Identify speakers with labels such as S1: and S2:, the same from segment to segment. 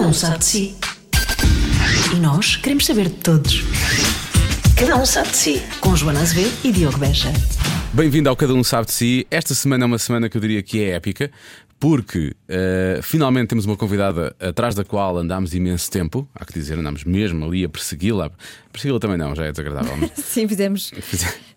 S1: um sabe de si. E nós queremos saber de todos. Cada um sabe de si. Com Joana Azevedo e Diogo Beja.
S2: Bem-vindo ao Cada Um Sabe de Si. Esta semana é uma semana que eu diria que é épica, porque eh, finalmente temos uma convidada atrás da qual andámos imenso tempo. Há que dizer, andámos mesmo ali a persegui-la. A Persegui-la também não, já é desagradável. mas-
S3: Sim, fizemos.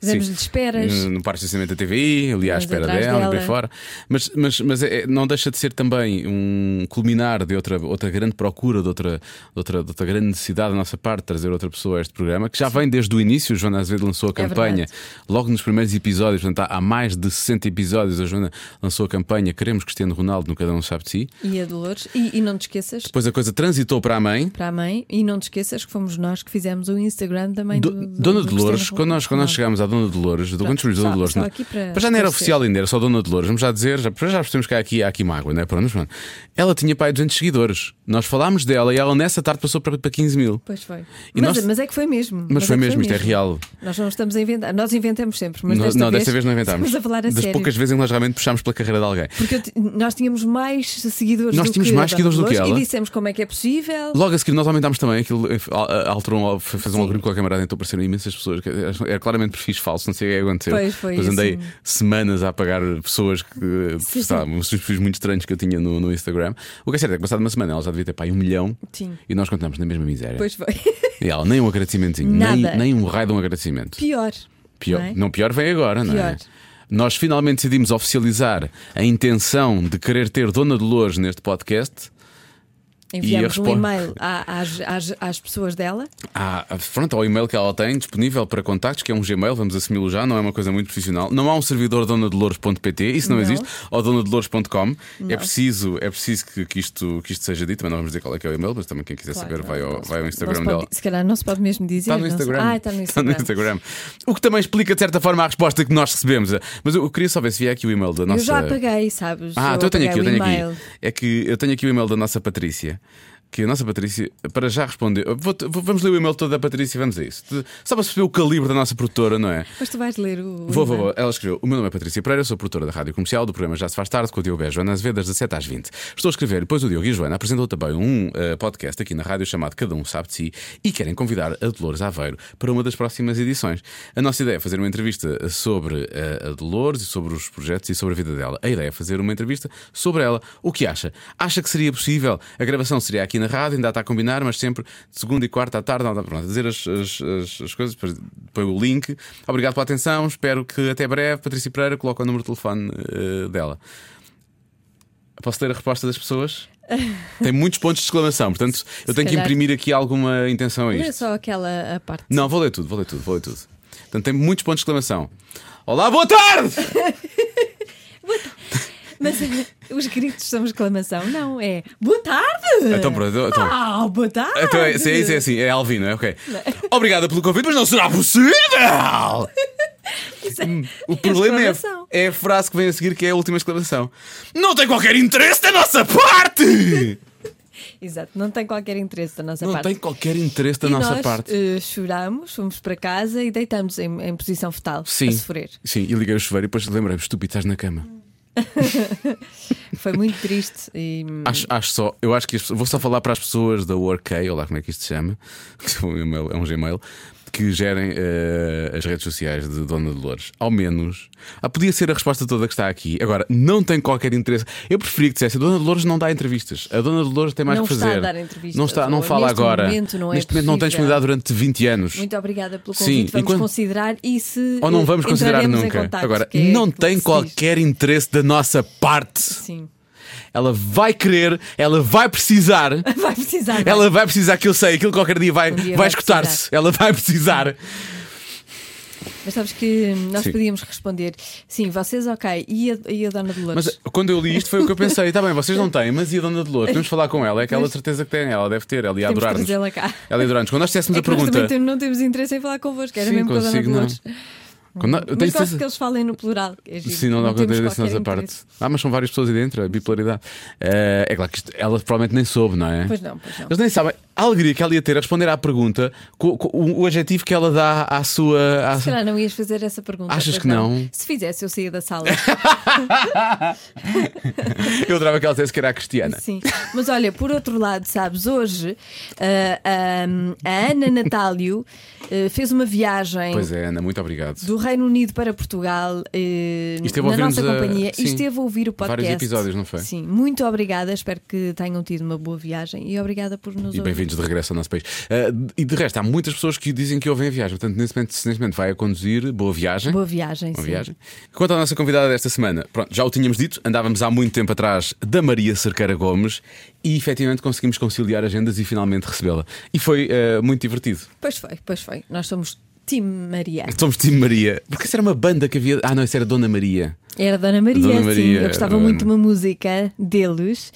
S3: Fizemos-lhe
S2: Sim. Hum.
S3: esperas.
S2: No, no parque de estacionamento da TVI, ali à
S3: Mas
S2: espera
S3: atrás
S2: dela, e por aí
S3: dela.
S2: fora. Mas, mas, mas é- é- não deixa de ser também um culminar de outra, outra grande procura, de outra, de outra, de outra grande necessidade da nossa parte de trazer outra pessoa a este programa, que já vem desde o início. Joana Azevedo lançou a
S3: É
S2: campanha
S3: verdade.
S2: logo nos primeiros episódios, portanto, há, há mais de 60 episódios. A Joana lançou a campanha Queremos Cristiano Ronaldo no Cada Um Sabe de Si.
S3: E a Dolores. E, e não te esqueças,
S2: Depois a coisa transitou para a mãe.
S3: para a mãe, e não te esqueças que fomos nós que fizemos o Instagram também
S2: Do-
S3: do, do-
S2: Dona
S3: do
S2: Dolores,
S3: Cristiano
S2: quando nós, quando nós
S3: Ronaldo.
S2: chegámos
S3: Tá,
S2: à Dona Dolores, do quando surgiu a
S3: só-
S2: Dona Dolores,
S3: só
S2: não-
S3: aqui para
S2: já não era
S3: esclarecer.
S2: oficial ainda, era só Dona Dolores, vamos já dizer, já, já percebemos que há aqui, há aqui mágoa, não é? Pronto, mas pronto. Ela tinha pai 200 seguidores, nós falámos dela e ela nessa tarde passou para, para 15 mil.
S3: Pois foi.
S2: E
S3: Mas,
S2: nós-
S3: mas é que foi mesmo.
S2: Mas foi
S3: é que
S2: mesmo, isto é real.
S3: Nós não estamos a inventar. Nós inventamos sempre, mas
S2: não,
S3: desta
S2: não,
S3: vez,
S2: desta vez não inventámos.
S3: Estamos a falar a
S2: das
S3: sério.
S2: poucas vezes em que nós realmente puxámos pela carreira de alguém.
S3: Porque eu ti- nós tínhamos mais seguidores
S2: Nós
S3: do
S2: tínhamos
S3: que a
S2: mais
S3: Dona
S2: seguidores do que
S3: Dolores
S2: ela.
S3: E dissemos como é que é possível.
S2: Logo a seguir nós aumentámos também aquilo, eh, al- eh, alterou, um- fez um algoritmo com a camarada, então apareceram imensas pessoas. que Era era claramente perfis falsos, não sei o que é que aconteceu.
S3: Pois, foi
S2: Depois andei
S3: assim.
S2: semanas a apagar pessoas que eh,
S3: Sim,
S2: sabe, uns perfis muito estranhos que eu tinha no, no Instagram. O que é certo é que passado uma semana ela já devia ter pá, aí um milhão
S3: Sim.
S2: e nós continuamos na mesma miséria.
S3: Pois foi.
S2: E ela, nem um agradecimentozinho, nem,
S3: Nada.
S2: nem um raio de um agradecimento.
S3: Pior.
S2: Pior,
S3: não é?
S2: não, pior vem agora, não é?
S3: Pior.
S2: Nós finalmente decidimos oficializar a intenção de querer ter Dona Dolores neste podcast. E a
S3: Enviámos um
S2: resposta-
S3: e-mail à- às, às, às pessoas dela.
S2: Há, Ah, pronto, há o e-mail que ela tem disponível para contactos, que é um Gmail, vamos assumi-lo já, não é uma coisa muito profissional. Não há um servidor donadelores.pt, isso não,
S3: Não.
S2: existe, ou donadelores.com. É preciso, é preciso que, que isto, que isto seja dito, mas não vamos dizer qual é que é o e-mail, mas também quem quiser saber
S3: Claro,
S2: vai
S3: não
S2: ao,
S3: se
S2: vai ao
S3: pode-
S2: Instagram
S3: não se pode-
S2: dela.
S3: Se calhar não se pode mesmo dizer.
S2: Está no
S3: não se-
S2: Instagram.
S3: Ah, está no Instagram.
S2: Instagram. O que também explica, de certa forma, a resposta que nós recebemos. Mas eu eu queria só ver se vier aqui o e-mail da
S3: Eu
S2: nossa.
S3: já apaguei, sabes?
S2: Ah, então eu tenho aqui, eu
S3: apaguei
S2: tenho
S3: o e-mail.
S2: aqui. É que eu tenho aqui o e-mail da nossa Patrícia. Que a nossa Patrícia, para já responder, vou- vou- vamos ler o e-mail todo da Patrícia e vamos a isso. De- Só para perceber o calibre da nossa produtora, não é?
S3: Mas tu vais ler o.
S2: Vou, vou,
S3: o e-mail.
S2: vou. Ela escreveu: O meu nome é Patrícia Pereira, sou produtora da Rádio Comercial, do programa Já Se Faz Tarde, com o Diogo Bejo, Joana Azevedo, das 17 às 20. Estou a escrever, pois o Diogo e a Joana apresentou também um eh, podcast aqui na rádio chamado Cada Um Sabe de Si e querem convidar a Dolores Aveiro para uma das próximas edições. A nossa ideia é fazer uma entrevista sobre eh, a Dolores e sobre os projetos e sobre a vida dela. A ideia é fazer uma entrevista sobre ela. O que acha? Acha que seria possível? A gravação seria aqui na rádio, ainda está a combinar, mas sempre de segunda e quarta à tarde, não, não, pronto, a dizer as, as- as- as coisas, depois põe o link. Obrigado pela atenção, espero que até breve. Patrícia Pereira coloca o número de telefone eh, dela. Posso ler a resposta das pessoas? Tem muitos pontos de exclamação, portanto, eu tenho que
S3: calhar.
S2: imprimir aqui alguma intenção a isto.
S3: Olha é só aquela a parte.
S2: Não, vou ler tudo, vou ler tudo, vou ler tudo. Portanto, tem muitos pontos de exclamação. Olá, boa tarde!
S3: Mas os gritos são exclamação. Não, é. Boa tarde!
S2: Então, pronto, então- então-
S3: Ah, boa tarde!
S2: Então, é, se é isso, é assim, é Alvin, é? Ok. Obrigada pelo convite, mas não será possível! Hum, o problema é,
S3: exclamação.
S2: é a frase que vem a seguir, que é a última exclamação. Não tem qualquer interesse da nossa parte!
S3: Exato, não tem qualquer interesse da nossa
S2: Não
S3: parte.
S2: tem qualquer interesse da
S3: e
S2: nossa
S3: nós,
S2: parte.
S3: eh, chorámos, fomos para casa e deitámos em, em posição fetal a sofrer.
S2: Sim, e liguei o chuveiro e depois lembrei-me, estúpido, estás na cama.
S3: Foi muito triste e hum,
S2: Acho, acho só, eu acho que as pessoas- vou só falar para as pessoas da Workay, ou lá como é que isto se chama, que é um e-mail- é um Gmail, que gerem eh, as redes sociais de Dona Dolores. Ao menos. Ah, podia ser a resposta toda que está aqui. Agora, não tem qualquer interesse. Eu preferia que dissesse: a Dona Dolores não dá entrevistas. A Dona Dolores tem mais
S3: Não
S2: que
S3: está a
S2: fazer.
S3: dar entrevistas,
S2: não está, não
S3: ou
S2: fala
S3: neste
S2: agora.
S3: momento não é
S2: neste momento não tem
S3: possível. Então,
S2: disponibilidade durante 20 anos.
S3: muito obrigada pelo
S2: Sim,
S3: convite. vamos
S2: enquanto-
S3: considerar e se.
S2: Ou não
S3: eh,
S2: vamos considerar
S3: entraremos em
S2: nunca.
S3: contacto,
S2: Agora,
S3: que é
S2: não
S3: aquilo que
S2: tem
S3: se diz.
S2: qualquer interesse da nossa parte.
S3: Sim,
S2: Ela vai querer, ela vai precisar.
S3: vai precisar. é?
S2: Ela vai precisar que eu sei, aquilo qualquer dia vai,
S3: Um dia
S2: vai,
S3: vai
S2: escutar-se. Ela vai precisar.
S3: Mas sabes que hum, nós
S2: Sim.
S3: podíamos responder sim, vocês ok, e a, e a Dona Dolores?
S2: Mas eh, quando eu li isto foi o que eu pensei. Está bem, vocês não têm, mas e a Dona Dolores? Temos de falar com ela, é aquela certeza que tem, ela deve ter, ela ia
S3: Temos de
S2: adorar-nos.
S3: trazê-la cá.
S2: Ela ia adorar-nos. Quando nós tivéssemos
S3: é
S2: a
S3: que nós
S2: pergunta.
S3: também tem- não temos interesse em falar convosco, era
S2: Sim,
S3: mesmo para a Dona
S2: consigo, não.
S3: Dolores.
S2: Quando nós- eu tenho
S3: Mas gosto
S2: certeza-
S3: que eles falem no plural. que É giro.
S2: Sim, não dá conta
S3: temos
S2: desse
S3: qualquer
S2: nossa parte.
S3: interesse.
S2: Ah, mas são várias pessoas aí dentro, a bipolaridade. Eh, é claro que isto- ela provavelmente nem soube, não é?
S3: Pois não, pois não.
S2: Eles nem sabem. a alegria que ela ia ter a responder à pergunta, co- co- o, o adjetivo que ela dá à sua. à-
S4: Se calhar não ias fazer essa pergunta.
S2: Achas
S4: pois
S2: que não?
S4: Se fizesse, eu saía da sala.
S2: Eu adorava que ela dissesse que era a Cristiana.
S4: Sim. Mas olha, por outro lado, sabes, hoje ah, ah, a Ana Natálio eh, fez uma viagem.
S2: Pois é, Ana, muito obrigado.
S4: Do Reino Unido para Portugal, eh,
S2: E esteve a
S4: na
S2: ouvir-nos
S4: nossa
S2: a-
S4: companhia,
S2: sim,
S4: e esteve a ouvir o podcast.
S2: vários episódios, não foi?
S4: Sim, muito obrigada. Espero que tenham tido uma boa viagem e obrigada por nos
S2: E
S4: ouvir.
S2: bem-vindos de regresso ao nosso país. Ah, e de resto, há muitas pessoas que dizem que ouvem a viagem. Portanto, nesse momento, se neste momento vai a conduzir, boa viagem.
S4: Boa viagem,
S2: é? Boa
S4: sim.
S2: viagem. Quanto à nossa convidada desta semana, pronto, já o tínhamos dito, andávamos há muito tempo atrás da Maria Cerqueira Gomes e efetivamente conseguimos conciliar agendas e finalmente recebê-la. E foi ah, muito divertido.
S4: Pois foi, pois foi. Nós somos Tim Maria.
S2: Somos Time Maria. Porque isso era uma banda que havia. Ah, não, isso era Dona Maria.
S4: Era a Dona Maria,
S2: Dona
S4: sim.
S2: Maria,
S4: Eu gostava
S2: era-
S4: muito de uma música deles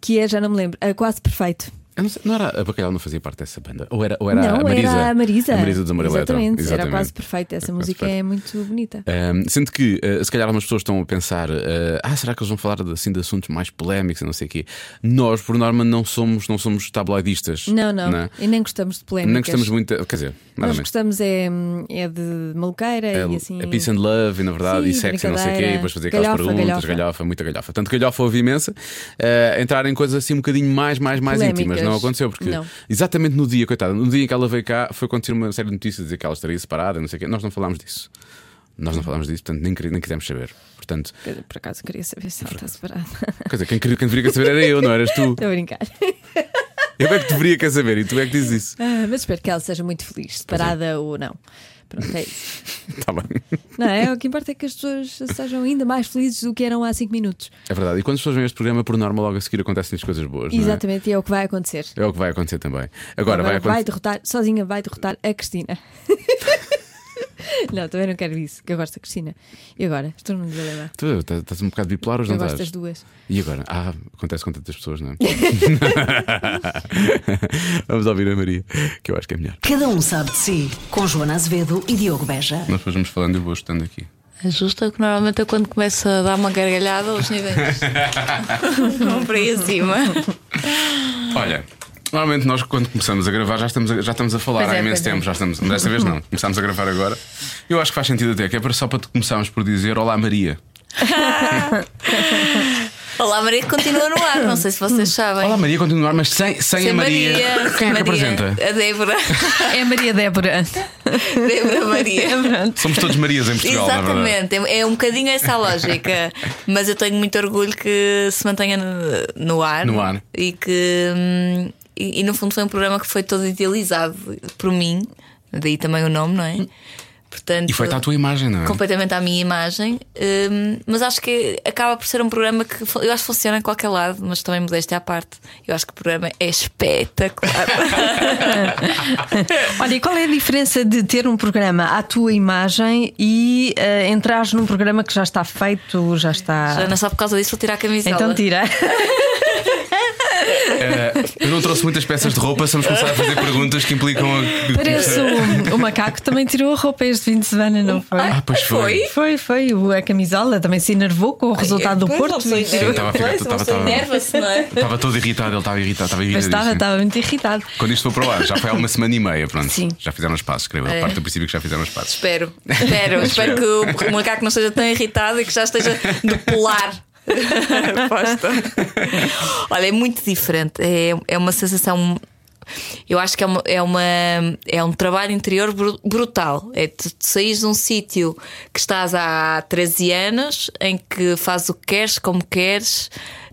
S4: que é, já não me lembro, a Quase Perfeito.
S2: Eu não, sei, não era a Bacalhau não fazia parte dessa banda? Ou era, ou era
S4: não,
S2: a Marisa?
S4: era a Marisa.
S2: A Marisa dos Amarelo Eletro.
S4: Exatamente, era
S2: Exatamente.
S4: quase perfeito. Essa
S2: Era Quase
S4: música é muito bonita.
S2: Ahm, sendo que, ah, se calhar, algumas pessoas estão a pensar: ah, ah, será que eles vão falar de, assim, de assuntos mais polémicos e não sei o quê? Nós, por norma, não somos, não somos tabloidistas.
S4: Não, não,
S2: né?
S4: e nem gostamos de polémicas.
S2: Nem gostamos muito. de- Quer dizer, nada
S4: Nós
S2: menos.
S4: gostamos é, é de maluqueira e assim.
S2: É peace and love, e na verdade,
S4: Sim,
S2: e sexo, e não sei o quê, e
S4: brincadeira.
S2: depois fazer aquelas
S4: Galhofa,
S2: perguntas, galhofa.
S4: galhofa.
S2: muita galhofa. Tanto galhofa houve imensa, eh, entrar em coisas assim um bocadinho mais, mais, mais
S4: Polémicas.
S2: íntimas. Não aconteceu, porque
S4: Não.
S2: exatamente no dia, coitada, no dia em que ela veio cá, foi acontecer uma série de notícias a dizer que ela estaria separada, não sei o quê. Nós não falámos disso. Nós não falámos disso, portanto, nem, queri- nem quisemos saber. Portanto,
S4: Quer- Por acaso queria saber se ela
S2: É
S4: está separada.
S2: quer dizer, quem, queria- quem deveria quer saber era eu, não eras tu.
S4: Estou a brincar.
S2: Eu é que deveria quer saber e tu é que dizes isso.
S4: Ah, mas espero que ela seja muito feliz,
S2: é.
S4: separada ou não. Pronto, é isso.
S2: Está Tá bem.
S4: Não é? O que importa é que as pessoas sejam ainda mais felizes do que eram há 5 minutos.
S2: É verdade. E quando as pessoas veem este programa, por norma, logo a seguir acontecem-lhes coisas boas. não é?
S4: Exatamente, e é o que vai acontecer.
S2: É o que vai acontecer também. Agora, vai
S4: Agora vai,
S2: acontecer.
S4: derrotar, sozinha vai derrotar a Cristina. não, também não quero isso, que eu gosto da Cristina. E agora? Estou num dilema.
S2: Tu estás estás um bocado bipolar hoje,
S4: Eu
S2: não
S4: gosto das
S2: estás?
S4: duas.
S2: E agora? Ah, acontece com tantas pessoas, não é? Vamos ouvir a Maria, que eu acho que é melhor.
S1: Cada um sabe de si, com Joana Azevedo e Diogo Beja.
S2: Nós depois vamos falando e eu vou estando aqui.
S5: Ajusta que normalmente é quando começa a dar uma gargalhada os níveis. Vão para aí acima.
S2: Olha, normalmente nós quando começamos a gravar já estamos a, já estamos a falar
S5: Pois é,
S2: há imenso
S5: pois é.
S2: tempo, já estamos, mas desta vez não. Começámos a gravar agora. Eu acho que faz sentido até, que é para- só para te começarmos por dizer Olá Maria.
S5: Olá, Maria, que continua no ar. Não sei se vocês sabem.
S2: Olá Maria, continuar, mas sem, sem, a Maria. Quem
S5: sem
S2: é que
S5: Maria.
S2: apresenta?
S5: A Débora.
S4: É a Maria Débora.
S5: Débora Maria.
S2: Somos todos Marias em Portugal, na verdade.
S5: Exatamente, é é um bocadinho essa a lógica. Mas eu tenho muito orgulho que se mantenha no, no ar.
S2: No ar.
S5: E que. hum, E, e, no fundo foi um programa que foi todo idealizado por mim, daí também o nome, não é? Portanto,
S2: Hum. E foi à tua imagem, não é?
S5: completamente à minha imagem, hum, mas acho que acaba por ser um programa que fu- eu acho que funciona em qualquer lado, mas também modéstia à parte. Eu acho que o programa é espetacular.
S3: Olha, e qual é a diferença de ter um programa à tua imagem e eh, entrares num programa que já está feito, já está.
S5: Joana, só por causa disso vou tirar a camisola.
S3: então tira.
S2: Eh, Eu não trouxe muitas peças de roupa, vamos começar a fazer perguntas que implicam. a-
S3: Parece
S4: um
S3: o, o macaco também tirou a roupa este fim de semana, não foi?
S2: Ah, pois foi.
S3: Foi, foi. O- A camisola também se enervou com o resultado do
S5: É, Pois,
S3: Porto.
S5: uma pessoa
S3: e tirou.
S2: Sim, estava a ficar-
S5: pois, uma
S2: estava-
S5: pessoa
S2: estava-
S5: enerva-se, não é?
S2: Estava todo irritado, ele estava irritado, estava
S3: Mas
S2: irritado.
S3: estava, estava muito irritado.
S2: Quando isto foi para o ar, já foi há uma semana e meia, pronto.
S3: Sim.
S2: Já fizeram os passos, creio. eu.
S5: É.
S2: Parte do princípio que já fizeram os passos.
S5: Espero, espero, espero que o, o macaco não esteja tão irritado e que já esteja de pular. Aposta. Olha, é muito diferente. É, é uma sensação. Eu acho que é, uma, é, uma- é um trabalho interior bru- brutal. É tu, tu saís de um sítio que estás há 13 anos, em que fazes o que queres, como queres.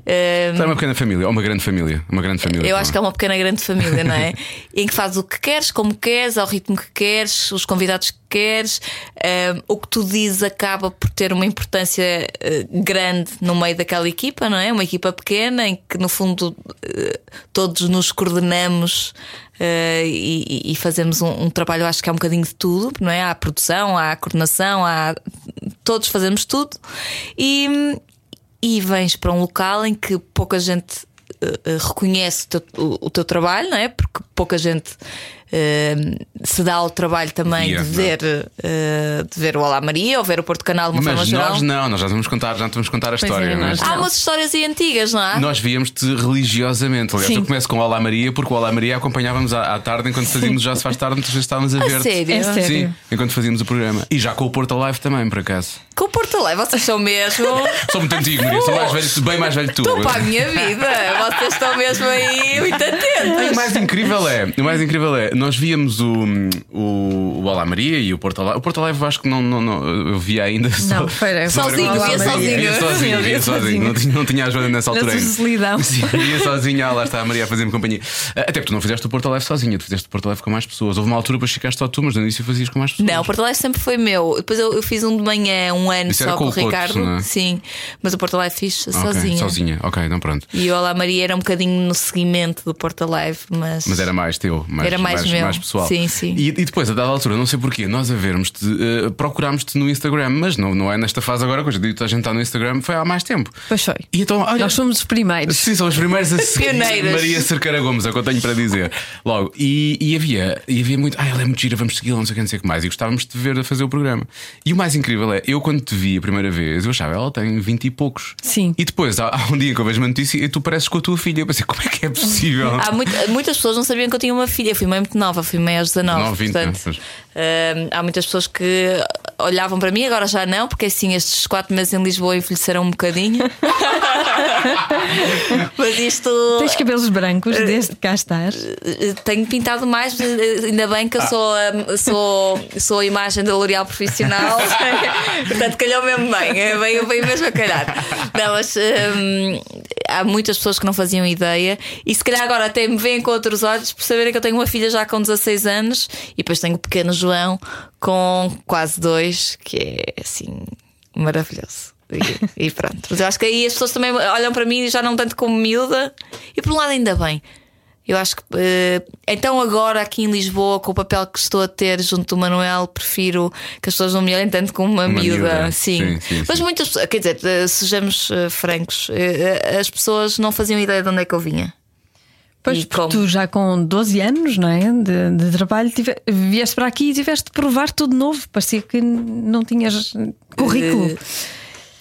S5: hum,
S2: Está uma pequena família, ou uma grande família. Uma grande família.
S5: eu acho que é uma pequena grande família, não é? em que fazes o que queres, como queres, ao ritmo que queres, os convidados que queres. Ahm, o que tu dizes acaba por ter uma importância eh, grande no meio daquela equipa, não é? Uma equipa pequena em que, no fundo, eh, todos nos coordenamos. eh, e, e- e fazemos um, um trabalho, acho que é um bocadinho de tudo, não é? Há a produção, há a coordenação, há todos fazemos tudo. E, e vens para um local em que pouca gente eh, eh, reconhece o teu, o- o teu trabalho, não é? Porque pouca gente eh, se dá ao trabalho também
S2: Yeah,
S5: de, ver, eh, de ver o Olá Maria ou ver o Porto Canal de é uma forma
S2: é? Mas
S5: geral.
S2: nós não, nós já vamos contar, já te vamos contar a
S3: é,
S2: história, não é?
S3: nós
S5: Há umas histórias aí antigas, não é? há?
S2: Nós víamos-te religiosamente. Aliás,
S3: Sim.
S2: eu começo com o Olá Maria, porque o Olá Maria acompanhávamos à, à tarde enquanto fazíamos Já Se Faz Tarde, muitas vezes estávamos a
S5: A
S2: ver.
S5: sério?
S3: É sério?
S2: Sim, enquanto fazíamos o programa. E já com o Porto Live também, por acaso.
S5: Com o Porto Alegre, vocês são mesmo.
S2: Sou muito antigo, Maria, sou mais velho, bem mais velho que tu.
S5: Estou para a minha vida. Vocês estão mesmo aí muito
S2: O
S5: atentos.
S2: mais incrível é, o mais incrível é, nós víamos o, o, o Olá Maria e o Porto Live. O Porto Live eu acho que não, não, não eu via ainda só-
S3: Não, foi-
S2: só-
S5: Sozinho,
S2: Olá
S5: via
S2: Maria.
S5: sozinho.
S2: Via sozinho,
S3: Sim,
S2: via
S3: via
S2: sozinho.
S3: sozinho.
S2: Não tinha, não tinha a Joana nessa
S3: Na
S2: altura.
S3: sua
S2: ainda.
S3: solidão.
S2: Sim, ia sozinha, ah, lá está a Maria a fazer-me companhia. Ah, Até porque tu não fizeste o Porto Live sozinha, tu fizeste o Porto Live com mais pessoas. Houve uma altura para ficaste só tu, mas no início fazias com mais pessoas.
S5: Não, o Porto Alegre sempre foi meu. Depois eu, eu fiz um de manhã, um ano
S2: Isso era
S5: só
S2: com
S5: com
S2: o
S5: o
S2: Porto,
S5: Ricardo.
S2: não é?
S5: Sim, mas o Porto Alegre fiz
S2: Ah, ok,
S5: sozinha.
S2: sozinha, ok, então pronto.
S5: E o Olá Maria era um bocadinho no seguimento do Porto Alegre, mas.
S2: Mas era mais teu, mais,
S5: Era mais meu.
S2: mais pessoal.
S5: Sim, sim.
S2: E, e depois, a dada altura, não sei porquê, nós a vermos-te, eh, procurámos-te no Instagram, mas não, não é nesta fase agora, coisa digo, a gente está no Instagram, foi há mais tempo.
S3: Pois foi.
S2: E então, olha,
S3: Nós somos os primeiros.
S2: Sim, são os primeiros a seguir
S5: Pioneiras.
S2: Maria Cerqueira Gomes, é o que eu tenho para dizer. Logo, e, e havia, e havia muito, ah, ela é muito gira, vamos segui-la, não sei o que, não sei o que mais. E gostávamos de te ver a fazer o programa. E o mais incrível é, eu quando te vi a primeira vez, eu achava, ela tem 20 e poucos.
S3: Sim.
S2: E depois, há, há um dia que eu vejo uma notícia e tu pareces com a tua filha. Eu pensei, como é que é possível?
S5: Há muito- muitas pessoas não sabiam que eu tinha uma filha. Eu fui mãe muito nova, fui mãe aos 19.
S2: 19, 20,
S5: portanto,
S2: pois.
S5: hum, há muitas pessoas que olhavam para mim, agora já não, porque assim estes 4 meses em Lisboa envelheceram um bocadinho. mas isto.
S3: Tens cabelos brancos
S5: Eh,
S3: desde que cá estás.
S5: Tenho pintado mais, mas ainda bem que eu sou, a, sou, sou a imagem da L'Oréal profissional, portanto calhou mesmo bem, eh, veio, veio mesmo a calhar. Não, mas hum, há muitas pessoas que não faziam ideia e se calhar agora até me veem com outros olhos por saberem que eu tenho uma filha já com 16 anos e depois tenho o pequeno João com quase dois, que é assim maravilhoso. E, e pronto. Mas eu acho que aí as pessoas também olham para mim já não tanto como miúda e por um lado ainda bem. Eu acho que eh, então agora aqui em Lisboa, com o papel que estou a ter junto do Manuel, prefiro que as pessoas não me olhem tanto como uma,
S2: Uma
S5: miúda.
S2: miúda. Sim,
S5: Sim.
S2: sim,
S5: Mas
S2: sim.
S5: muitas pessoas, quer dizer, eh, sejamos eh, francos, eh, eh, as pessoas não faziam ideia de onde é que eu vinha.
S3: Pois,
S5: E
S3: porque
S5: como?
S3: tu já com 12 anos não é? de, de trabalho tive- vieste para aqui e tiveste de provar tudo novo. Parecia que não tinhas currículo.
S5: Eh,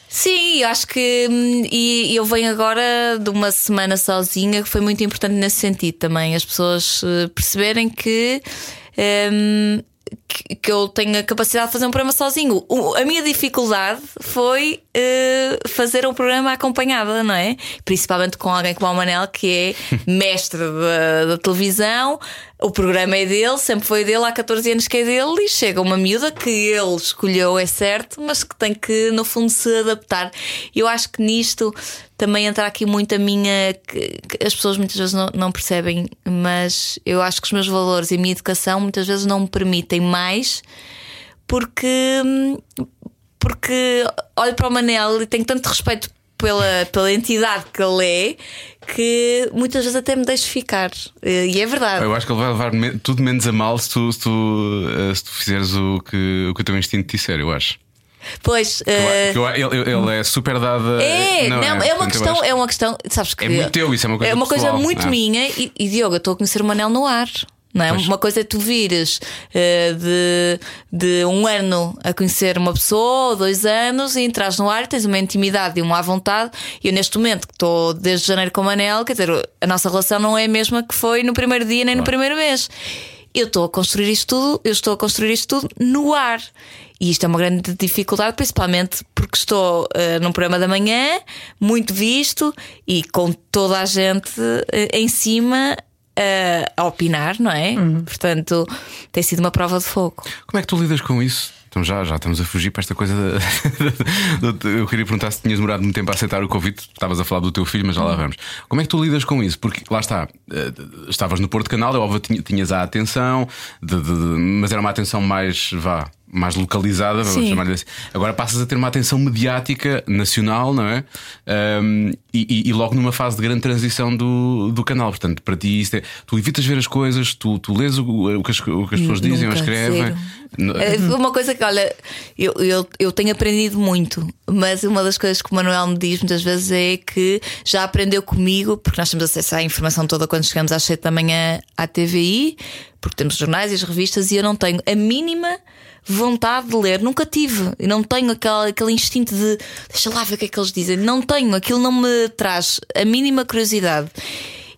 S5: Sim, eu acho que hum, e e eu venho agora de uma semana sozinha que foi muito importante nesse sentido também, as pessoas eh, perceberem que hum, que- que eu tenho a capacidade de fazer um programa sozinho. O- A minha dificuldade foi eh, fazer um programa acompanhada, não é? Principalmente com alguém como o Manel, que é mestre da, da televisão, o programa é dele, sempre foi dele, há 14 anos que é dele, e chega uma miúda que ele escolheu, é certo, mas que tem que, no fundo, se adaptar. Eu acho que nisto também entra aqui muito a minha. que- que as pessoas muitas vezes não, não percebem, mas eu acho que os meus valores e a minha educação muitas vezes não me permitem mais porque hum, porque olho para o Manel e tenho tanto respeito pela, pela entidade que ele é que muitas vezes até me deixo ficar. Eh, E é verdade.
S2: Eu acho que ele vai levar me- tudo menos a mal se tu, se tu, eh, se tu fizeres o que, o que o teu instinto te disser, eu acho.
S5: Pois.
S2: Eu
S5: eh,
S2: a- que eu a- ele, ele é super dada.
S5: É, não, é
S2: Portanto,
S5: uma
S2: eu
S5: questão,
S2: acho-
S5: é uma questão, sabes que
S2: É muito teu, isso é uma coisa pessoal,
S5: muito
S2: é.
S5: minha e, e, Diogo, eu estou a conhecer o Manel no ar. Não é?
S2: Pois.
S5: Uma coisa é tu vires eh, de, de um ano a conhecer uma pessoa, ou dois anos, e entras no ar, tens uma intimidade e uma à vontade. E eu, neste momento, que estou desde janeiro com o Manel, quer dizer, a nossa relação não é a mesma que foi no primeiro dia nem no primeiro mês. Eu estou a construir isto tudo, eu estou a construir isto tudo no ar. E isto é uma grande dificuldade, principalmente porque estou eh, num programa da manhã, muito visto e com toda a gente eh, em cima eh, a opinar, não é? Portanto, tem sido uma prova de fogo.
S2: Como é que tu lidas com isso? Então já, já estamos a fugir para esta coisa. da- da- eu queria perguntar se tinhas demorado muito tempo a aceitar o convite. Estavas a falar do teu filho, mas já lá vamos. Como é que tu lidas com isso? Porque lá está, eh, estavas no Porto Canal, é óbvio, tinha- tinhas a atenção, de- de- de- mas era uma atenção mais vá. Mais localizada, vamos
S5: Sim.
S2: chamar-lhe assim. Agora passas a ter uma atenção mediática nacional, não é? Ahm, e, e- e logo numa fase de grande transição do, do canal. Portanto, para ti, isto é, tu evitas ver as coisas, tu, tu lês o, o que as, o que as pessoas dizem ou
S5: Nunca,
S2: escrevem.
S5: zero.
S2: N-
S5: É Uma coisa que, olha, eu, eu, eu tenho aprendido muito, mas uma das coisas que o Manuel me diz muitas vezes é que já aprendeu comigo, porque nós temos acesso à informação toda quando chegamos às 7 da manhã à TVI. porque temos os jornais e as revistas e eu não tenho a mínima vontade de ler, nunca tive. Eu não tenho aquele, aquele instinto de deixa lá ver o que é que eles dizem. Não tenho, aquilo não me traz a mínima curiosidade.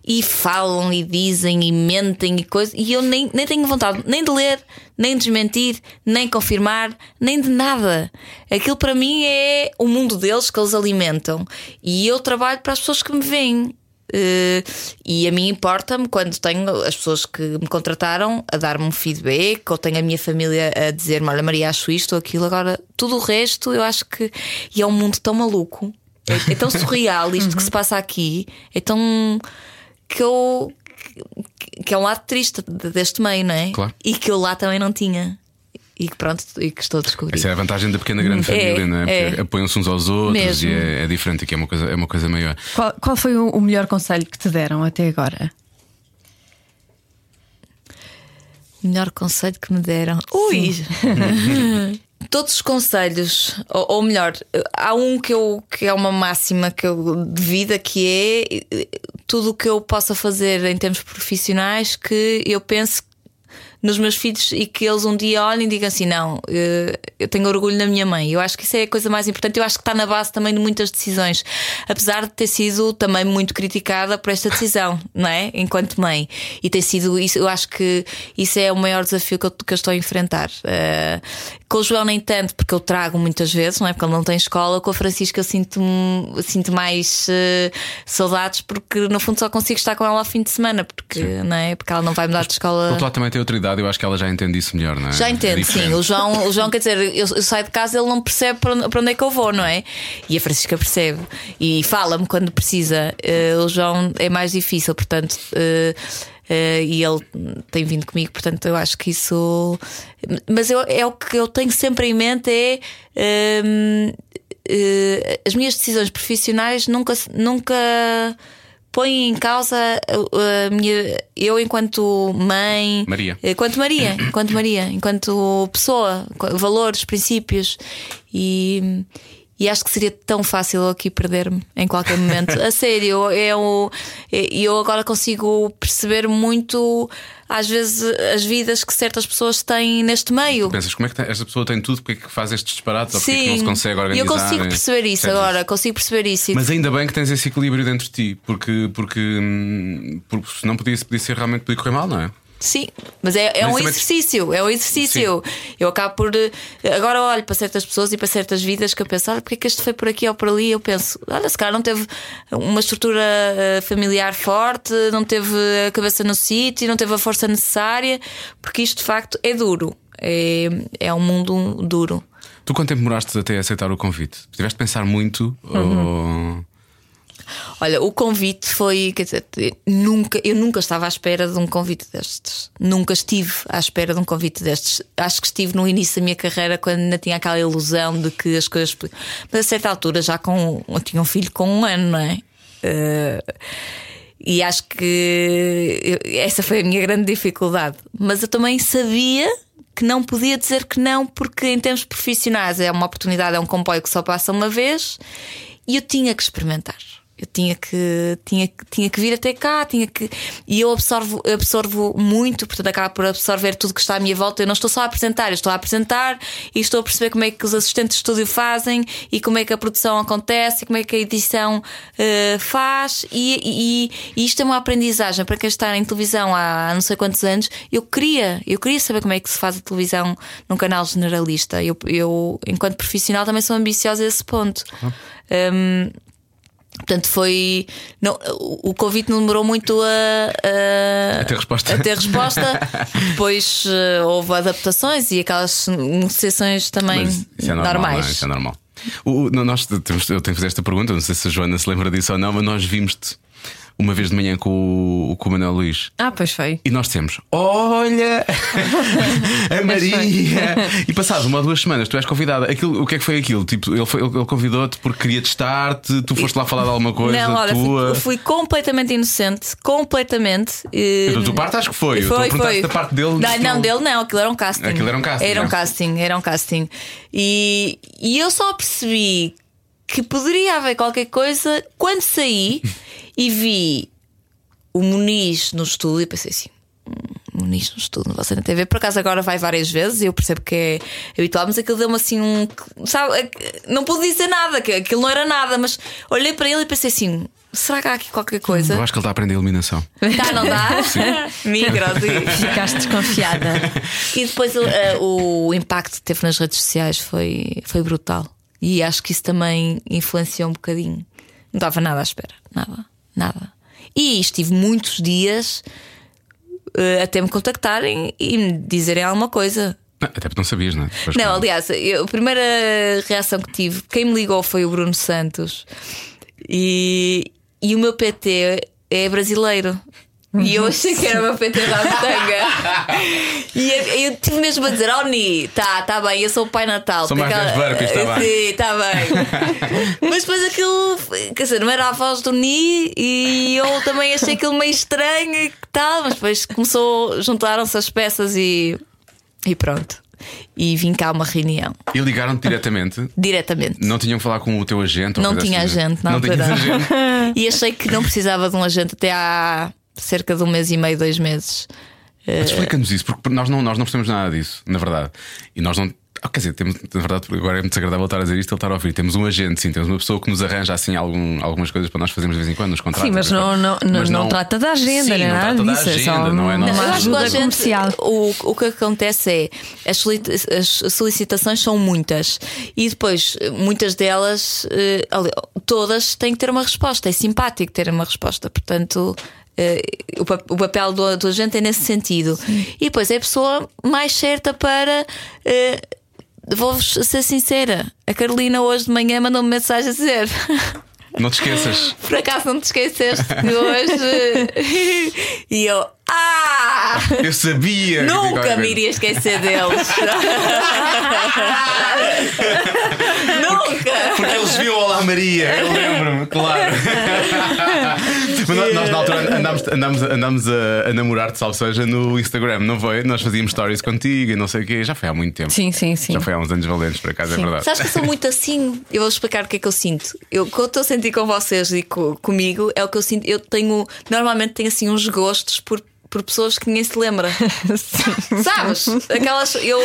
S5: E falam e dizem e mentem e coisas, e eu nem, nem tenho vontade nem de ler, nem de desmentir, nem confirmar, nem de nada. Aquilo para mim é o mundo deles que eles alimentam. E eu trabalho para as pessoas que me veem. Eh, e a mim importa-me quando tenho as pessoas que me contrataram a dar-me um feedback, ou tenho a minha família a dizer-me: Olha, Maria, acho isto ou aquilo. Agora, tudo o resto eu acho que. E é um mundo tão maluco, é, é tão surreal isto que se passa aqui, é tão. que eu. que- que é um lado triste de- deste meio, não é?
S2: Claro.
S5: E que eu lá também não tinha. E que pronto, e que estou a descobrir.
S2: Essa é a vantagem da pequena grande
S5: É,
S2: família, não é? Porque
S5: é.
S2: apoiam-se uns aos outros
S5: Mesmo.
S2: e é, é diferente, que é uma coisa, é uma coisa maior.
S3: Qual, qual foi o, o melhor conselho que te deram até agora?
S5: O melhor conselho que me deram. Ui! Todos os conselhos, ou, ou melhor, há um que, eu, que é uma máxima que eu, de vida que é eh, tudo o que eu possa fazer em termos profissionais que eu penso nos meus filhos e que eles um dia olhem e digam assim: não, eh, eu tenho orgulho na minha mãe. Eu acho que isso é a coisa mais importante. Eu acho que está na base também de muitas decisões, apesar de ter sido também muito criticada por esta decisão, não é? Enquanto mãe. E ter sido isso, eu acho que isso é o maior desafio que eu, que eu estou a enfrentar. Eh, com o João, nem tanto, porque eu trago muitas vezes, não é? Porque ele não tem escola. Com a Francisca, eu sinto, sinto mais eh, saudades, porque no fundo só consigo estar com ela ao fim de semana, porque, não é? porque ela não vai mudar de
S2: Por
S5: escola.
S2: outro lado, também tem outra idade, eu acho que ela já entende isso melhor, não é?
S5: Ah. Já
S2: É
S5: entendo,
S2: diferente.
S5: sim. O João, o João, quer dizer, eu, eu saio de casa, ele não percebe para onde, para onde é que eu vou, não é? E a Francisca percebe e fala-me quando precisa. Eh, o João é mais difícil, portanto. eh, eh, e ele tem vindo comigo, portanto, eu acho que isso. Mas eu- é o que eu tenho sempre em mente: é. hum, eh, as minhas decisões profissionais nunca, se- nunca põem em causa eh, a, a minha, eu enquanto mãe,
S2: Maria.
S5: Enquanto Eh, Maria, enquanto Maria, enquanto pessoa, co- valores, princípios e, e acho que seria tão fácil eu aqui perder-me em qualquer momento. A sério, eu, é eu, eu agora consigo perceber muito às vezes as vidas que certas pessoas têm neste meio.
S2: Pensas, como é que tem- esta pessoa tem tudo, porque é que faz estes disparates ou porque é que não se consegue
S5: E
S2: organizar? É, eh,
S5: eu consigo perceber isso
S2: Percebes
S5: agora, consigo perceber isso. E
S2: Mas ainda bem que tens esse equilíbrio dentro de ti, porque, porque, hum, porque senão podia, podia ser realmente podia correr mal, não é?
S5: Sim, mas é, é
S2: Mas
S5: um
S2: também-
S5: exercício, é um exercício. Eu acabo por. eh, Agora olho para certas pessoas e para certas vidas que eu penso, olha, porque é que este foi por aqui ou por ali? Eu penso, olha, se calhar não teve uma estrutura eh, familiar forte, não teve a cabeça no sítio, não teve a força necessária, porque isto de facto é duro. É, é um mundo duro.
S2: Tu quanto tempo demoraste até aceitar o convite? Tiveste de pensar muito?
S5: Uhum.
S2: ou-
S5: Olha, o convite foi, quer dizer, nunca, eu nunca estava à espera de um convite destes. Nunca estive à espera de um convite destes. Acho que estive no início da minha carreira quando ainda tinha aquela ilusão de que as coisas. podiam- Mas a certa altura já com, eu tinha um filho com um ano, não é? Eh, e acho que eu- essa foi a minha grande dificuldade. Mas eu também sabia que não podia dizer que não, porque em termos profissionais é uma oportunidade, é um comboio que só passa uma vez e eu tinha que experimentar. Eu tinha que, tinha, que- tinha que vir até cá, tinha que. E eu absorvo, absorvo muito, portanto, acabo por absorver tudo que está à minha volta. Eu não estou só a apresentar, eu estou a apresentar e estou a perceber como é que os assistentes de estúdio fazem e como é que a produção acontece e como é que a edição eh, faz. E, e- e isto é uma aprendizagem para quem está em televisão há, há não sei quantos anos. Eu queria, eu queria saber como é que se faz a televisão num canal generalista. Eu, eu enquanto profissional, também sou ambiciosa a esse ponto. Hum, Portanto, foi. Não, o o convite não demorou muito a.
S2: A ter resposta.
S5: a ter resposta. Depois eh, houve adaptações e aquelas negociações também
S2: Mas isso é normal,
S5: normais.
S2: não é? Isso é normal. O- o- nós temos- eu tenho que fazer esta pergunta, não sei se a Joana se lembra disso ou não, mas nós vimos-te uma vez de manhã com o, com o Manuel Luís.
S3: Ah, pois foi.
S2: E nós dissemos: Olha, a Maria! E passado uma ou duas semanas, tu és convidada. Aquilo, o que é que foi aquilo? Tipo, ele, foi- ele convidou-te porque queria testar-te, tu foste lá falar de alguma coisa
S5: Não, olha,
S2: tua.
S5: fui, fui completamente inocente, completamente. eh,
S2: Então, Da tua parte, acho que foi. Eu estou a perguntar se da parte dele,
S5: Não,
S2: se não-
S5: não, dele não, aquilo era um casting.
S2: Aquilo era um casting,
S5: Era um
S2: não.
S5: casting, era um casting. E, e eu só percebi que poderia haver qualquer coisa quando saí e vi o Muniz no estúdio e pensei assim: "Hum, comunismos, tudo você na TV. Por acaso agora vai várias vezes e eu percebo que é habitual, mas aquilo deu-me assim um. Sabe, não pude dizer nada, que aquilo não era nada, mas olhei para ele e pensei assim: será que há aqui qualquer coisa?
S2: Eu acho que ele está a aprender a iluminação.
S5: Tá, não dá? Migros e.
S3: Ficaste desconfiada.
S5: E depois eh, o impacto que teve nas redes sociais foi, foi brutal. E acho que isso também influenciou um bocadinho. Não estava nada à espera. Nada, nada. E estive muitos dias eh, até me contactarem e me dizerem alguma coisa.
S2: Não, até porque não sabias, não é? Depois
S5: Não,
S2: quando-
S5: aliás, eu- a primeira reação que tive, quem me ligou foi o Bruno Santos e, e o meu PT é brasileiro. E eu achei que era o meu PT da Mutanga. e eu, eu tive mesmo a dizer: Oh, Ni, tá, tá bem, eu sou o Pai Natal.
S2: Sou
S5: Porque
S2: mais das Barcas, tá bem.
S5: Sim, tá bem. Mas depois aquilo, quer dizer, não era a voz do Ni e eu também achei aquilo meio estranho e que tal, mas depois começou, juntaram-se as peças e, e pronto. E vim cá a uma reunião,
S2: E ligaram-te diretamente.
S5: diretamente.
S2: Não tinham que falar com o teu agente? ou
S5: Não
S2: coisa
S5: tinha
S2: assim,
S5: agente na
S2: Não
S5: altura.
S2: tinhas agente.
S5: E achei que não precisava de um agente até há cerca de um mês e meio, dois meses.
S2: Mas explica-nos isso, porque nós não, nós não percebemos nada disso, na verdade. E nós não. Ah, Quer dizer, temos, na verdade, agora é muito desagradável estar a dizer isto, ele estar a ouvir. Temos um agente, sim, temos uma pessoa que nos arranja assim algum- algumas coisas para nós fazermos de vez em quando, nos contratos.
S3: Sim, mas não- não- não- não trata da agenda,
S2: sim,
S3: não é
S2: não
S3: nada
S2: trata da
S3: disso, é só
S2: agenda, não é? Não-
S3: uma
S5: Não, eu acho que
S3: ajuda
S5: a gente-
S3: comercial.
S5: O, o que acontece é as, soli- as solicitações são muitas e depois eh, muitas delas, eh, ali- todas têm que ter uma resposta. É simpático ter uma resposta, portanto. eh, o pa- o papel do, do agente é nesse sentido. E depois é a pessoa mais certa para eh, Vou-vos ser sincera, a Carolina hoje de manhã mandou-me mensagem a dizer:
S2: Não te esqueças.
S5: Por acaso não te esqueceste de hoje? e eu, ah!
S2: Eu sabia! que tinha
S5: Nunca
S2: qualquer
S5: me
S2: coisa.
S5: iria esquecer deles! Nunca!
S2: Porque eles viam Olá Maria, eu lembro-me, claro. Mas nós, nós, na altura andámos, andámos, andámos a, a namorar-te, salve seja, no Instagram, não foi? Nós fazíamos stories contigo e não sei o quê, já foi há muito tempo.
S3: Sim, sim, sim.
S2: Já foi há uns anos valentes, por acaso, é verdade.
S5: Sabes que eu sou muito assim? Eu vou explicar o que é que eu sinto. Eu, o que eu estou a sentir com vocês e co- comigo é o que eu sinto. Eu tenho, normalmente tenho assim uns gostos por. Por pessoas que ninguém se lembra. Sabes? Aquelas. Eu.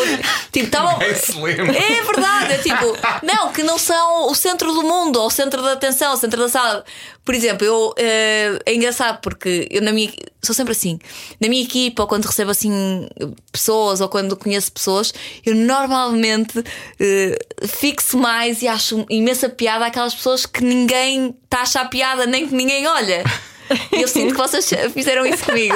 S5: Tipo, estavam.
S2: Ninguém se lembra.
S5: É verdade, é tipo, não, que não são o centro do mundo, ou o centro da atenção, o centro da sala. Por exemplo, eu eh, é engraçado porque eu na minha sou sempre assim, na minha equipa, ou quando recebo assim pessoas, ou quando conheço pessoas, eu normalmente eh, fixo mais e acho imensa piada àquelas pessoas que ninguém está a achar piada, nem que ninguém olha. E Eu sinto que vocês fizeram isso comigo.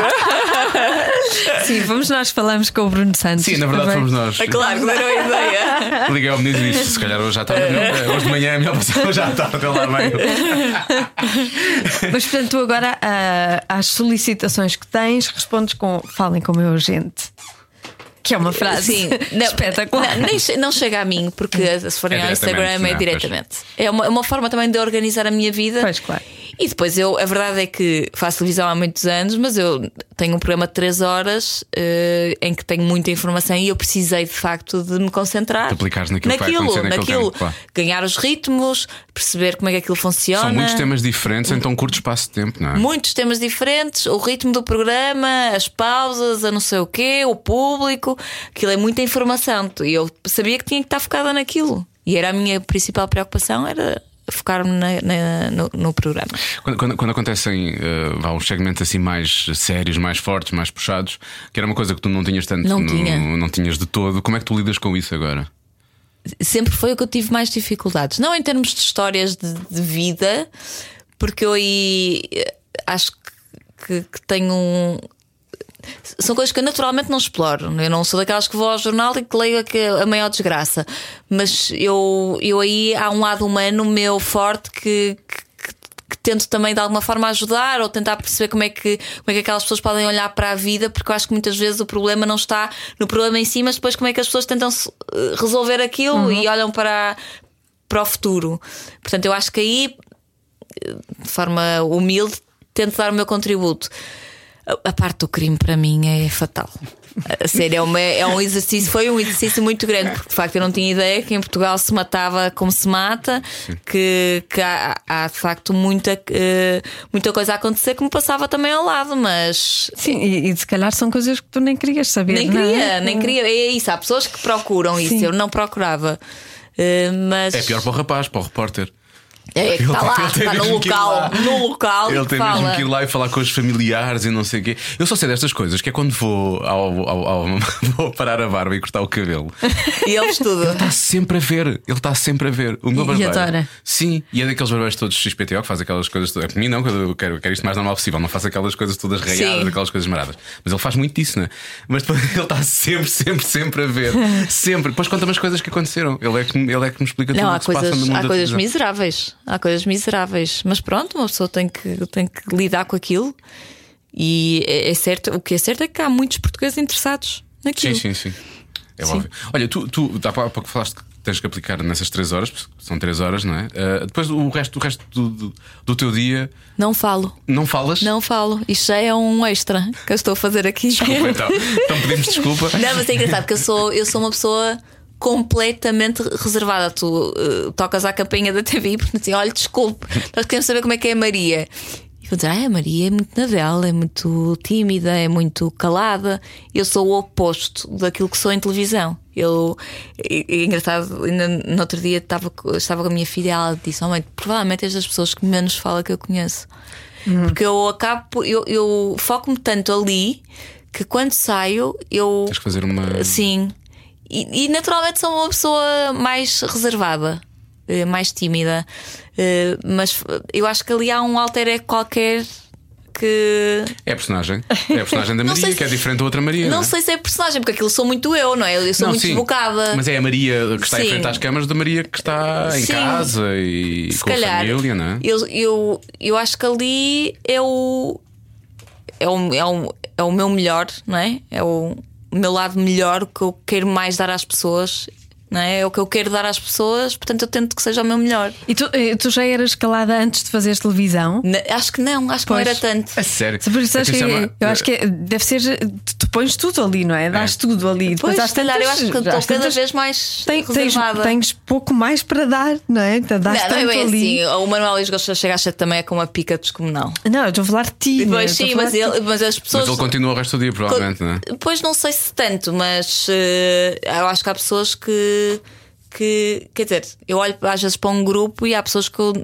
S3: Sim, vamos nós falamos com o Bruno Santos.
S2: Sim, na verdade
S3: também.
S2: fomos nós.
S5: É claro, que deram a ideia.
S2: Liguei ao menino e disse: se calhar hoje à tarde, não, hoje de manhã é melhor passar hoje à tarde, ele lá meio.
S3: Mas portanto, tu agora ah, às solicitações que tens, respondes com falem com o meu agente. Que é uma frase
S5: Sim,
S3: espetacular. Hum.
S5: Não, nem che- não chega a mim, porque se forem
S2: É
S5: ao Instagram é
S2: diretamente,
S5: diretamente. É uma, é uma forma também de organizar a minha vida.
S3: Pois, claro.
S5: E depois eu, a verdade é que faço televisão há muitos anos, mas eu tenho um programa de 3 horas eh, em que tenho muita informação e eu precisei de facto de me concentrar.
S2: De aplicares naquilo que vai acontecer naquele
S5: naquilo.
S2: tempo, claro.
S5: ganhar os ritmos, perceber como é que aquilo funciona.
S2: São muitos temas diferentes em tão curto espaço de tempo, não é?
S5: Muitos temas diferentes, o ritmo do programa, as pausas, a não sei o quê, o público, aquilo é muita informação. E eu sabia que tinha que estar focada naquilo. E era a minha principal preocupação, era focar-me na- na- no, no programa.
S2: Quando, quando- quando acontecem eh, vá, uns segmentos assim mais sérios, mais fortes, mais puxados, que era uma coisa que tu não tinhas tanto,
S5: Não
S2: no-
S5: tinha.
S2: não tinhas de todo, como é que tu lidas com isso agora?
S5: sempre foi o que eu tive mais dificuldades. Não em termos de histórias de, de vida, porque eu aí eh, acho que, que tenho um. São coisas que eu naturalmente não exploro. Eu não sou daquelas que vou ao jornal e que leio a, que- a maior desgraça. Mas eu, eu aí há um lado humano meu forte que, que- que- que tento também de alguma forma ajudar ou tentar perceber como é, que, como é que aquelas pessoas podem olhar para a vida, porque eu acho que muitas vezes o problema não está no problema em si, mas depois como é que as pessoas tentam se- eh, resolver aquilo e olham para, para o futuro. Portanto, eu acho que aí, eh, de forma humilde, tento dar o meu contributo. a- a parte do crime para mim é fatal. A sério, é, uma- é um exercício, foi um exercício muito grande, porque de facto eu não tinha ideia que em Portugal se matava como se mata, que, que há, há, de facto muita, eh, muita coisa a acontecer que me passava também ao lado, mas
S3: Sim, e, e se calhar são coisas que tu nem querias saber.
S5: nem
S3: não é?
S5: queria, nem queria. É isso, há pessoas que procuram isso,
S3: Sim.
S5: eu não procurava. Eh, mas
S2: É pior para o rapaz, para o repórter.
S5: é que está lá,
S2: Ele tem
S5: está no
S2: mesmo que ir
S5: local,
S2: lá.
S5: no local
S2: Ele
S5: que
S2: tem
S5: fala.
S2: mesmo que ir lá e falar com os familiares e não sei o quê. Eu só sei destas coisas, que é quando vou, ao, ao- ao- vou parar a barba e cortar o cabelo.
S5: E ele estuda.
S2: Está sempre a ver, ele está sempre a ver. O meu
S3: E- e
S2: barbeiro.
S3: adora.
S2: Sim, e é daqueles barbeiros todos XPTO que faz aquelas coisas todas. Para mim, não, que eu quero, eu quero isto o mais normal possível. Não faço aquelas coisas todas raiadas,
S5: Sim.
S2: aquelas coisas maradas. Mas ele faz muito disso, né? Mas depois ele está sempre, sempre, sempre a ver. Sempre. Depois conta-me as coisas que aconteceram. Ele é que, me- ele é que me explica
S5: Não,
S2: tudo o
S5: há
S2: que se passa no
S5: coisas,
S2: mundo
S5: há
S2: da
S5: coisas
S2: televisão.
S5: miseráveis. Há coisas miseráveis. Mas pronto, uma pessoa tem que, tem que lidar com aquilo. E é é certo, o que é certo é que há muitos portugueses interessados naquilo.
S2: Sim, sim, sim. É óbvio. Olha, tu, tu dá para que falaste que tens que aplicar nessas 3 horas, porque são 3 horas, não é? Ah, depois o resto, o resto do, do, do teu dia
S5: Não falo,
S2: não falas?
S5: não falo. Isto já é um extra que eu estou a fazer aqui.
S2: Desculpa, então, então pedimos desculpa.
S5: Não, mas é engraçado porque eu sou, eu sou uma pessoa completamente reservada. Tu eh, tocas à campainha da TV e perguntas assim: olha, desculpe, nós queremos saber como é que é a Maria. E vão dizer: ah, a Maria é muito na dela, é muito tímida, é muito calada. Eu sou o oposto daquilo que sou em televisão. Eu, é, é engraçado, ainda no outro dia estava, co- estava com a minha filha e ela disse: oh, mãe, provavelmente és das pessoas que menos fala que eu conheço. Porque eu acabo, por- eu, eu foco-me tanto ali que quando saio eu.
S2: Tens que fazer uma.
S5: Sim. E, e, naturalmente sou uma pessoa mais reservada, eh, mais tímida. Eh, Mas f- eu acho que ali há um alter ego qualquer que.
S2: É a personagem. É a personagem da
S5: Não
S2: Maria,
S5: sei se-
S2: que é diferente da outra Maria.
S5: Não
S2: é?
S5: sei se é personagem, porque aquilo sou muito eu, não é? Eu sou
S2: Não,
S5: muito
S2: sim.
S5: desbocada.
S2: Mas é a Maria que está em
S5: Sim.
S2: frente às câmaras da Maria que está em
S5: Sim.
S2: casa e
S5: se
S2: com
S5: calhar.
S2: a família, não é?
S5: eu, eu, eu acho que ali é o. É o, é, o, é o meu melhor, não é? É o meu lado melhor o que eu quero mais dar às pessoas, não é? É o que eu quero dar às pessoas, portanto eu tento que seja o meu melhor.
S3: E tu, eh, tu já eras calada antes de fazeres televisão?
S5: Na- acho que não, acho que
S3: Pois.
S5: não era tanto.
S2: A É sério.
S3: Por isso acho
S2: Até
S3: que,
S2: chama-
S3: eu acho que é- deve ser. Tu, tu pões tudo ali, não é? Dás tudo ali. Depois
S5: Pois,
S3: às
S5: se calhar, eu
S3: tantas-
S5: acho que estou
S3: às
S5: cada
S3: tantas-
S5: vez mais
S3: Tem- tens,
S5: reservada.
S3: tens pouco mais para dar, não é? Então, Dás
S5: não, não
S3: tanto
S5: é bem
S3: ali.
S5: assim. O Manuel Luís Gosta chega às 7 também é com uma pica descomunal.
S3: Não, eu estou a falar de ti. não é?
S5: Pois
S3: Estou a
S5: sim,
S3: falar
S5: mas,
S3: de ti.
S5: ele- mas as
S2: Mas
S5: pessoas.
S2: ele continua o resto do dia, provavelmente, não é?
S5: Pois não sei se tanto, mas eh, eu acho que há pessoas que. Que, quer dizer, eu olho às vezes para um grupo e há pessoas que eu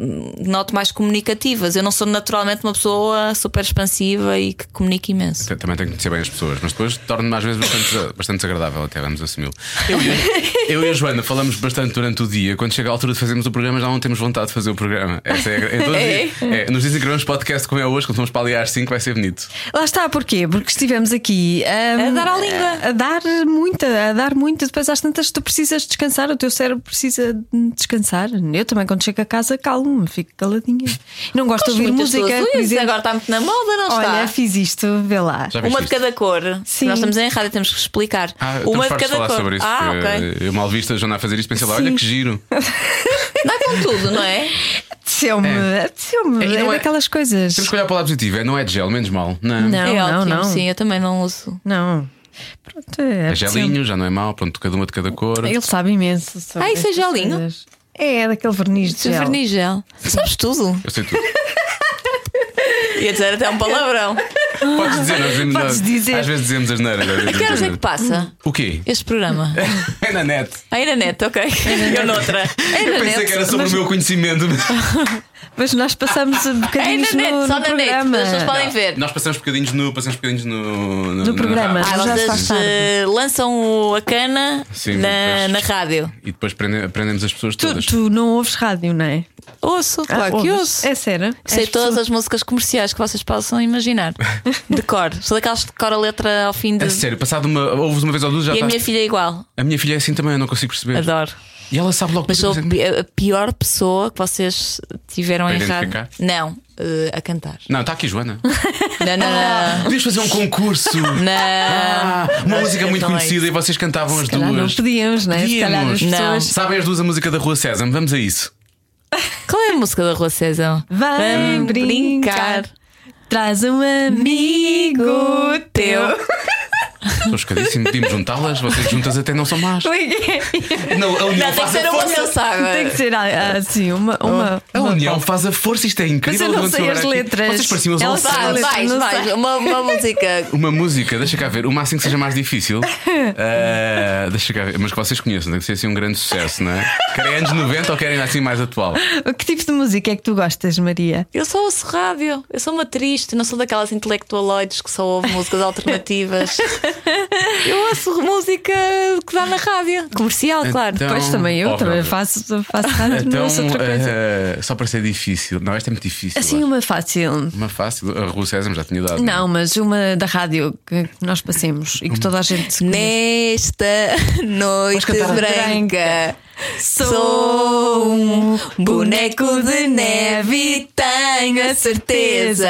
S5: noto mais comunicativas. Eu não sou naturalmente uma pessoa super expansiva e que comunica imenso.
S2: T- Também tenho que conhecer bem as pessoas, mas depois torno-me às vezes bastante, bastante desagradável, até vamos assumi-lo. Eu, e a- eu e a Joana falamos bastante durante o dia. Quando chega a altura de fazermos o programa, já não temos vontade de fazer o programa. Essa é, a gra- é, todos os dias. É, nos dizem que gravamos podcast como é hoje, quando vamos para ali às 5, vai ser bonito.
S3: Lá está, porquê? Porque estivemos aqui hum,
S5: A dar à língua.
S3: A, a dar muita, a dar muita. Depois às tantas tu precisas descansar, o teu cérebro precisa de descansar. Eu também, quando chego a casa, calmo-me, fico caladinha. Não gosto de ouvir
S5: Muitas
S3: música.
S5: pessoas, "Ui,
S3: dizer,
S5: Agora está muito na moda, não está?
S3: Olha, fiz isto, vê lá.
S2: Já viste
S5: Uma de
S2: isto?
S5: cada cor.
S3: Sim.
S5: Nós estamos em rádio, temos que explicar.
S2: Ah,
S5: uma
S2: estamos fartos de falar sobre isso.
S5: ah,
S2: porque,
S5: ok.
S2: eh, Eu mal visto a Joana a fazer isso, pensei lá, olha
S3: Sim.
S2: que giro.
S5: Dá com tudo, não é?
S3: Apeteceu-me,
S2: É.
S3: apeteceu-me.
S2: É, e
S3: É,
S2: não é-
S3: daquelas coisas.
S2: Temos que olhar para o lado positivo, é, não é de gel, menos mal. Não.
S3: Não,
S5: é
S3: não,
S5: ótimo,
S3: não.
S5: sim, eu também não uso.
S3: Não. Pronto, é.
S2: É
S3: apeteceu-me.
S2: gelinho, já não é mal, pronto, cada uma de cada cor.
S3: Ele sabe imenso. sobre
S5: Ah, isso é
S3: estas
S5: gelinho?
S3: coisas. É, é daquele verniz de
S5: De
S3: gel.
S5: verniz gel. Sabes tudo.
S2: Eu sei tudo.
S5: Ia dizer até um palavrão.
S2: Podes dizer, nós dizemos
S3: Podes
S2: nós-
S3: dizer.
S2: Às vezes dizemos as neiras. às vezes
S5: Que horas
S2: dizemos
S5: é
S2: asneiras.
S5: que passa
S2: O quê?
S5: este programa?
S2: É na net.
S5: Aí na net, ok. Eu noutra. Aí
S2: Eu
S5: na
S2: pensei que
S5: net.
S2: era sobre o meu conhecimento.
S3: Mas nós passamos
S5: Aí
S3: bocadinhos
S5: É na net,
S3: no,
S5: só
S3: no
S5: na net. As
S3: programa.
S5: pessoas podem ver.
S2: Nós passamos bocadinhos no. Passamos bocadinhos no. no-
S3: Do
S2: na
S3: programa.
S2: rádio.
S5: Ah,
S3: Já se faz
S5: vocês
S3: tarde.
S5: eh, lançam a cana
S2: Sim,
S5: na,
S2: mas-
S5: na rádio.
S2: E depois prende- aprendemos as pessoas
S3: Tu,
S2: todas.
S3: tu não ouves rádio, não é?
S5: Ouço, claro
S2: Ah,
S5: que ouço.
S3: É sério?
S5: Sei
S3: És
S5: todas
S3: pessoa-
S5: as músicas comerciais que vocês possam imaginar. De cor. Sou daquelas que decora a letra ao fim de.
S2: A É sério, passado uma. Ouves uma vez ou duas já
S5: E a
S2: estás.
S5: minha filha é igual.
S2: A minha filha é assim também, eu não consigo perceber.
S5: Adoro.
S2: E ela sabe logo
S5: Mas sou
S2: tudo.
S5: a pi- a pior pessoa que vocês tiveram
S2: Para
S5: em rádio.
S2: identificar?
S5: Não, eh, a cantar.
S2: Não, está aqui, Joana.
S5: Não, não,
S2: Podias fazer um concurso.
S5: não. Não.
S2: Ah, uma música muito
S5: então é
S2: conhecida e vocês cantavam as
S3: Se calhar não
S2: duas.
S3: podíamos, não é? Se calhar as
S5: Podíamos. Não.
S3: pessoas.
S2: Sabem as duas a música da Rua César? Vamos a isso.
S5: Qual é a música da Rua César?
S3: Vem brincar. Traz um amigo teu.
S2: Estou chocadíssimo. Podíamos juntá-las, vocês juntas até não são más. Não, a união
S5: Não, tem que
S2: faz
S5: ser
S2: a
S5: uma
S2: força.
S5: sensada.
S3: Tem que ser ah, assim, uma. uma
S2: A união É faz a força, isto é
S3: Mas
S2: incrível.
S3: eu não
S2: Vamos
S3: sei
S2: agora
S3: as
S2: aqui.
S3: letras.
S2: Vocês pareciam os
S3: Ela
S2: All-Stars.
S3: sabe.
S5: Vai, vai,
S3: Não
S5: vai.
S3: sei.
S5: Uma, uma música.
S2: Uma música, deixa cá ver, o máximo que seja mais difícil. Ah, deixa cá ver, mas que vocês conheçam, tem que ser assim um grande sucesso, não é? Querem anos 90 ou querem assim mais atual?
S5: Oh.
S3: Que tipo de música é que tu gostas, Maria?
S5: Eu só ouço rádio, eu sou uma triste, não sou daquelas intelectualoides que só ouvem músicas alternativas. Eu ouço música que dá na rádio, comercial, claro.
S2: Então-
S3: pois também eu,
S2: Oh,
S3: também
S2: Velvet.
S3: faço, faço rádio,
S2: Então,
S3: não ouço é outra coisa.
S2: ah, só para ser difícil. Não, esta é muito difícil.
S3: Assim,
S2: acho.
S3: uma fácil.
S2: Uma fácil. A Rua César já tinha dado. é?
S3: Não, mas uma da rádio que nós passemos e que toda a gente se conhece.
S5: Nesta noite
S3: cantar.
S5: branca, sou um boneco de neve e tenho a certeza.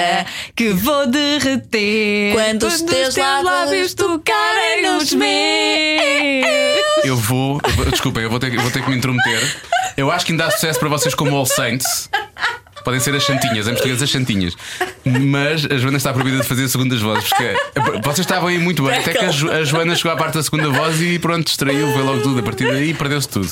S3: que vou derreter
S5: Quando os teus lábios tocarem nos
S3: meus.
S2: Eu vou. eu vou- Desculpem, eu vou ter, que- vou ter que me intrometer. Eu acho que ainda há sucesso para vocês como All Saints. Podem ser as Santinhas, em português as Santinhas. Mas a Joana está proibida de fazer segundas vozes. Porque vocês estavam aí muito bem. Até que a, Jo- a Joana chegou à parte da segunda voz e pronto, distraiu, veio logo tudo. A partir daí perdeu-se tudo.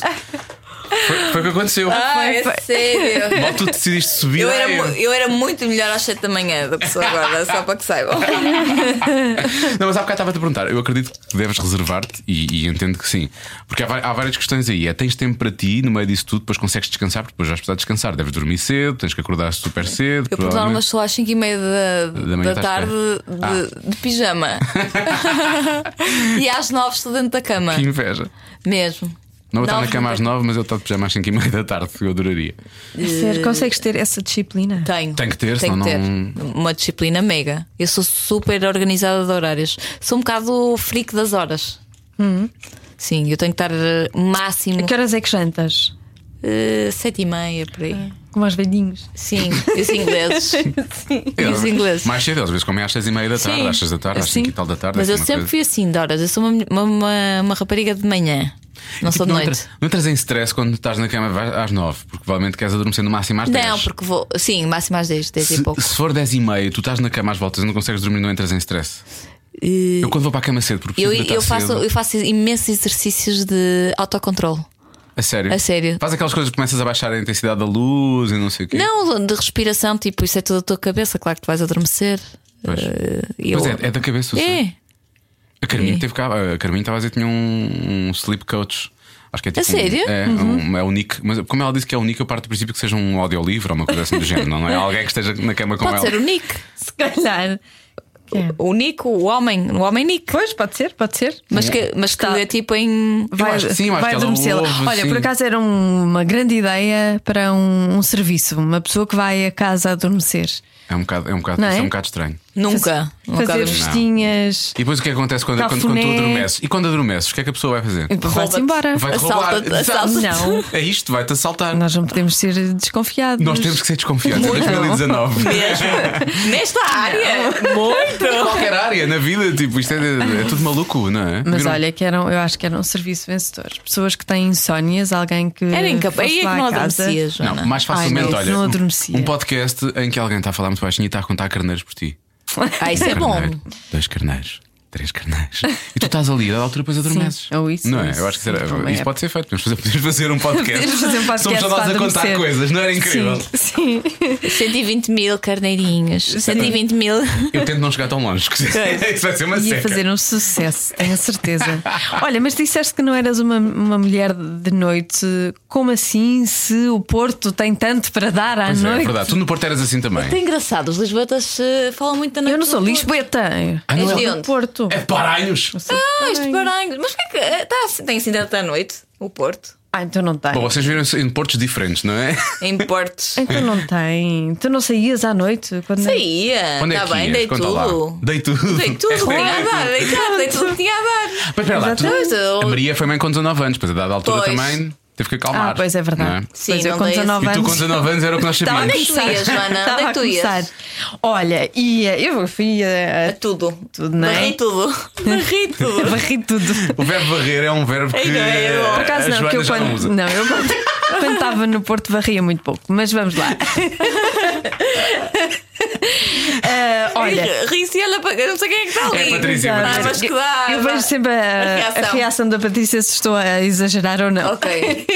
S2: Foi, foi o que aconteceu.
S5: Ah, é sério.
S2: Mal tu decidiste subir. é
S5: Eu era,
S2: ai, eu-
S5: mu- eu era muito melhor às 7 da manhã do que sou agora, só para que saibam.
S2: Não, mas há bocado estava-te a perguntar. Eu acredito que deves reservar-te e, e entendo que sim. Porque há, vai- há várias questões aí. É tens tempo para ti, no meio disso tudo, depois consegues descansar, porque depois vais precisar descansar. Deves dormir cedo, tens que acordar super cedo.
S5: Eu por norma
S2: provavelmente.
S5: sou às 5 e meia da,
S2: Da manhã
S5: da
S2: estás Ah.
S5: tarde de, de pijama E às 9 estou dentro da cama
S2: Que inveja.
S5: Mesmo
S2: Não vou estar na
S5: Nove
S2: cama às
S5: da-
S2: nove, mas eu estou de pijama às 5 e meia da tarde, que eu adoraria.
S3: Sério, consegues ter essa disciplina?
S5: Tenho
S2: Tem que ter, senão não-
S5: Uma disciplina mega Eu sou super organizada de horários Sou um bocado freak das horas Sim, eu tenho que estar eh,
S3: A
S5: máximo
S3: que horas Hum. é que jantas?
S5: eh, sete e meia por aí.
S3: Como aos velhinhos.
S5: Sim, e os ingleses. E os ingleses.
S2: Mais cedo, às vezes comem às 6 e meia da tarde,
S5: Sim.
S2: às 6 da tarde, às 5 e tal da tarde.
S5: Mas
S2: é
S5: eu
S2: assim uma
S5: sempre
S2: coisa.
S5: fui assim de horas. Eu sou uma, uma, uma- uma rapariga de manhã. Não
S2: Tipo,
S5: sou de
S2: não,
S5: noite.
S2: entras, não entras em stress quando estás na cama vai- às 9, porque provavelmente queres adormecer no máximo às 10.
S5: Não, porque vou. Sim, máximo às 10, 10
S2: Se,
S5: e pouco.
S2: se for 10 e meia, tu estás na cama às voltas e não consegues dormir, não entras em stress. Eu quando vou para a cama cedo, porque
S5: Eu,
S2: preciso deitar
S5: eu, faço,
S2: cedo.
S5: eu faço imensos exercícios de autocontrole.
S2: A sério.
S5: a sério.
S2: Faz aquelas coisas que começas a baixar a intensidade da luz e não sei o quê.
S5: Não, de respiração, tipo, isso é tudo a tua cabeça, claro que tu vais adormecer.
S2: Pois.
S5: Eh, e
S2: Mas
S5: eu-
S2: é, é da cabeça. eu sei.
S5: É,
S2: A Carminho teve cá. A Carminho estava a dizer que tinha um, um sleep coach. Acho que é tipo.
S5: A sério? Uhum.
S2: Um, é, um, é o Nick. Mas como ela disse que é o Nick, eu parto do princípio que seja um audiolivro ou uma coisa assim do género. Não é alguém que esteja na cama com
S5: Pode
S2: ela.
S5: ser o Nick.
S3: Se calhar.
S5: O Nick, o homem, o homem Nick.
S3: é? Pois, pode ser, pode ser.
S5: Mas que, mas que é tipo em.
S3: Vai,
S2: acho que sim, eu acho
S3: vai
S2: que ela
S3: adormecê-la.
S2: ouve,
S3: Olha,
S2: sim.
S3: por acaso era um- uma grande ideia para um, um serviço, uma pessoa que vai a casa adormecer.
S2: É um bocado, é um bocado,
S3: Não é?
S2: isso é um bocado estranho.
S5: Nunca.
S2: Um
S5: nunca
S3: Fazer
S5: adormeci.
S3: festinhas.
S2: E depois o que é que acontece quando, quando, quando tu
S3: Cafuné.
S2: adormeces? E quando adormeces, o que é que a pessoa vai fazer?
S3: Tá Então Vai-se
S5: Rouba-te.
S3: embora.
S2: Vai-te
S5: Assalta-te,
S2: roubar.
S5: assalta-te.
S3: Não.
S2: É isto, vai-te assaltar.
S3: Nós não podemos ser desconfiados.
S2: Nós temos que ser desconfiantes em
S3: Muito.
S2: 2019.
S5: Nesta área! Muito!
S2: Qualquer área na vida, tipo, isto é, é tudo maluco, não é?
S3: Mas
S2: Viram-
S3: olha, que eram, eu acho que era um serviço vencedor. Pessoas que têm insónias, alguém que.
S5: Era incapaz.
S3: fosse
S5: Aí é que
S3: lá
S5: não
S3: à casa.
S5: adormecias, Joana.
S2: Não, mais facilmente,
S3: Ai, não,
S2: olha.
S3: não
S2: um-
S3: adormecia.
S2: um podcast em que alguém está a falar muito baixinho e está a contar carneiros por ti.
S5: Ah, isso
S2: Um
S5: é bom.
S2: carneiro, Dois carneiros. Três carneiros. E tu estás ali, a dada altura depois adormeces.
S3: Sim, ou isso,
S2: Não é?
S3: ou isso,
S2: Eu acho que será-
S3: sim, também
S2: isso
S3: é.
S2: pode ser feito. Podemos fazer, podemos fazer um podcast.
S3: Podemos fazer um podcast
S2: Somos só nós a
S3: para
S2: contar
S3: adormecer.
S2: coisas, não era incrível?
S3: Sim, sim.
S5: 120 mil carneirinhos. 120 mil.
S2: Eu tento não chegar tão longe, que isso vai ser uma
S3: Ia
S2: seca.
S3: fazer um sucesso, tenho a certeza. Olha, mas disseste que não eras uma, uma mulher de noite. Como assim se o Porto tem tanto para dar à
S2: Pois é, é
S3: noite?
S2: verdade. Tu no Porto eras assim também.
S5: É engraçado, os lisboetas eh, falam muito da noite.
S3: eu não
S5: do
S3: sou
S5: Porto.
S3: Lisboeta.
S2: Ah, não
S5: És de
S2: é?
S5: onde?
S3: Porto.
S2: É de Paranhos.
S5: Ah, isto de Barangos. Mas porquê que eh, tá, assim- tem assim da noite? O Porto?
S3: Ah, então não tem.
S2: Bom, vocês viram em portos diferentes, não é?
S5: Em Portos.
S3: Então não tem. Tu não saías à noite? Quando...
S5: Saía.
S2: Onde é
S3: Tá
S5: Está
S2: que
S5: Tá bem,
S2: ias?
S5: dei
S2: Conta lá.
S5: tudo.
S2: Dei tudo. É
S5: Dei tudo que tinha a dar. Dei tudo, dei tudo que tinha a dar.
S2: Mas espera lá, tu-
S5: Pois, eu-
S2: a Maria foi mãe com 19 anos, pois a dada altura
S5: Pois.
S2: também teve que acalmar.
S3: Ah, pois é verdade. Tá
S2: não
S5: Sim,
S3: pois eu
S5: não
S3: com
S5: dei esse-
S3: 19
S2: E tu com
S3: anos.
S2: 19 anos era o que nós
S3: Estava a
S5: Onde é
S2: sabíamos.
S5: que tu ias,
S3: começar.
S5: Joana?
S3: Estava
S5: Onde é que
S3: a
S5: tu ias?
S3: começar. Olha, ia, eu fui a,
S5: A tudo.
S3: Tudo, não é?
S5: Barri tudo. Barri tudo.
S3: barri tudo.
S2: O verbo varrer é um verbo que
S5: Ei, não, é bom.
S3: Por acaso
S2: a
S3: não,
S2: Joana
S3: que eu
S2: já não
S3: quando.
S2: usa.
S3: Não, eu quando quando estava no Porto varria muito pouco, mas vamos lá. Ah, Olha.
S5: ri-se e olha para. Eu não sei quem é que está ali.
S2: É a Patrícia,
S5: Ah,
S2: Patrícia.
S5: mas que dá.
S3: Eu vejo sempre a,
S5: A
S3: a
S5: reação.
S3: reação. da Patrícia se estou a exagerar ou não.
S5: Ok.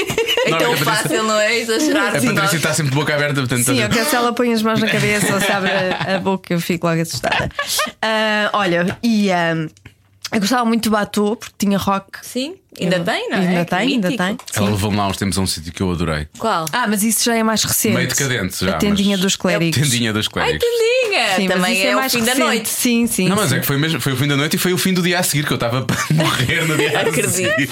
S2: Não,
S5: É
S2: a
S5: tão
S2: Patrícia-
S5: fácil, não é?
S2: A
S5: Exagerar-se.
S2: Patrícia tá- está sempre de boca aberta, portanto.
S3: Sim,
S2: está-
S3: eu quero se ela põe as mãos na cabeça ou se abre a, a boca, eu fico logo assustada. Ah, olha, e ah, eu gostava muito do Batô porque tinha rock.
S5: Sim, ainda tem, não é?
S3: Ainda tem, ainda
S5: Mítico.
S3: tem.
S2: Ela levou-me lá há uns tempos a um sítio que eu adorei.
S5: Qual?
S3: Ah, mas isso já é mais recente.
S2: Meio decadente já,
S3: A tendinha
S2: mas- é
S3: dos clérigos.
S2: Tendinha das
S5: Ai,
S2: clérigos.
S5: tendinha!
S3: Sim, mas
S5: Também
S3: isso
S5: é, o
S3: mais
S5: fim da
S3: recente.
S5: noite.
S3: Sim, sim.
S2: Não, mas
S3: sim.
S2: é que foi, mesmo, foi o fim da noite e foi o fim do dia a seguir, que eu estava para morrer no dia a seguir.
S5: Acredito.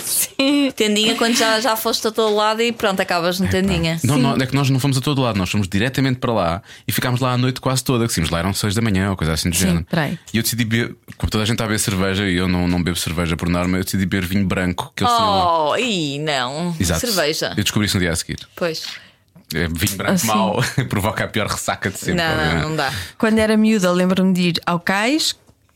S5: Tendinha quando já, já foste a todo lado e pronto, acabas no tendinha.
S2: Não, não, é que nós não fomos a todo lado, nós fomos diretamente para lá e ficámos lá a noite quase toda, que sim, lá eram 6 da manhã ou coisa assim do género.
S3: peraí.
S2: E eu decidi beber, como toda a gente está a beber cerveja e eu não, não bebo cerveja por norma, eu decidi beber vinho branco que eles tinham lá.
S5: Oh, e não.
S2: é Exato.
S5: Cerveja.
S2: Eu descobri isso no dia a seguir.
S5: Pois.
S2: É, vinho branco
S3: Assim.
S2: mau provoca a pior ressaca de sempre.
S5: não, não,
S2: obviamente.
S5: não dá.
S3: Quando era miúda, lembro-me de ir ao cais,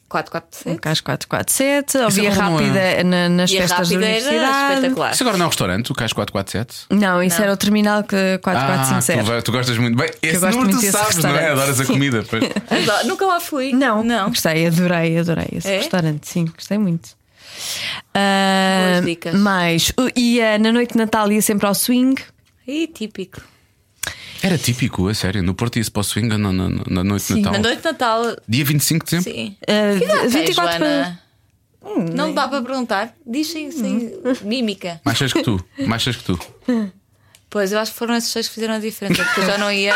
S5: 4, 4,
S3: um
S5: 7.
S3: cais 447, ao Via
S2: agora não é-
S3: Rápida na- nas
S5: E a
S3: festas da
S5: rápida era
S3: universidade.
S5: espetacular.
S2: Isso agora não é um restaurante, o Cais 447?
S3: Não, isso era o terminal que
S2: ah, tu,
S3: 4457.
S2: vai- tu gostas muito. Bem, esse
S3: gosto
S2: número
S3: muito
S2: tu
S3: desse
S2: sabes, não é?
S3: restaurante.
S2: Adoras a comida. pois.
S5: Adoro. Nunca lá fui.
S3: Não,
S5: Não.
S3: Gostei, adorei, adorei esse
S5: É?
S3: restaurante, sim, gostei muito. Ah,
S5: Boas dicas.
S3: Mais, o- e ah, na noite de Natal ia sempre ao swing.
S5: Ih, típico.
S2: Era típico, a sério. No Porto ia-se para o swing na, na- na noite de
S3: Sim.
S2: Natal.
S5: Na noite de Natal,
S2: Dia 25 de dezembro.
S5: sim.
S3: ah,
S5: Que idade tens,
S3: 24
S5: Joana? Hum, Não dá para perguntar. Diz sem, sem mímica.
S2: Mais seis que tu. Mais seis que tu.
S5: Pois, eu acho que foram esses seis que fizeram a diferença, porque eu já não ia.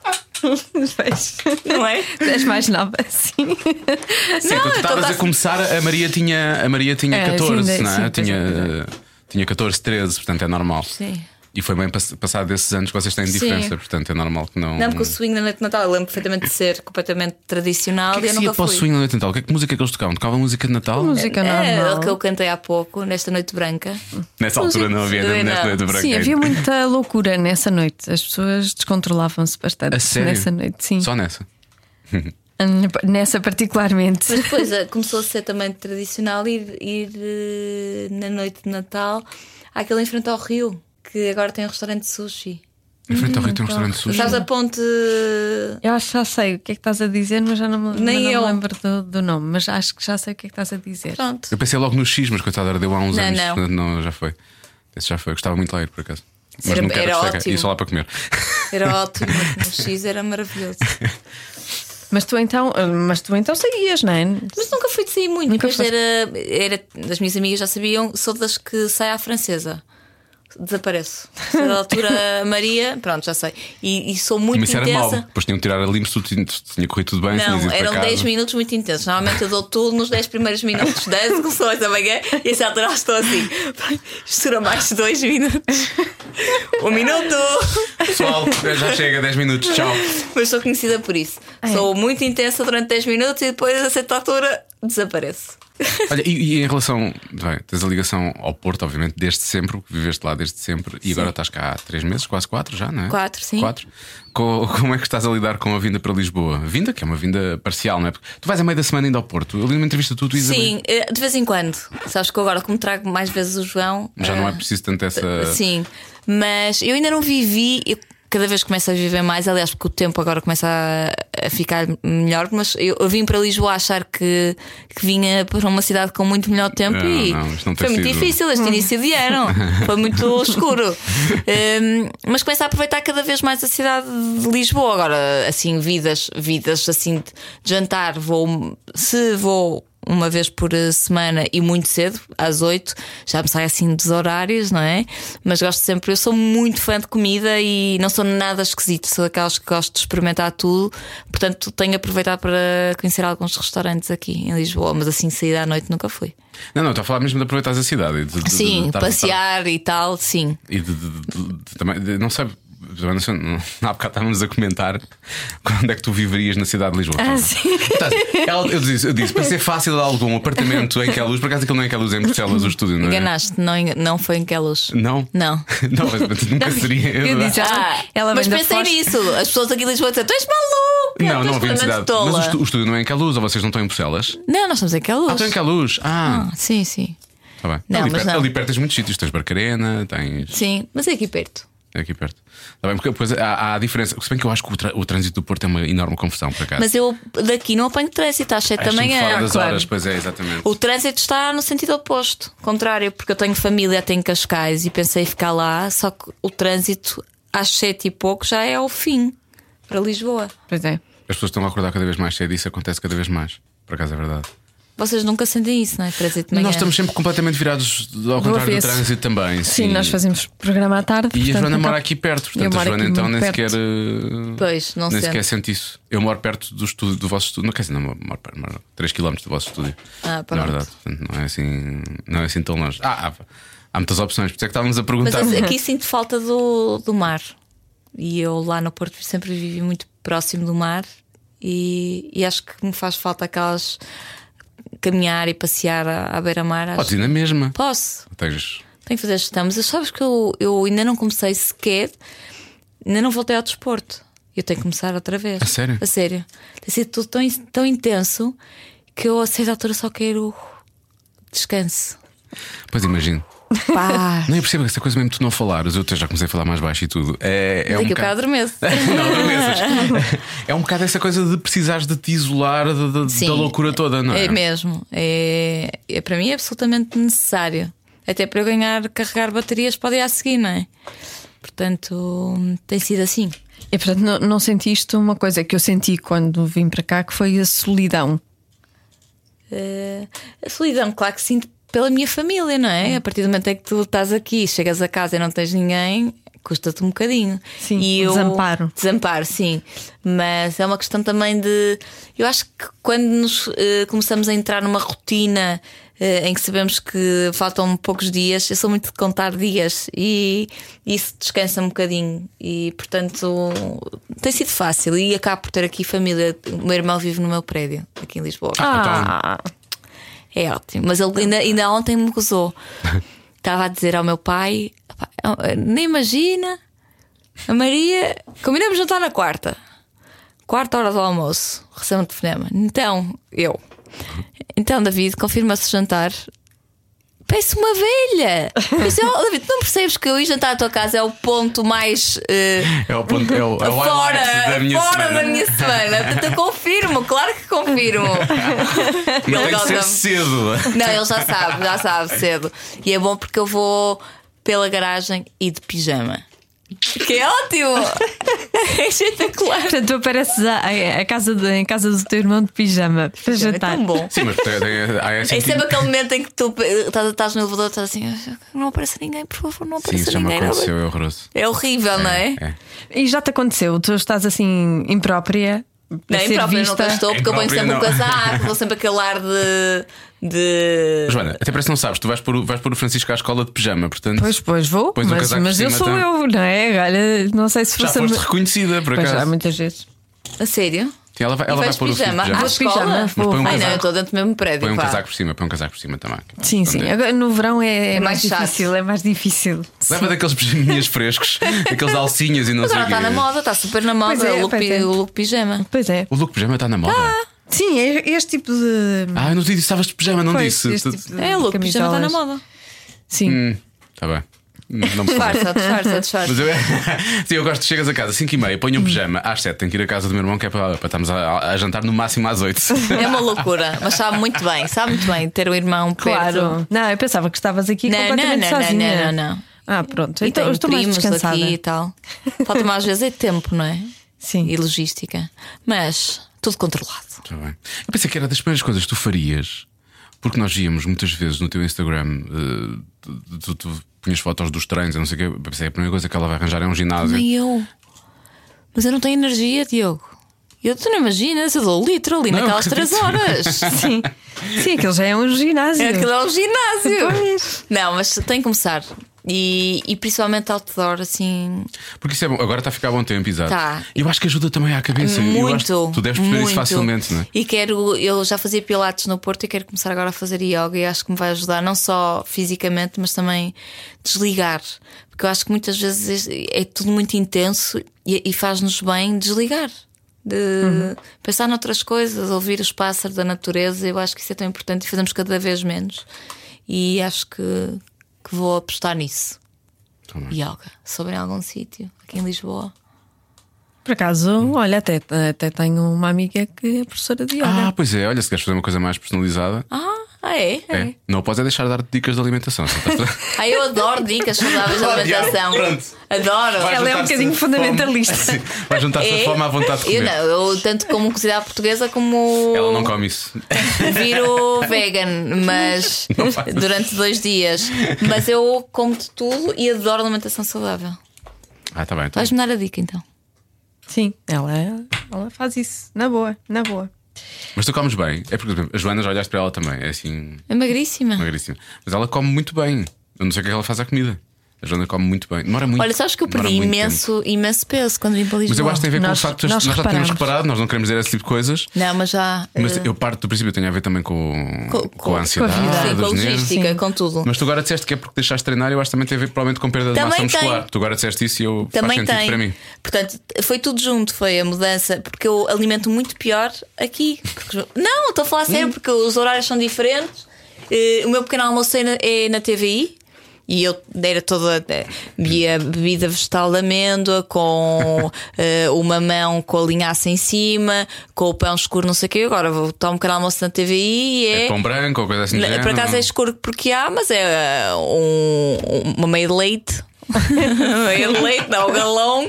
S5: Não é?
S3: És mais nova, sim.
S2: Sim,
S5: Não,
S2: quando tu
S5: eu tô
S2: estavas a
S5: quase-
S2: começar, a Maria tinha, a Maria tinha
S3: então tá- É,
S2: 14,
S3: sim,
S2: não é?
S3: sim,
S2: tinha,
S3: pois é,
S2: eh, tinha 14, 13, portanto é normal.
S5: Sim.
S2: E foi bem pass- passado esses anos que vocês têm diferença,
S5: Sim.
S2: portanto é normal que não.
S5: Não, porque o swing na noite de Natal eu lembro perfeitamente de ser completamente tradicional
S2: O que é
S5: e eu
S2: que se ia
S5: nunca
S2: para o
S5: fui.
S2: swing na noite de Natal? O que é que música que eles tocavam? Tocavam música de Natal?
S3: Música
S5: É, o que eu
S3: normal.
S5: cantei há pouco, nesta noite branca.
S2: Nessa altura não havia
S5: Não é
S2: nesta
S5: nada.
S2: noite branca.
S3: Sim, havia muita loucura nessa noite. As pessoas descontrolavam-se bastante
S2: A sério?
S3: nessa noite, sim. Ah,
S2: Só nessa.
S3: Nessa particularmente.
S5: Mas depois eh, começou a ser também tradicional ir, ir, eh, na noite de Natal àquele em frente ao rio, que agora tem um restaurante de sushi.
S2: Em frente
S3: Hum,
S2: ao Rio tem um restaurante sujo.
S5: Sabes a ponte. eh,
S3: Eu acho que já sei o que é que estás a dizer, mas já não me,
S5: Nem
S3: mas não me
S5: eu.
S3: lembro do, do nome. Mas acho que já sei o que é que estás a dizer.
S5: Pronto.
S2: Eu pensei logo no X, mas coitado, era deu há uns
S5: Não,
S2: anos.
S5: não.
S2: Portanto, não, já foi. Esse já foi. Eu Gostava muito de lá ir, por acaso. Mas
S5: Era-
S2: não quero
S5: era
S2: discoteca.
S5: ótimo.
S2: Ia só lá para comer.
S5: Era ótimo, no X era maravilhoso.
S3: Mas tu então, mas tu então seguias, não é?
S5: Mas nunca fui de sair muito,
S3: Nunca
S5: pois
S3: foste.
S5: era, era. As minhas amigas já sabiam, sou das que sai à francesa. Desapareço. Sou da altura Maria, pronto, já sei. E, e sou muito
S2: Mas isso era mau.
S5: intensa.
S2: Depois tinham de tirar a limpo, tudo tinha, tinha corrido tudo bem. tinhas ido
S5: Não,
S2: para
S5: eram
S2: casa.
S5: 10 minutos muito intensos. Normalmente eu dou tudo nos 10 primeiros minutos. 10 começou esta manhã e essa altura estou assim. Mistura mais 2 minutos. Um minuto!
S2: Pessoal, já chega, 10 minutos, tchau.
S5: Mas sou conhecida por isso. Sou muito intensa durante 10 minutos e depois, a certa altura, desapareço.
S2: Olha, e, e em relação. Bem, tens a ligação ao Porto, obviamente, desde sempre, porque viveste lá desde sempre e agora estás cá há 3 meses, quase 4 já, não é?
S5: Quatro, sim.
S2: 4. Como é que estás a lidar com a vinda para Lisboa? Vinda, que é uma vinda parcial, não é? Porque tu vais a meio da semana ainda ao Porto. Eu li uma entrevista tu, tu Isabel.
S5: Sim, eh, de vez em quando. Sabes que eu agora, como trago mais vezes o João.
S2: Já não é
S5: eh,
S2: preciso tanto essa.
S5: Sim, mas eu ainda não vivi. Eu cada vez começo a viver mais, aliás, porque o tempo agora começa a, a ficar melhor. Mas eu, eu vim para Lisboa a achar que, que vinha para uma cidade com muito melhor tempo
S2: Não,
S5: e
S2: não, isto não tem
S5: foi muito
S2: sido.
S5: difícil. Este início de ano foi muito escuro. Hum, mas começo a aproveitar cada vez mais a cidade de Lisboa. Agora, assim, vidas, vidas assim, de jantar, vou se vou uma vez por eh, semana e muito cedo, às oito já me sai assim dos horários, não é? Mas gosto sempre, eu sou muito fã de comida e não sou nada esquisito, sou daquelas que gosto de experimentar tudo, portanto tenho aproveitado para conhecer alguns restaurantes aqui em Lisboa, mas assim saída à noite nunca fui.
S2: Não, não, estou a falar mesmo de aproveitar a cidade. e de- de- de- de
S5: Sim,
S2: estar-
S5: passear e tal, sim.
S2: E de, de- de- de- também, de- não sei. também não sei, não- Há bocado estávamos a comentar quando é que tu viverias na cidade de Lisboa.
S3: Ah, sim.
S2: Portanto, ela- eu, disse, eu disse, para ser fácil de algum apartamento em que luz, por acaso aquilo não é que luz, é em Bruxelas, o estúdio, não é?
S5: Enganaste, não, en- não foi em Queluz.
S2: Não?
S5: Não.
S2: Não, mas, mas nunca seria. é
S3: eu
S5: "Ah,
S3: disse- Ela- ela
S5: mas
S3: vem da
S5: pensei
S3: Foz.
S5: nisso. As pessoas aqui em Lisboa dizem: Tu és maluca!
S2: Não, não
S5: tu és
S2: havia
S5: completamente
S2: necessidade.
S5: então tola."
S2: Mas o, estu- o estúdio não é em Queluz, ou vocês não estão em Bruxelas?
S5: Não, nós estamos em Queluz.
S2: Ah, estão em Queluz. Ah,
S5: Ah, sim, sim.
S2: está bem.
S5: Não,
S2: ali,
S5: mas
S2: perto,
S5: não.
S2: ali perto tens muitos sítios, tens Barcarena, tens.
S5: Sim, mas é aqui perto.
S2: É aqui perto. Tá bem, porque depois há, há a diferença. Se bem que eu acho que o, trâ- o trânsito do Porto é uma enorme confusão, por acaso.
S5: Mas eu daqui não apanho trânsito às 7 da
S2: Acho que
S5: manhã.
S2: fora das
S5: claro.
S2: horas, pois é, exatamente.
S5: O trânsito está no sentido oposto, contrário, porque eu tenho família até em Cascais e pensei ficar lá, só que o trânsito às sete e pouco já é ao fim para Lisboa.
S3: Pois é.
S2: As pessoas estão a acordar cada vez mais cedo e isso acontece cada vez mais. Por acaso é verdade.
S5: Vocês nunca sentem isso, não é? Trânsito de manhã.
S2: Nós estamos sempre completamente virados ao contrário do
S3: avesso.
S2: trânsito também.
S3: Sim, nós fazemos programa à tarde.
S2: E a
S3: portanto, então,
S2: Joana
S3: nunca-
S2: mora aqui perto,
S3: Eu
S2: portanto a
S3: moro
S2: Joana
S3: aqui
S2: então nem
S3: muito
S2: sequer.
S3: perto.
S2: eh,
S5: Pois, não
S2: nem
S5: sente.
S2: sequer sente isso. Eu moro perto do estúdio, do vosso estúdio. Não quer dizer, não, moro perto, moro 3 km do vosso estúdio.
S5: Ah,
S2: Na
S5: pronto.
S2: verdade, portanto, não é assim, não é assim tão longe. Ah, há, há muitas opções, por isso é que estávamos a
S5: Mas
S2: perguntar.
S5: eu- aqui sinto falta do, do mar. E eu lá no Porto sempre vivi muito próximo do mar e, e acho que me faz falta aquelas caminhar e passear à, à beira-mar. acho-
S2: Podes ir na mesma.
S5: Posso.
S2: Tens-
S5: Tenho que fazer gestão, mas sabes que eu, eu ainda não comecei sequer, ainda não voltei ao desporto. Eu tenho que começar outra vez.
S2: A sério?
S5: A sério. Tem sido tudo tão, in- tão intenso que eu a certa altura só quero descanso.
S2: Pois imagino.
S5: Pá!
S2: Nem percebo essa coisa mesmo de tu não falares. Eu até já comecei a falar mais baixo e tudo. É, é um
S5: Daqui a
S2: bocado.
S5: bocado adormeço.
S2: Não, adormeças. é um bocado essa coisa de precisares de te isolar de- de-
S5: Sim,
S2: da loucura toda, não é?
S5: É mesmo. É, é- para mim é absolutamente necessário. Até para eu ganhar, carregar baterias para o dia a seguir, não é? Portanto, tem sido assim.
S3: E portanto, não, não senti isto uma coisa é que eu senti quando vim para cá, que foi a solidão.
S5: Eh, a solidão, claro que sinto pela minha família, não é? A partir do momento em que tu estás aqui, chegas a casa e não tens ninguém, custa-te um bocadinho.
S3: Sim,
S5: e eu,
S3: desamparo.
S5: Desamparo, sim. Mas é uma questão também de. Eu acho que quando nos eh, começamos a entrar numa rotina eh, em que sabemos que faltam poucos dias, eu sou muito de contar dias e isso descansa um bocadinho. E portanto tem sido fácil. E acabo por ter aqui família. O meu irmão vive no meu prédio, aqui em Lisboa.
S3: Ah,
S5: É ótimo. Mas ele ainda, ainda ontem me gozou. Estava a dizer ao meu pai: "Pá, nem imagina, a Maria. Combinamos jantar na quarta. Quarta hora do almoço. Recebo um telefonema. Então, eu. Então, David, confirma-se o jantar. Parece uma velha! Eu disse, "Oh, David, não percebes que eu ir jantar à tua casa é o ponto mais. eh,
S2: É o ponto, é o, é o
S5: fora
S2: highlight da minha
S5: fora
S2: semana.
S5: da minha semana. Portanto, eu confirmo, claro que confirmo.
S2: Não tem é que ser
S5: Gosta-me.
S2: cedo.
S5: Não, ele já sabe, já sabe cedo. E é bom porque eu vou pela garagem e de pijama. Que é ótimo! É espetacular!
S3: portanto, tu apareces à, à- à casa de- em casa do teu irmão de pijama para
S5: É
S3: jantar.
S5: tão bom.
S2: Sim, mas tem, tem, há esse
S5: É
S2: sentido.
S5: sempre aquele momento em que tu eh, estás, estás no elevador e estás assim: "Ah, não apareça ninguém, por favor, não
S2: Sim,
S5: apareça
S2: isso já me
S5: ninguém. não
S2: aconteceu, é horroroso.
S5: apareça." É horrível, não é?
S2: É.
S3: E já te aconteceu? Tu estás assim imprópria para
S5: Nem
S3: ser
S5: própria,
S3: vista.
S5: nunca estou, porque eu venho
S2: Imprópria,
S5: sempre
S2: É
S5: um
S2: não.
S5: casaco, vou sempre aquele ar de. de...
S2: Joana, até parece que não sabes, tu vais pôr, o- vais pôr o Francisco à escola de pijama, portanto.
S3: Pois, pois vou,
S2: Pões um
S3: mas,
S2: casaco
S3: mas
S2: por
S3: eu
S2: cima,
S3: sou
S2: então.
S3: eu, não é? Olha, não sei se
S2: Já
S3: fosse. a
S2: foste
S3: me-
S2: reconhecida, por
S3: Pois já,
S2: acaso.
S3: muitas vezes.
S5: A sério?
S2: Sim, ela vai, ela
S5: e
S2: vai
S5: vais de
S2: pôr o filho de
S5: pijama Ah, à
S2: pijama.
S3: Vais de pijama,
S5: escola?
S3: mas põe um
S5: Ai não,
S2: casaco.
S5: eu estou dentro do mesmo prédio.
S2: Põe um
S5: pá.
S2: casaco por cima, põe um casaco por cima também.
S3: Sim, sim. Agora, no verão é,
S5: É mais
S3: mais,
S5: chato.
S3: difícil, é mais difícil.
S2: Leva daqueles pijaminhas frescos, aqueles alcinhas e não
S5: Mas
S2: sei o
S5: agora
S2: quê.
S5: está na moda, está super na moda
S3: Pois é,
S5: o, look,
S3: pois é.
S5: o look pijama.
S3: Pois é.
S2: O look pijama está na moda.
S3: Sim, é este tipo de.
S2: Ah, eu não te disse, estavas de pijama, não
S3: Pois,
S2: disse.
S3: este tipo de
S5: É, o look pijama está na
S3: camisolas.
S5: moda.
S3: Sim.
S2: Hum. Está bem. Não me fales.
S5: Disfarça, disfarça, disfarça.
S2: Mas eu, é- sim, eu gosto, chegas a casa 5 e meia, ponho um pijama, às 7 tenho que ir à casa do meu irmão, que é para, para estarmos a, a jantar no máximo às 8.
S5: É uma loucura, mas sabe muito bem, sabe muito bem ter o irmão perto.
S3: Claro. Não, eu pensava que estavas aqui
S5: Não,
S3: completamente
S5: não, não, não,
S3: sozinha.
S5: não, não.
S3: Ah, pronto.
S5: E
S3: então eu
S5: tenho
S3: estou mais
S5: primos
S3: descansada.
S5: aqui e tal. Falta-me às vezes é tempo, não é?
S3: Sim.
S5: E logística. Mas tudo controlado.
S2: Tá bem. Eu pensei que era das primeiras coisas que tu farias, porque nós víamos muitas vezes no teu Instagram, eh, tu, tu, tu punhas fotos dos treinos, eu não sei o quê. Eu pensei a primeira coisa que ela vai arranjar é um ginásio.
S5: Nem eu. Mas eu não tenho energia, Diogo. Eu, tu não imaginas, eu dou litro ali
S2: Não, eu
S5: naquelas três
S2: acredito.
S5: horas.
S3: Sim. Sim, aquilo já é um ginásio.
S5: É aquilo é um ginásio.
S3: Pois.
S5: Não, mas tem que começar. E, e principalmente outdoor, assim.
S2: Porque isso é bom. Agora está a ficar bom tempo, exato.
S5: Tá.
S2: Eu acho que ajuda também à cabeça. eu acho
S5: muito.
S2: que tu deves perceber
S5: muito.
S2: isso facilmente, não é?
S5: E quero, eu já fazia pilates no Porto e quero começar agora a fazer yoga e acho que me vai ajudar não só fisicamente, mas também desligar. Porque eu acho que muitas vezes é é tudo muito intenso e, e faz-nos bem desligar. De pensar noutras coisas, ouvir os pássaros da natureza, eu acho que isso é tão importante e fazemos cada vez menos. E acho que, que vou apostar nisso.
S2: Tá
S5: Yoga. Sobre algum sítio, aqui em Lisboa.
S3: Por acaso, olha, até, até tenho uma amiga que é professora de
S5: Uhum.
S3: yoga.
S2: Ah, pois é, olha, se queres fazer uma coisa mais personalizada,
S5: Ah, ah, é?
S2: é. Não podes é deixar de dar dicas de alimentação. só estás a-
S5: Ah, eu adoro dicas saudáveis de alimentação.
S2: Pronto.
S5: Adoro.
S2: Vai
S3: Ela é um
S2: juntar-se
S3: bocadinho
S2: fome.
S3: fundamentalista.
S2: Sim, Vai juntar-se a
S5: É?
S2: fome à vontade de
S5: Eu,
S2: comer.
S5: não, eu tanto como cozinhar portuguesa como
S2: Ela não come isso.
S5: viro vegan, mas durante dois dias. Mas eu como de tudo e adoro alimentação saudável.
S2: Ah, tá bem. então.
S5: Vais-me dar a dica então.
S3: Sim, ela, ela faz isso. Na boa, na boa.
S2: Mas tu comes bem. É porque, por exemplo, a Joana já olhaste para ela também. É assim,
S5: É magríssima.
S2: magríssima. Mas ela come muito bem. Eu não sei o que é que ela faz à comida. A Joana come muito bem. Demora muito
S5: Olha, sabes que eu
S2: demora
S5: perdi
S2: muito tempo.
S5: imenso, imenso peso quando vim para Lisboa.
S2: Mas eu acho que tem a ver com o
S3: Nós-
S2: facto de nós,
S3: nós
S2: já tínhamos
S3: reparamos.
S2: reparado, nós não queremos dizer esse tipo de coisas.
S5: Não, mas já.
S2: Mas
S5: eh,
S2: eu Ah, parto do princípio, tem a ver também com, com,
S5: com
S2: a
S5: a
S2: ansiedade,
S3: vida.
S5: sim, com a
S2: as neiras.
S5: logística,
S3: Sim.
S5: com tudo.
S2: Mas tu agora disseste que é porque deixaste de treinar, eu acho que também tem a ver provavelmente com perda de
S5: Também
S2: massa muscular.
S5: tem.
S2: Tu agora disseste isso e eu faz
S5: Também
S2: sentido
S5: tem.
S2: para mim.
S5: Portanto, foi tudo junto, foi a mudança, porque eu alimento muito pior aqui. Porque- Não, estou a falar sério,
S2: Hum.
S5: porque os horários são diferentes. Eh, o meu pequeno almoço é na, é na TVI. E eu era toda. eh, Via bebida vegetal de amêndoa, com eh, o mamão com a linhaça em cima, com o pão escuro, não sei o quê. Agora vou tomar um pequeno almoço na TVI e
S2: É
S5: é.
S2: pão branco ou coisa assim. do
S5: Na-
S2: género,
S5: Por acaso
S2: não?
S5: é escuro porque há, mas é uh, um, uma meia de leite. meia de leite, não, o galão.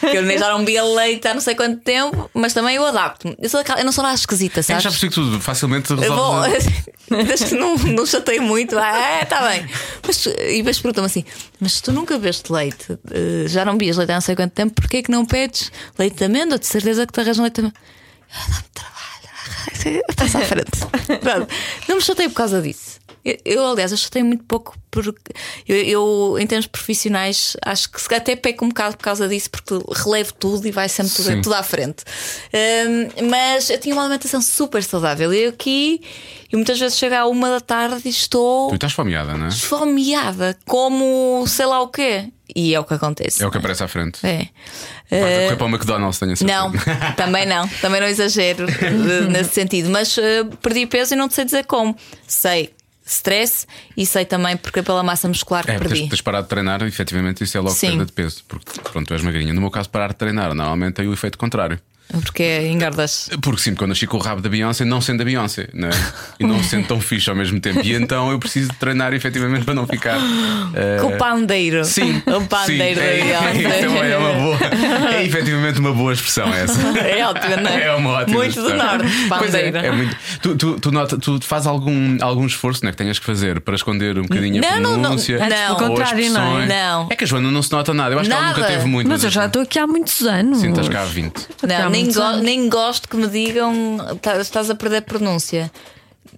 S5: Que eu nem já não bebia leite há não sei quanto tempo, mas também eu adapto-me. Eu, sou daquela- eu não sou nada esquisita,
S2: Eu
S5: sabes?
S2: já percebi que tu facilmente
S5: Eu vou,
S2: resolves.
S5: desde que não, não chatei muito, ah, é, tá bem. Mas, tu- e depois perguntam-me assim: mas se tu nunca bebeste leite, eh, já não bebias leite há não sei quanto tempo, porquê é que não pedes leite de amêndoa? De certeza que te arranjam leite de amêndoa. Ah, dá-me trabalho, ah, passa à frente. Pronto. Não me chatei por causa disso. Eu, eu, aliás, eu chatei muito pouco porque eu, eu, em termos profissionais, acho que se- até peco um bocado por causa disso, porque relevo tudo e vai sempre
S2: Sim.
S5: tudo, tudo à frente. Ahm, mas eu tinha uma alimentação super saudável. Eu aqui, e muitas vezes chego à uma da tarde e estou
S2: Tu estás fomeada, não é?
S5: esfomeada, como sei lá o quê. E é o que acontece.
S2: É o que aparece à frente.
S5: É.
S2: Vais a correr é para o McDonald's, tenho a certeza. É,
S5: Não, também não, também não exagero eh, nesse sentido. Mas eh, perdi peso e não te sei dizer como. Sei stress e sei também porque é pela massa muscular que
S2: É, porque
S5: perdi.
S2: tens, tens parado de treinar, efetivamente, isso é logo
S5: Sim.
S2: perda de peso. Porque, pronto, tu és magrinha. No meu caso, parar de treinar, normalmente tem o efeito contrário.
S5: Porque engordas.
S2: Porque sempre quando eu nasci com o rabo da Beyoncé, não sendo a Beyoncé, não é? E não sendo tão fixe ao mesmo tempo. E então eu preciso de treinar, efetivamente, para não ficar. eh,
S5: Com o pandeiro.
S2: Sim,
S5: O
S2: sim,
S5: pandeiro
S2: é,
S5: da
S2: é,
S5: Beyoncé.
S2: também é uma boa. É efetivamente uma boa expressão essa.
S5: É ótima, não é?
S2: É uma ótima
S5: Muito do
S2: expressão.
S5: norte,
S2: Pois é,
S5: pandeira.
S2: é muito. Tu, tu, tu, nota, tu faz algum, algum esforço não é, que tenhas que fazer para esconder um bocadinho a
S5: Não, não, não.
S2: pronúncia?
S5: Antes,
S2: ou
S5: pelo
S2: as
S3: contrário, não é?
S2: expressões?
S5: Não.
S2: É que a Joana não se nota nada. Eu acho que ela nunca
S5: Nada.
S2: teve muito.
S3: Mas eu já estou aqui há muitos anos.
S2: Sim, estás cá há 20.
S5: Não,
S3: Há
S5: nem,
S3: muitos
S5: go-
S3: anos.
S5: nem gosto que me digam "Tá- estás a perder a pronúncia.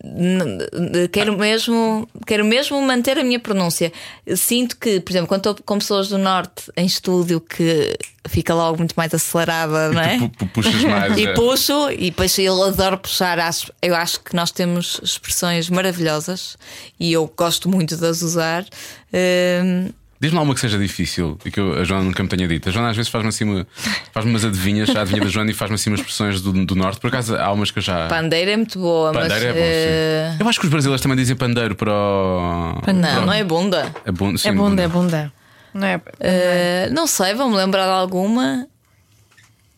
S5: N- n- Quero mesmo, quero mesmo manter a minha pronúncia. Sinto que, por exemplo, quando estou com pessoas do norte em estúdio que fica logo muito mais acelerada, não é?
S2: Tu pu- pu- puxas mais.
S5: E
S2: é.
S5: puxo, e depois eu adoro puxar. Acho- eu acho que nós temos expressões maravilhosas e eu gosto muito de as usar. Hum,
S2: Diz-me lá uma que seja difícil e que eu- a Joana nunca me tenha dito. A Joana às vezes faz-me assim uma, faz umas adivinhas, a adivinha da Joana e faz-me assim umas expressões do, do norte. Por acaso há umas que eu já.
S5: pandeira é muito boa, mas.
S2: Pandeiro é bom,
S5: eh,
S2: sim. Eu acho que os brasileiros também dizem pandeiro para o.
S5: não, não é bunda.
S2: É bom, sim,
S3: É bunda, é bunda. Não é?
S5: Uh, não sei, vão-me lembrar de alguma.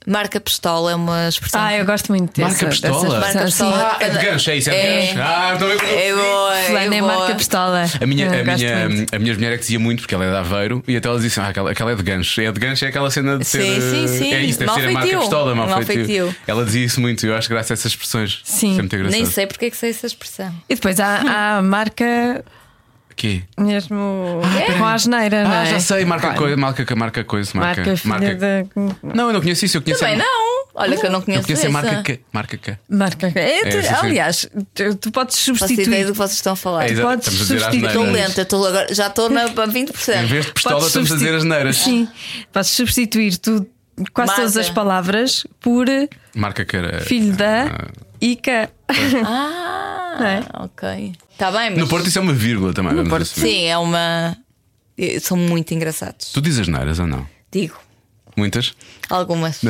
S5: Marca pistola é uma expressão.
S3: Ah, eu gosto muito dessa.
S2: Marca pistola?
S3: dessa-
S5: Marca
S3: sim.
S5: pistola.
S2: Ah, é de gancho, é isso, é,
S5: É.
S2: de gancho. Ah, então eu...
S5: é boa,
S3: Fulana
S5: é,
S3: é
S5: boa.
S3: marca pistola.
S2: A minha,
S3: Eu
S2: a,
S3: gosto
S2: minha,
S3: muito.
S2: a minha mulher é que dizia muito porque ela é de Aveiro e até ela disse: ah, aquela, aquela é de gancho. É de gancho, é aquela cena de ser.
S5: Sim, sim, sim.
S2: É isso, deve
S5: Mal
S2: ser a marca
S5: feitio.
S2: pistola, mal,
S5: Mal
S2: feitio.
S5: feitio.
S2: Ela dizia isso muito e eu acho que graças a essas expressões.
S3: Sim.
S2: Sempre engraçado.
S5: Nem sei porque é que sei essa expressão.
S3: E depois há, há a marca
S2: Quê?
S3: mesmo com a asneira, não
S2: Ah,
S3: é?
S2: já sei, marca
S3: Claro.
S2: coisa, marca, marca coisa, marca.
S3: Marca, filha da.
S2: Não, eu não conheço isso, eu conheço.
S5: Também
S2: a...
S5: não. Olha que eu não conheço
S2: Eu conheço
S5: essa. ah,
S2: a marca K. Marca K.
S3: Marca. É,
S2: É, sim, sim.
S3: aliás, tu, tu podes
S5: Faço ideia do
S3: substituir.
S5: que vocês estão a falar.
S2: É, exato.
S3: podes
S2: Estamos a dizer
S3: substituir-
S2: asneiras.
S5: Estou lenta, estou agora, já estou na para 20%.
S2: Em vez de pistola,
S3: Podes
S2: estamos a dizer
S3: substituir-
S2: as neiras.
S3: Sim, podes substituir tu quase
S5: Marca.
S3: todas as palavras por
S2: Marca K. era-
S3: filho da
S2: Ah.
S3: Ica. Não é?
S5: Ah, ok. Está bem, mas.
S2: No Porto, isso é uma vírgula também. vamos
S3: Porto,
S2: assumir.
S5: Sim, é uma. eh, São muito engraçados.
S2: Tu dizes neiras ou não?
S5: Digo,
S2: Muitas?
S5: algumas.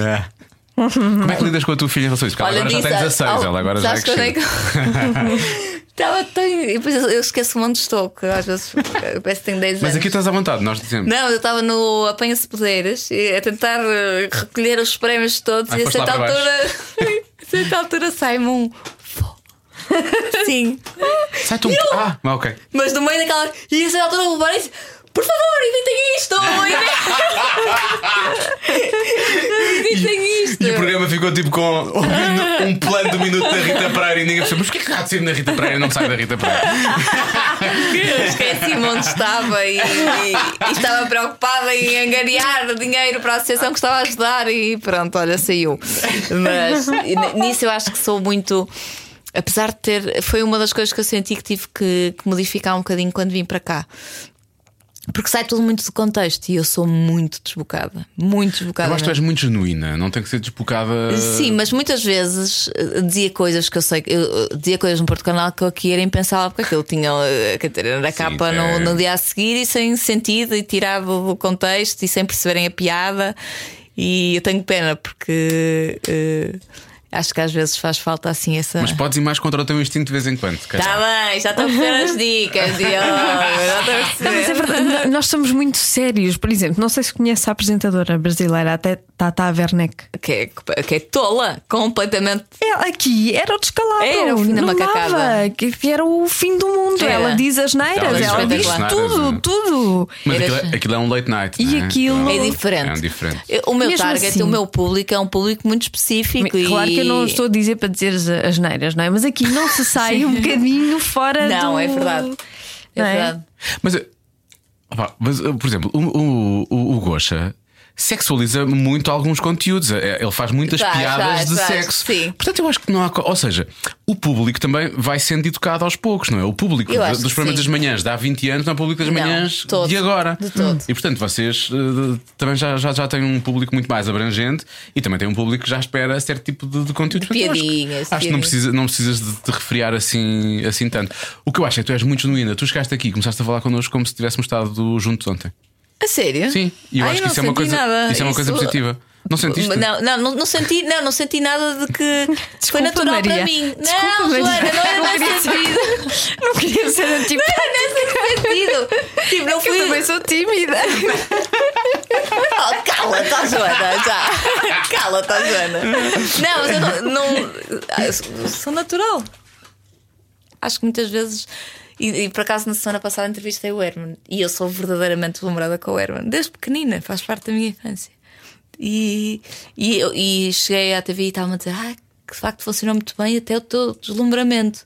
S2: Como é que lidas com a tua filha em relação a isso? Porque ela agora já
S5: diz-
S2: tem 16,
S5: oh,
S2: ela agora já é
S5: sabes quando é
S2: crescida.
S5: que- Estava tão. e depois Eu eu esqueço um onde estou, que às vezes eu parece que tenho 10
S2: Mas
S5: anos.
S2: aqui estás à vontade, nós dizemos.
S5: Não, eu estava no Apanha-se Poderes e a tentar eh, recolher os prémios todos
S2: Ah,
S5: e a
S2: foste lá
S5: certa
S2: para
S5: altura. a certa altura sai-me um. "Vó." Sim.
S2: Sai tu um. Ah, mas ok.
S5: Mas no meio daquela. E a certa altura eu reparei disse, por favor, inventem isto! inventem- Inventem isto!
S2: E o programa ficou tipo com um, minu- um plano do minuto da Rita Pereira e ninguém percebeu. Mas o que é que há de ser na Rita Pereira? Não sai da Rita Pereira.
S5: Eu esqueci-me onde estava e, e- e estava preocupada em angariar dinheiro para a associação que estava a ajudar e pronto, olha, saiu. Mas e n- nisso eu acho que sou muito. Apesar de ter. Foi uma das coisas que eu senti que tive que, que modificar um bocadinho quando vim para cá. Porque sai tudo muito do contexto e eu sou muito desbocada. Muito desbocada.
S2: Eu acho que tu
S5: mesmo.
S2: és muito genuína, não tem que ser despocada.
S5: Sim, mas muitas vezes eh, dizia coisas que eu sei, que- eu eh, dizia coisas no Porto Canal que eu aqui era impensável porque aquilo tinha eh, a Catarina da
S2: Sim,
S5: capa no,
S2: é.
S5: no dia a seguir e sem sentido e tirado do contexto e sem perceberem a piada. E eu tenho pena porque eh, acho que às vezes faz falta assim essa.
S2: Mas podes ir mais contra o teu instinto de vez em quando. quer
S5: Tá
S2: dizer.
S5: bem, já estou a perceber as dicas, Diogo. Já estou a
S3: Não, mas é
S5: perceber.
S3: verdade, no- nós somos muito sérios. Por exemplo, não sei se conhece a apresentadora brasileira, até Tata Werneck.
S5: Que é, que é tola, completamente
S3: Ela É, aqui era o descalado.
S5: Era o fim da
S3: não
S5: macacada.
S3: dava, que que era o fim do mundo.
S5: Era.
S3: Ela diz as neiras,
S2: Ela
S3: ela,
S2: diz
S3: diz
S5: espetacular.
S3: tudo,
S2: Neiras,
S3: tudo.
S2: Mas
S5: Eras-
S2: aquilo, é- aquilo é um late night.
S3: E
S2: não é?
S3: aquilo-
S5: É
S2: É um
S5: diferente.
S2: diferente.
S5: Eu- O meu
S3: Mesmo
S5: target,
S3: assim.
S5: o meu público é um público muito específico. e-
S3: Claro que eu não estou a dizer para dizer as- as neiras, não é? Mas aqui não se sai um bocadinho fora do.
S5: Não, é verdade. É
S3: Não é?
S5: verdade.
S2: Mas, eh, opá, mas, eh, por exemplo, o, o, o, o Gosha sexualiza muito alguns conteúdos. Eh, Ele faz muitas
S5: Faz,
S2: piadas
S5: faz,
S2: de
S5: faz,
S2: sexo.
S5: sim.
S2: Portanto, eu acho que não há. co- Ou seja, o público também vai sendo educado aos poucos, não é? O público
S5: Eu
S2: de-
S5: acho
S2: dos
S5: que
S2: programas
S5: sim.
S2: das manhãs de há 20 anos não é o público das
S5: Não,
S2: manhãs
S5: todo,
S2: de agora.
S5: de todo.
S2: E portanto, vocês eh, também já, já, já têm um público muito mais abrangente e também têm um público que já espera certo tipo de, de conteúdo. Portanto, eu acho que-
S5: piadinhas,
S2: Acho que não
S5: piadinhas.
S2: precisa precisa- não precisas de te refriar assim, assim tanto. O que eu acho é que tu és muito genuína. Tu chegaste aqui e começaste a falar connosco como se tivéssemos estado juntos ontem.
S5: A sério?
S2: Sim, e eu
S5: Ai,
S2: acho que
S5: não
S2: isso é uma
S5: senti
S2: coisa,
S5: nada.
S2: isso é uma coisa
S5: Isso-
S2: positiva. Não sentiste?
S5: Não, não, não, não senti, não, não senti nada de que foi
S3: Desculpa,
S5: natural para
S3: Maria.
S5: mim.
S3: Desculpa,
S5: não,
S3: Maria.
S5: Joana, não era
S3: Não queria Não
S5: nesse sentido.
S3: queria ser tipo.
S5: Não era nesse sentido. Tipo, não
S3: É Eu
S5: fui.
S3: também sou tímida.
S5: Oh, cala-te, ó, Joana, já. Cala-te, ó, Joana. Não, mas eu não. não- Ah, eu sou- sou natural. Acho que muitas vezes. E, e por acaso na semana passada entrevistei o Herman e eu sou verdadeiramente namorada com o Herman, desde pequenina, faz parte da minha infância. E, e, eu- e cheguei à TV e estava-me a dizer ah, que de facto funcionou muito bem até o teu deslumbramento.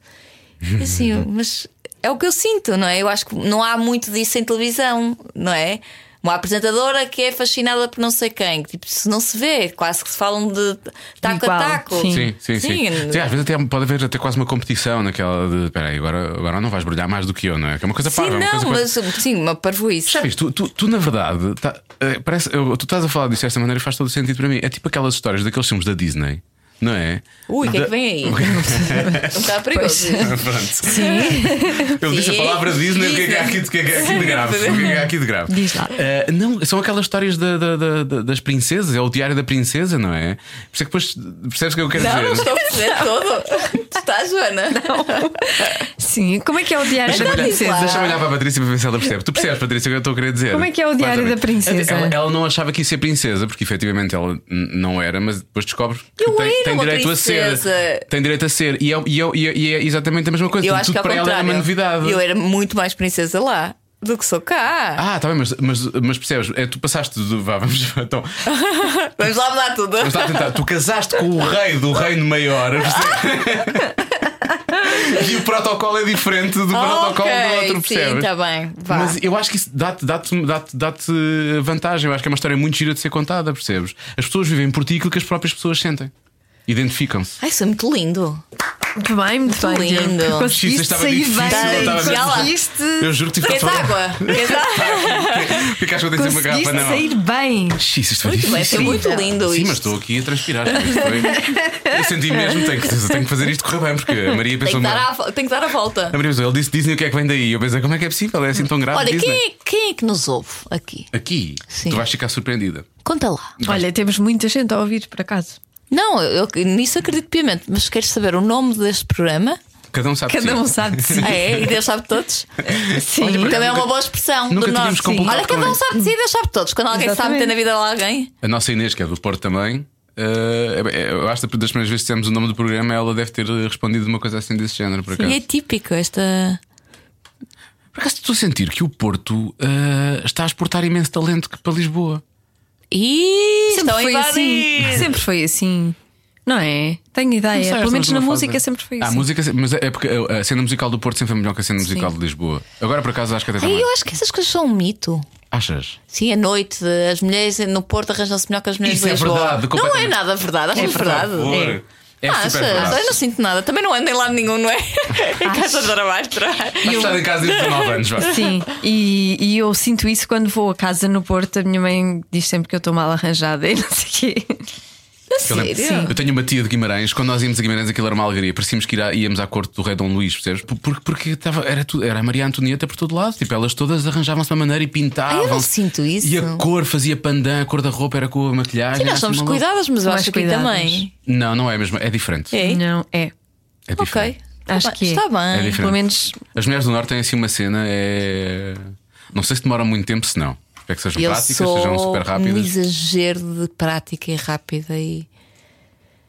S5: E assim, mas é o que eu sinto, não é? Eu acho que não há muito disso em televisão, não é? Uma apresentadora que é fascinada por não sei quem, que, tipo, se não se vê, quase que se falam de taco
S3: Igual,
S5: a taco.
S3: sim.
S2: Sim, sim, sim.
S5: Sim.
S2: Sim, às vezes até pode haver até quase uma competição naquela de espera aí, agora, agora não vais brilhar mais do que eu, não é? Que é uma coisa
S5: Sim,
S2: parva, é uma coisa
S5: não,
S2: parva.
S5: mas sim, uma parvoíce.
S2: Já viste, tu, tu, tu, na verdade, tá- eh, parece, eu- tu estás a falar disso desta maneira e faz todo sentido para mim. É tipo aquelas histórias daqueles filmes da Disney, não é?
S5: Ui, o que é
S2: Da-
S5: que vem aí? Um bocado perigoso.
S2: Pronto. Ele disse a
S5: Sim.
S2: palavra Disney, o que é que há aqui, o que é que há aqui de grave? O que é que há aqui de grave?
S3: Diz lá.
S2: Ah, não, são aquelas histórias da- da- da- da- das princesas, é o diário da princesa, não é? Por isso é que depois percebes o que eu quero
S5: Não,
S2: dizer.
S5: não estou a perceber todo. Tu estás, Joana?
S3: Sim, como é que é o diário
S2: Deixa-me
S3: da
S2: olhar,
S3: princesa?
S2: deixa-me olhar para a Patrícia para ver se ela percebe. Tu percebes, Patrícia, o que eu estou a querer dizer?
S3: Como é que é o diário
S2: Basicamente.
S3: da princesa?
S2: Ela, ela não achava que ia ser princesa, porque efetivamente ela n- não era, mas depois descobres que
S5: Eu
S2: tem,
S5: era
S2: tem
S5: uma
S2: direito a
S5: princesa.
S2: ser. Tem direito a ser. E é, e é- e é- e é exatamente a mesma coisa.
S5: Eu
S2: Tudo
S5: acho que ao
S2: para ela era
S5: contrário.
S2: uma novidade.
S5: Eu era muito mais princesa lá do que sou cá.
S2: Ah, tá bem, mas, mas, mas percebes? É, tu passaste do. Vá, vamos. Então,
S5: Vamos lá mudar tudo.
S2: vamos lá tentar. Tu casaste com o rei do reino maior. percebes? e o protocolo é diferente do protocolo do outro, percebes?
S5: sim, está bem. Vá.
S2: Mas eu acho que isso dá-te dá dá dá vantagem. Eu acho que é uma história muito gira de ser contada, percebes? As pessoas vivem por ti aquilo que as próprias pessoas sentem. Identificam-se.
S5: Ai, isso é muito lindo.
S3: Muito bem, muito
S5: Muito
S3: bem.
S5: lindo.
S3: Diogo.
S2: Xis,
S3: Conseguiste
S2: estava
S3: sair
S2: difícil,
S3: bem.
S5: estava mesmo-
S3: Conseguiste,
S2: Eu juro que tive
S5: Queres
S2: que falar.
S5: água? Queres
S2: Tá,
S5: água?
S2: Ficaste com a dizer uma garrafa, não.
S3: conseguiste sair bem.
S2: Xis, isto foi
S5: Muito bem,
S2: difícil.
S5: foi muito lindo
S2: Sim,
S5: isto.
S2: mas estou aqui a transpirar. isto foi- Eu senti mesmo, tenho que, tenho que fazer isto correr bem, porque a Maria
S5: Tenho
S2: pensou.
S5: que, dar
S2: A
S5: a, vo- tenho que dar a volta.
S2: Maria pensou, ele disse Disney, o que é que vem daí? Eu pensei, como é que é possível? É assim tão grave.
S5: Olha,
S2: Disney.
S5: quem é, quem é que nos ouve aqui?
S2: Aqui,
S5: Sim.
S2: tu vais ficar surpreendida.
S5: Conta lá.
S3: Olha, temos muita gente a ouvir, por acaso.
S5: Não, eu, eu- nisso acredito piamente, mas queres saber o nome deste programa?
S2: Cada um sabe de
S3: Cada um
S2: si.
S3: sabe de si.
S5: Ah, é? E Deus sabe de todos?
S3: Sim.
S2: Olha, por
S5: Também é
S2: nunca-
S5: uma boa expressão
S2: nunca
S5: do
S2: tivemos
S5: norte.
S2: complicado
S5: Olha, cada
S2: com
S5: um
S2: isso.
S5: sabe de si, Deus sabe de todos. Quando alguém sabe
S3: Exatamente.
S5: ter na vida de alguém,
S2: A nossa Inês, que é do Porto também. eh, é- é- eu acho que das primeiras vezes que dissemos o nome do programa, ela deve ter respondido uma coisa assim desse género, por acaso.
S5: e é típico esta.
S2: Por acaso estou a sentir que o Porto eh, está a exportar imenso talento que- para Lisboa.
S5: Ih,
S3: Sempre
S5: estão a
S3: foi
S5: invadir.
S3: assim. Sempre foi assim. Não é? Tenho ideia.
S2: Não sei,
S3: Pelo
S2: esta
S3: menos
S2: última
S3: na
S2: fase.
S5: é-
S3: música sempre foi
S2: Ah,
S3: assim.
S2: música, mas é porque a a cena musical do Porto sempre foi melhor que a cena musical de Lisboa. Agora por acaso acho que até
S5: Ai,
S2: também.
S5: eu acho que essas coisas são um mito.
S2: Achas?
S5: Sim, à noite, as mulheres no Porto arranjam-se melhor que as mulheres
S2: Isso
S5: de
S2: é
S5: Lisboa.
S2: verdade,
S5: não é
S2: completamente.
S5: nada verdade, acho é verdade.
S2: É, é super
S5: Ah, achas?
S2: verdade.
S5: Eu não sinto nada, também não ando em lado nenhum, não é? Em casa de Arabastra.
S2: Vais estar em casa desde 19 anos, vá.
S3: Sim, e, e eu sinto isso quando vou a casa no Porto. A minha mãe diz sempre que eu estou mal arranjada e não sei o quê.
S2: Eu, lembro-
S5: Sério?
S2: eu tenho uma tia de Guimarães, quando nós íamos a Guimarães, aquilo era uma alegria. Parecíamos que irá- íamos à corte do rei Dom Luís, percebes? Por- por- Porque estava, era, tudo, era a Maria Antonieta por todo lado. Tipo, elas todas arranjavam-se de uma maneira e pintavam.
S5: Ah, eu não sinto isso.
S2: E a cor fazia pandan, a cor da roupa era com a maquilhagem.
S5: Sim,
S2: era
S5: nós
S2: assim
S5: somos
S2: uma loucura.
S5: cuidadas, mas eu
S3: Mais
S5: acho que aqui
S3: cuidadas.
S5: também.
S2: Não, não é mesmo, é diferente.
S5: É?
S3: Não, é.
S2: É
S5: Ok.
S2: diferente.
S3: Acho
S5: Está bem-
S3: que é.
S5: Está
S2: É
S5: bem.
S2: diferente.
S3: Pelo menos
S2: As mulheres do Norte têm assim uma cena, é. Não sei se demoram muito tempo, se não. Espero que sejam
S5: Eu
S2: práticas, sejam
S5: sou
S2: super
S5: um
S2: rápidas.
S5: exagero de prática e rápida e.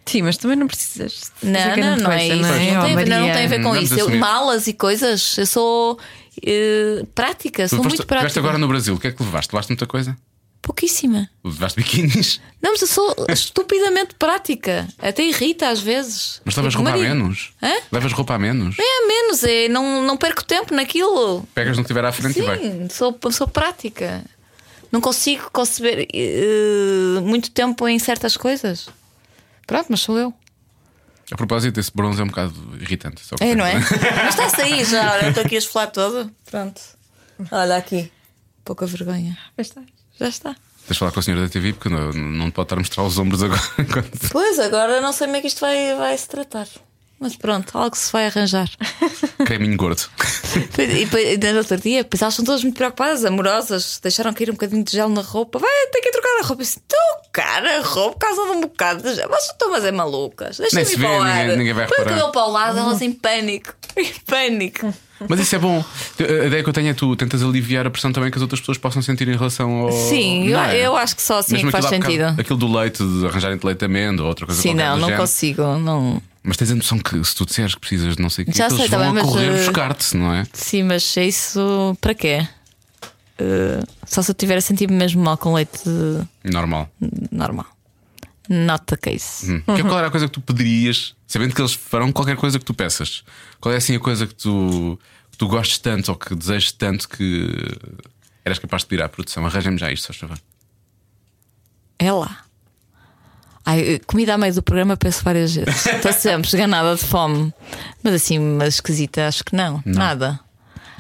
S3: Sim, mas também não precisas. de fazer
S5: Não, não,
S3: grande
S5: não é
S3: coisa,
S5: isso. Não,
S3: Oh,
S5: tem, a ver- não,
S3: Maria.
S5: tem a ver com
S2: Vamos
S5: isso. Eu,
S2: assumir.
S5: malas e coisas, eu sou eh, prática, sou
S2: Tu
S5: muito prática.
S2: agora no Brasil, o que é que levaste? Levaste muita coisa?
S5: Pouquíssima.
S2: Levaste biquinis?
S5: Não, mas eu sou estupidamente prática. Até irrita às vezes.
S2: Mas levas
S5: Tipo,
S2: roupa a
S5: marido.
S2: menos?
S5: Hã?
S2: Levas roupa a menos?
S5: É a menos, é, não, não perco tempo naquilo.
S2: Pegas no que tiver à frente e vai.
S5: Sim, sou, sou prática. Não consigo conceber eh, muito tempo em certas coisas. Pronto, mas sou eu.
S2: A propósito, esse bronze é um bocado irritante. só
S5: É, não é?
S2: porque-
S5: Mas está a sair já, olha, eu estou aqui a esfolar todo. Pronto. Olha aqui. Pouca vergonha.
S3: tá.
S5: Já está.
S2: Tens de falar com a senhora da TV porque não, não pode estar a mostrar os ombros agora. enquanto-
S5: Pois, agora não sei como é que isto vai, vai se tratar. Mas pronto, algo se vai arranjar.
S2: Creminho gordo.
S5: Pois, E depois, no outro dia, pois elas são todas muito preocupadas, amorosas, deixaram cair um bocadinho de gel na roupa. Vai, tem que ir trocar a roupa. Eu disse, trocar a roupa por causa de um bocado de gel. Mas estão, mas é malucas. Deixa-me
S2: Nem se
S5: ir para
S2: vê,
S5: o ar.
S2: ninguém- ninguém vai
S5: Põe o
S2: reparar.
S5: cabelo para o lado, elas em pânico. Em pânico.
S2: Mas isso é bom. A ideia que eu tenho é tu tentas aliviar a pressão também que as outras pessoas possam sentir em relação ao.
S5: Sim, eu-
S2: Não é?
S5: eu acho que só assim
S2: Mesmo
S5: é que faz
S2: aquilo há bocado-
S5: sentido.
S2: Aquilo do leite, de arranjarem-te leite de amêndoa ou outra coisa
S5: Sim,
S2: qualquer
S5: não,
S2: do
S5: não
S2: género.
S5: consigo. Não.
S2: Mas tens a noção que se tu disseres que precisas de não sei o que,
S5: Já
S2: eles
S5: sei, tá
S2: vão
S5: bem,
S2: a
S5: mas,
S2: correr
S5: eh,
S2: buscar-te, não é?
S5: Sim, mas é isso para quê? Eh, só se eu tiver a sentir-me mesmo mal com leite eh,
S2: Normal.
S5: normal. Not the case.
S2: Hum. Que- Qual era a coisa que tu pedirias, sabendo que eles farão qualquer coisa que tu peças? Qual é assim a coisa que tu, que tu gostes tanto ou que desejas tanto que eras capaz de pedir à produção? Arranja-me já isto, se favor.
S5: É lá. Ai, eh, comida a meio do programa penso várias vezes. Estou sempre esganada de fome. Mas assim, uma esquisita, acho que não. Nada.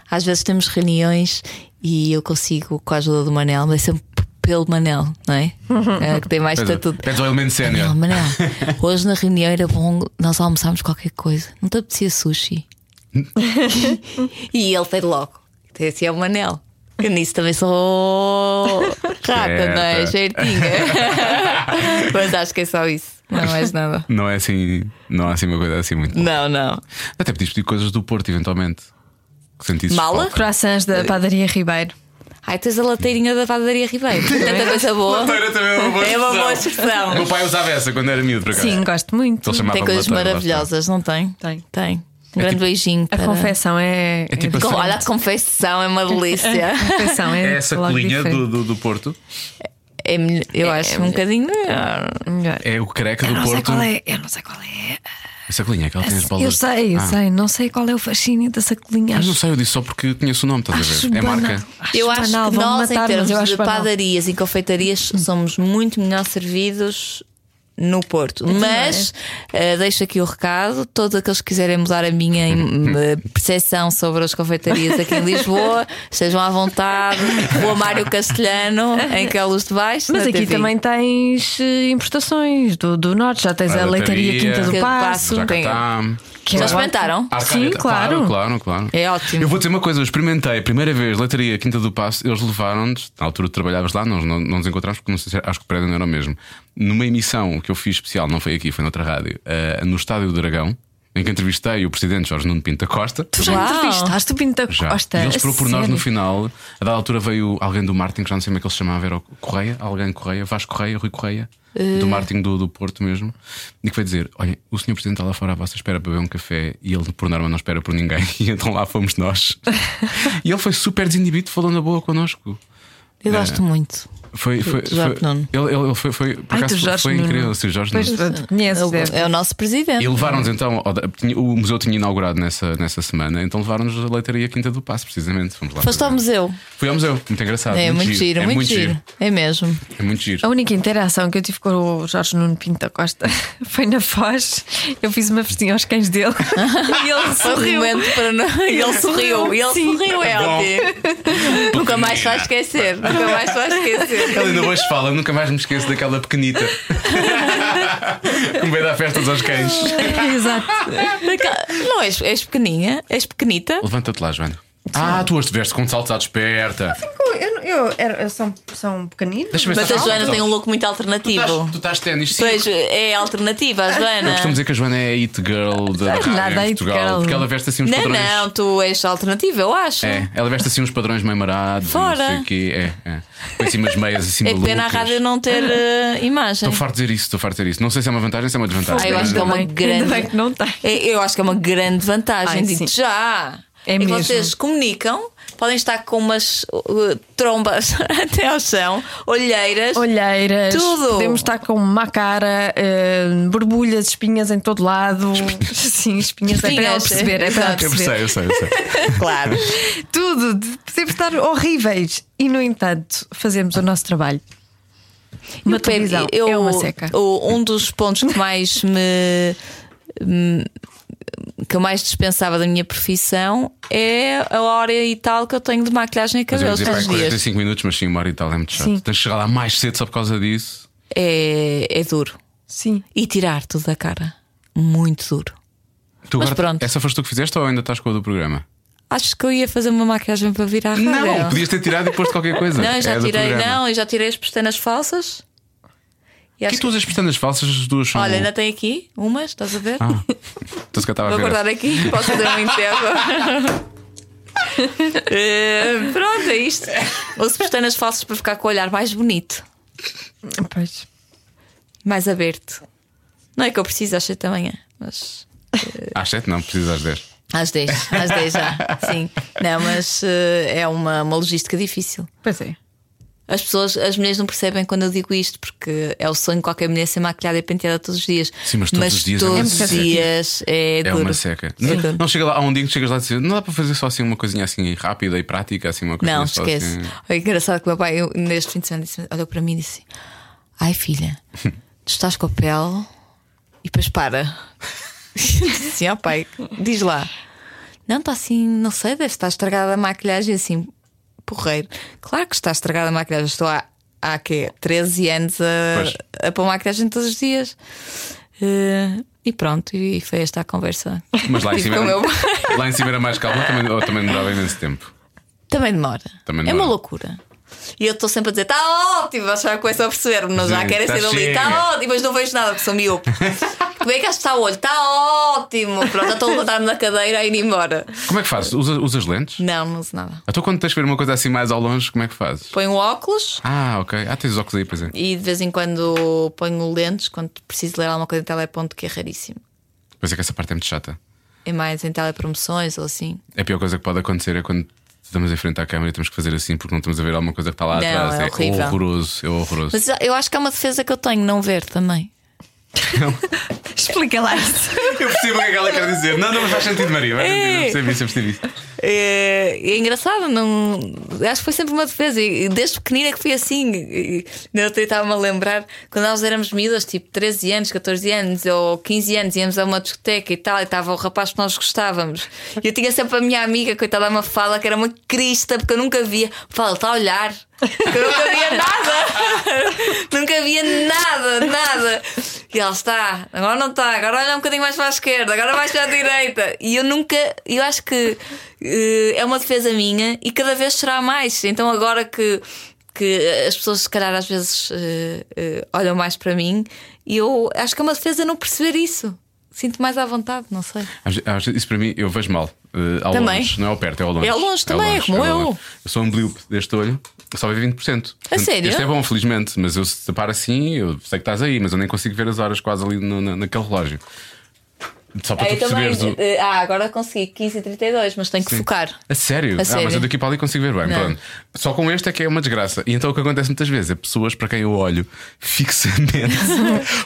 S5: Às vezes temos reuniões e eu consigo, com a ajuda do Manel, mas é sempre p- pelo Manel, não é? É, que tem mais
S2: Pedes-
S5: estatuto.
S2: Pedes ao elemento sénior.
S5: Manel, Manel, hoje na reunião era bom nós almoçámos qualquer coisa. Não te apetecia sushi? e ele fez logo. Então, Esse é o Manel. Eu nisso também sou rata, não é?
S2: Certa.
S5: Jeitinha. Mas acho que é só isso. Não é mais nada.
S2: Não é assim, não é assim uma coisa assim muito.
S5: Não, não.
S2: Até podias pedir coisas do Porto, eventualmente. Que sentisses
S5: Mala?
S2: falta.
S3: Croissants da padaria Ribeiro.
S5: Ai, tens a lateirinha da padaria Ribeiro. Tanta coisa boa.
S2: Lateira também é uma boa
S5: É uma boa
S2: O
S5: expressão.
S2: meu pai usava essa quando era miúdo, por
S5: É.
S2: acaso.
S3: Sim, gosto muito.
S2: Ele chamava
S5: Tem coisas
S2: lateira, lá está.
S5: maravilhosas, não tem?
S3: Tem.
S5: Tem. Um grande beijinho.
S3: A
S5: para-
S3: confecção é.
S2: É tipo
S3: é
S2: assim.
S5: Olha, a confecção é uma delícia.
S3: A confecção é.
S2: É essa
S3: logo
S2: colinha do,
S3: diferente.
S2: do, do Porto.
S5: É melhor, eu acho um bocadinho melhor.
S3: Melhor.
S2: É o careca do
S3: Eu não sei
S2: Porto.
S3: qual é. Eu não sei qual é.
S2: Essa colinha, aquela que tem as bolas.
S3: Eu sei, eu
S2: Ah.
S3: sei. Não sei qual é o fascínio dessa colinha.
S2: Mas não
S3: Acho,
S2: sei, eu disse só porque conheço o nome, estás
S3: acho
S2: a ver? É
S3: banal.
S2: marca.
S5: Eu acho
S3: banal,
S5: que
S3: vão Hum.
S5: nós, em
S3: matar-nos,
S5: termos
S3: eu
S5: de
S3: acho banal.
S5: padarias e confeitarias, somos muito melhor servidos no Porto. Mas eh, deixo aqui o recado: todos aqueles que quiserem mudar a minha em- eh, percepção sobre as confeitarias aqui em Lisboa, estejam à vontade. O Mário Castelhano, em que é a luz de baixo.
S3: Mas
S5: na
S3: aqui
S5: TV.
S3: também tens eh, importações do, do norte, já tens
S2: A
S3: é a, leitaria
S2: leitaria,
S3: Quinta
S5: que
S3: do Passo.
S5: passo.
S2: Já cá
S5: Tem-
S2: está.
S3: que é
S5: Já
S3: ótimo.
S5: experimentaram?
S2: Ah,
S3: Sim,
S2: cá-
S3: claro.
S2: Claro, claro, claro.
S5: É ótimo.
S2: Eu vou dizer uma coisa, eu experimentei a primeira vez leitaria Quinta do Passo, eles levaram-nos, na altura tu trabalhavas lá, nós não, não nos encontramos porque não sei se era- acho que o prédio não era o mesmo. Numa emissão que eu fiz especial, não foi aqui, foi noutra rádio, eh, no Estádio do Dragão, em que entrevistei o presidente Jorge Nuno Pinto da Costa.
S3: Tu já
S5: Uau.
S3: entrevistaste o Pinto da
S2: Já.
S3: Costa.
S2: E ele esperou
S3: A
S2: por nós no
S3: sério?
S2: final. A dada altura veio alguém do Martin, que já não sei como é que ele se chamava, era o Correia, alguém Correia, Vasco Correia, Rui Correia,
S3: Eh.
S2: do Martin do, do Porto mesmo, e que foi dizer: Olha, o senhor presidente está lá fora à vossa espera para beber um café e ele, por norma, não espera por ninguém, e então lá fomos nós. e ele foi super desinibido, falou na boa connosco.
S5: Eu gosto muito.
S2: Foi, foi,
S5: Do Jorge
S2: foi-
S5: Nuno.
S2: ele, ele foi, foi, por
S3: Ai,
S2: acaso
S3: do Jorge
S2: foi
S3: Nuno.
S2: incrível. Sim, Jorge
S3: Pois,
S2: Nuno.
S3: pronto, conheces, deve.
S5: É o nosso presidente.
S2: E levaram-nos então, ao- tinha- o museu tinha inaugurado nessa, nessa semana, então levaram-nos a leitaria Quinta do Passo, precisamente. Fomos lá
S5: Foste
S2: fazer.
S5: ao museu.
S2: Fui ao museu, muito engraçado.
S5: É muito giro, muito giro. É mesmo.
S2: É muito
S3: A
S2: giro.
S3: única interação que eu tive com o Jorge Nuno Pinto da Costa foi na Foz. Eu fiz uma festinha aos cães dele e ele
S5: Foi um
S3: sorriu.
S5: momento para nós. E ele sorriu. E ele
S3: Sim.
S5: sorriu, é
S2: Bom.
S5: ótimo. Nunca mais é se vai esquecer.
S3: é?
S5: Nunca mais se vai esquecer.
S2: Ela ainda hoje fala, nunca mais me esqueço daquela pequenita. Um Como veio dar festas aos cães.
S3: Exato. é
S5: Não, és, és pequeninha, és pequenita.
S2: Levanta-te lá, Joana. Ah, tu hoje tiveste com saltos à desperta.
S3: Eu, eu, um, era- são, são pequeninos.
S2: Deixa-me ver
S5: Mas
S2: se
S5: a
S2: estás-
S5: Joana tem um look muito
S2: Tu estás-
S5: alternativo.
S2: Tu estás de ténis, sim.
S5: Tu és, é alternativa, a
S2: Eu
S5: Joana.
S2: costumo dizer que a Joana é a it girl da da
S3: Não é
S2: rádio em
S3: nada a it
S2: Portugal,
S3: girl.
S2: Porque ela veste assim uns
S5: Não, é
S2: padrões.
S5: não, tu és alternativa, eu acho.
S2: É, ela veste assim uns padrões meio marados. e Não
S5: Fora.
S2: sei o quê. É, é. Com assim umas meias assim
S5: É pena a
S2: malucas.
S5: rádio não ter eh, imagem.
S2: Estou farto de dizer isso, estou farto de dizer isso. Não sei se é uma vantagem ou se é uma desvantagem.
S5: Ah, eu acho que é uma
S3: Ainda
S5: grande.
S3: bem que não tem.
S5: É, Eu acho que é uma grande vantagem.
S3: Ai, sim.
S5: Digo já.
S3: É
S5: que
S3: mesmo.
S5: vocês comunicam, podem estar com umas uh, trombas até ao chão, olheiras.
S3: Olheiras,
S5: Tudo.
S3: podemos estar com uma cara, eh, borbulhas, espinhas em todo lado. Sim, espinhas, é para ela
S5: Espinhas,
S3: perceber, é para ela
S5: exato.
S2: Eu
S3: perceber.
S2: sei, eu sei, eu sei.
S5: Claro.
S3: Tudo, de- podemos estar horríveis e, no entanto, fazemos o nosso trabalho. Uma
S5: Eu pe-
S3: televisão
S5: eu-
S3: é uma seca.
S5: o- um dos pontos que mais me. me- que eu mais dispensava da minha profissão é a hora e tal que eu tenho de maquilhagem e
S2: Mas eu ia
S5: cabelo
S2: dizer é para
S5: todos
S2: aí
S5: os dias.
S2: 45 minutos, mas sim, uma hora e tal é muito chato.
S3: Sim.
S2: Tens de chegar lá mais cedo só por causa disso.
S5: É, é duro.
S3: Sim.
S5: E tirar tudo da cara. Muito duro.
S2: Tu
S5: Mas
S2: agora-
S5: pronto.
S2: Essa foste tu que fizeste ou ainda estás com a do programa?
S5: Acho que eu ia fazer uma maquilhagem para virar a rádio.
S2: Não, podias ter tirado e posto qualquer coisa.
S5: Não, eu já
S2: É a do
S5: tirei,
S2: programa.
S5: não, eu já tirei as pestanas falsas. E
S2: Que
S5: acho
S2: tu usas pestanas falsas, as duas
S5: que-
S2: são.
S5: Olha, ainda tem aqui umas, estás a ver?
S2: Ah, então se calhar estava a
S5: Vou
S2: ver.
S5: guardar aqui, posso fazer um enterro. Eh, pronto, é isto. Uso pestanas falsas para ficar com o olhar mais bonito,
S3: Pois.
S5: mais aberto. Não é que eu preciso às 7 da manhã, mas.
S2: Às 7 não, precisas às 10.
S5: Às 10, às 10 já, sim. Não, mas eh, é uma, uma logística difícil.
S3: Pois é.
S5: As pessoas, as mulheres não percebem quando eu digo isto, porque é o sonho de qualquer mulher ser maquilhada e penteada todos os dias.
S2: Sim, mas todos os dias é uma
S5: todos
S2: seca.
S5: os dias é,
S2: É
S5: duro.
S2: uma seca.
S5: É
S2: Não,
S5: duro.
S2: não chega lá, há um dia que chegas lá e dizes, não dá para fazer só assim uma coisinha assim rápida e prática, assim uma coisa
S5: Não,
S2: só
S5: esquece.
S2: assim.
S5: É engraçado que o meu pai, eu, neste fim de semana, disse- olhou para mim e disse: Ai filha, tu estás com a pele e depois para. Sim, assim, ó pai, diz lá. Não, está assim, não sei, deve estar estragada a maquilhagem assim, porreiro. Claro que está estragada a maquilhagem, estou há, há quê? 13 anos
S2: Pois.
S5: a, a pôr maquilhagem todos os dias. Eh, e pronto, e foi esta a conversa.
S2: Mas lá em
S5: Tive
S2: cima.
S5: com o
S2: Era,
S5: meu pai.
S2: lá em cima era mais calmo, também, ou também demorava imenso tempo.
S5: Também demora.
S2: Também
S5: É
S2: demora.
S5: uma loucura. E eu estou sempre a dizer, está ótimo, eles já começam a perceber-me, não já
S2: Sim,
S5: querem
S2: tá
S5: ser ali,
S2: chega.
S5: está ótimo, mas não vejo nada, porque sou miúdo. Como é que acho que está o olho? Está ótimo, pronto, já estou a levantar-me da cadeira e ir embora.
S2: Como é que fazes? Usa- usas lentes?
S5: Não, não uso nada.
S2: Então quando tens que ver uma coisa assim mais ao longe, como é que fazes?
S5: Ponho óculos
S2: Ah, ok. Ah, tens os óculos aí, pois é.
S5: e de vez em quando ponho lentes quando preciso ler alguma coisa em teleponto, que é raríssimo.
S2: Pois é que essa parte é muito chata.
S5: É mais em telepromoções ou assim.
S2: A pior coisa que pode acontecer é quando estamos em frente à câmera e temos que fazer assim porque não estamos a ver alguma coisa que está lá
S5: Não,
S2: atrás.
S5: é horrível.
S2: horroroso, é horroroso.
S5: Mas eu acho que é uma defesa que eu tenho, não ver também.
S3: Explica lá isso.
S2: Eu percebo o que é que ela quer dizer. Não, não, mas faz sentido, Maria. Faz sentido. Eu
S5: Ei.
S2: percebi isso, eu percebi isso.
S5: É, é engraçado, não... acho que foi sempre uma defesa. E desde pequenina que fui assim. E- e Eu estava-me a lembrar quando nós éramos miúdas, tipo 13 anos, 14 anos ou 15 anos, íamos a uma discoteca e tal, e estava o rapaz que nós gostávamos. E eu tinha sempre a minha amiga, coitada, uma fala que era uma crista, porque eu nunca via. Fala, está a olhar. Porque eu nunca via nada. nunca via nada, nada. E ela está, agora não está, agora olha um bocadinho mais para a esquerda, agora mais para a direita. E eu nunca, eu acho que eh, é uma defesa minha e cada vez será mais. Então agora que, que as pessoas se calhar às vezes eh, eh, olham mais para mim, e eu acho que é uma defesa não perceber isso. Sinto mais à vontade, não sei.
S2: Às ve- às vezes Isso para mim, eu vejo mal. eh, ao
S5: Também.
S2: longe. Não é ao perto, é ao longe.
S5: É ao longe também,
S2: longe,
S5: como
S2: é ao
S5: eu.
S2: longe. Eu sou um blip deste olho, só vi 20%.
S5: A sério?
S2: Este é bom, felizmente, mas eu se tapar assim, eu sei que estás aí, mas eu nem consigo ver as horas quase ali no- na- naquele relógio. Só para tu perceberes o.
S5: eh, Ah, agora consegui 15 e 32 mas tenho que focar.
S2: A sério?
S5: A
S2: Ah, mas
S5: sério.
S2: eu daqui para ali consigo ver bem.
S5: Não.
S2: Pronto. Só com este é que é uma desgraça. E então o que acontece muitas vezes é pessoas para quem eu olho fixamente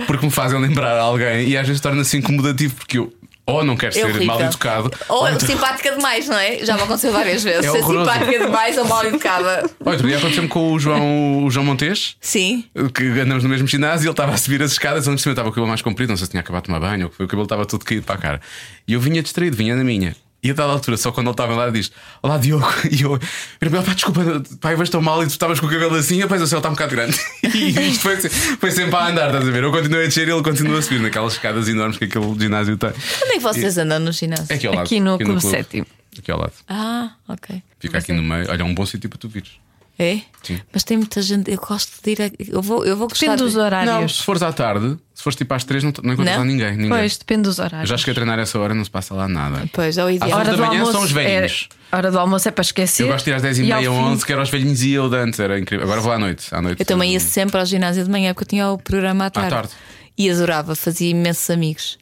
S2: porque me fazem lembrar alguém e às vezes torna-se incomodativo porque eu ou não quero
S5: É
S2: ser
S5: horrível. Oh,
S2: mal educado.
S5: Ou
S2: ou então-
S5: simpática demais, não é? Já me aconteceu várias vezes.
S2: É
S5: ser
S2: horroroso.
S5: simpática demais ou mal educada.
S2: Olha, outro dia aconteceu-me com o João, o João Montes.
S5: Sim.
S2: Que andamos no mesmo ginásio e ele estava a subir as escadas onde cima estava o cabelo mais comprido, não sei se tinha acabado de tomar banho, ou que o cabelo estava todo caído para a cara. E eu vinha distraído, vinha na minha. E a dada altura, só quando ele estava lá, diz: Olá, Diogo. E eu, Irmão, pá, desculpa, pá, eu vejo tão mal e tu estavas com o cabelo assim, e depois o céu está um bocado grande. E isto foi, foi sempre a andar, estás a ver? Eu continuei a descer e ele continua a subir naquelas escadas enormes que aquele ginásio tem.
S5: Onde é que vocês andam no ginásio?
S2: É aqui ao lado.
S3: Aqui no
S2: clube.
S3: Clube Sétimo.
S2: Aqui ao lado.
S5: Ah, ok.
S2: Fica aqui no meio. Olha, é um bom sítio para tu vires.
S5: É?
S2: Sim.
S5: Mas tem muita gente. Eu gosto de ir. A... Eu vou, eu vou gostar.
S3: Depende dos
S5: de...
S2: Não,
S3: horários.
S2: se fores à tarde, se fores tipo às três, não, não encontras
S5: Não?
S2: lá ninguém. ninguém.
S3: Pois, depende dos
S2: Eu
S3: horários.
S2: já cheguei a treinar essa hora, não se passa lá nada.
S5: Pois, é o
S2: À
S5: ideal.
S2: hora da manhã são os
S3: é,
S2: velhinhos.
S3: hora do almoço é para esquecer.
S2: Eu gosto de ir às
S3: E ao
S2: 10h30 ou
S3: fim-
S2: 11, que era aos velhinhos e eu de antes, era incrível. Agora vou à noite. À noite
S5: Eu também ia
S2: hum,
S5: sempre ao ginásio de manhã porque eu tinha o programa à tarde.
S2: tarde.
S5: E adorava, fazia imensos amigos.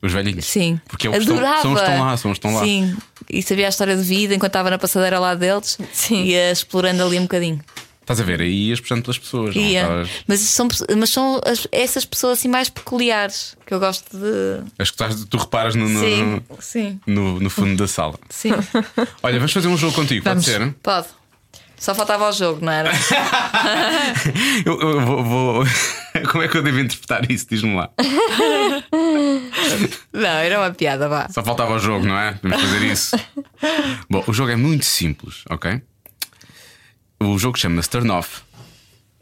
S2: Os velhinhos.
S5: Sim.
S2: Porque é os que estão-
S5: adorava.
S2: são os que estão lá, são os que estão lá.
S5: Sim. E sabia a história de vida enquanto estava na passadeira ao lado deles.
S3: Sim.
S5: Ia explorando ali um bocadinho.
S2: Estás a ver? Aí ias puxando pelas pessoas. não
S5: Ia.
S2: estavas-
S5: Mas são, mas são as- essas pessoas assim mais peculiares que eu gosto de.
S2: As que estás- tu reparas no, no,
S5: Sim. Sim.
S2: no- no fundo da sala.
S5: Sim.
S2: Olha, vamos fazer um jogo contigo,
S3: Vamos.
S2: pode ser?
S5: Pode. Só faltava ao jogo, não era?
S2: Eu, eu vou, vou- Como é que eu devo interpretar isso? Diz-me lá.
S5: Não, era uma piada, vá.
S2: Só faltava o jogo, não é? Vamos fazer isso. Bom, o jogo é muito simples, ok? O jogo chama-se Turn Off,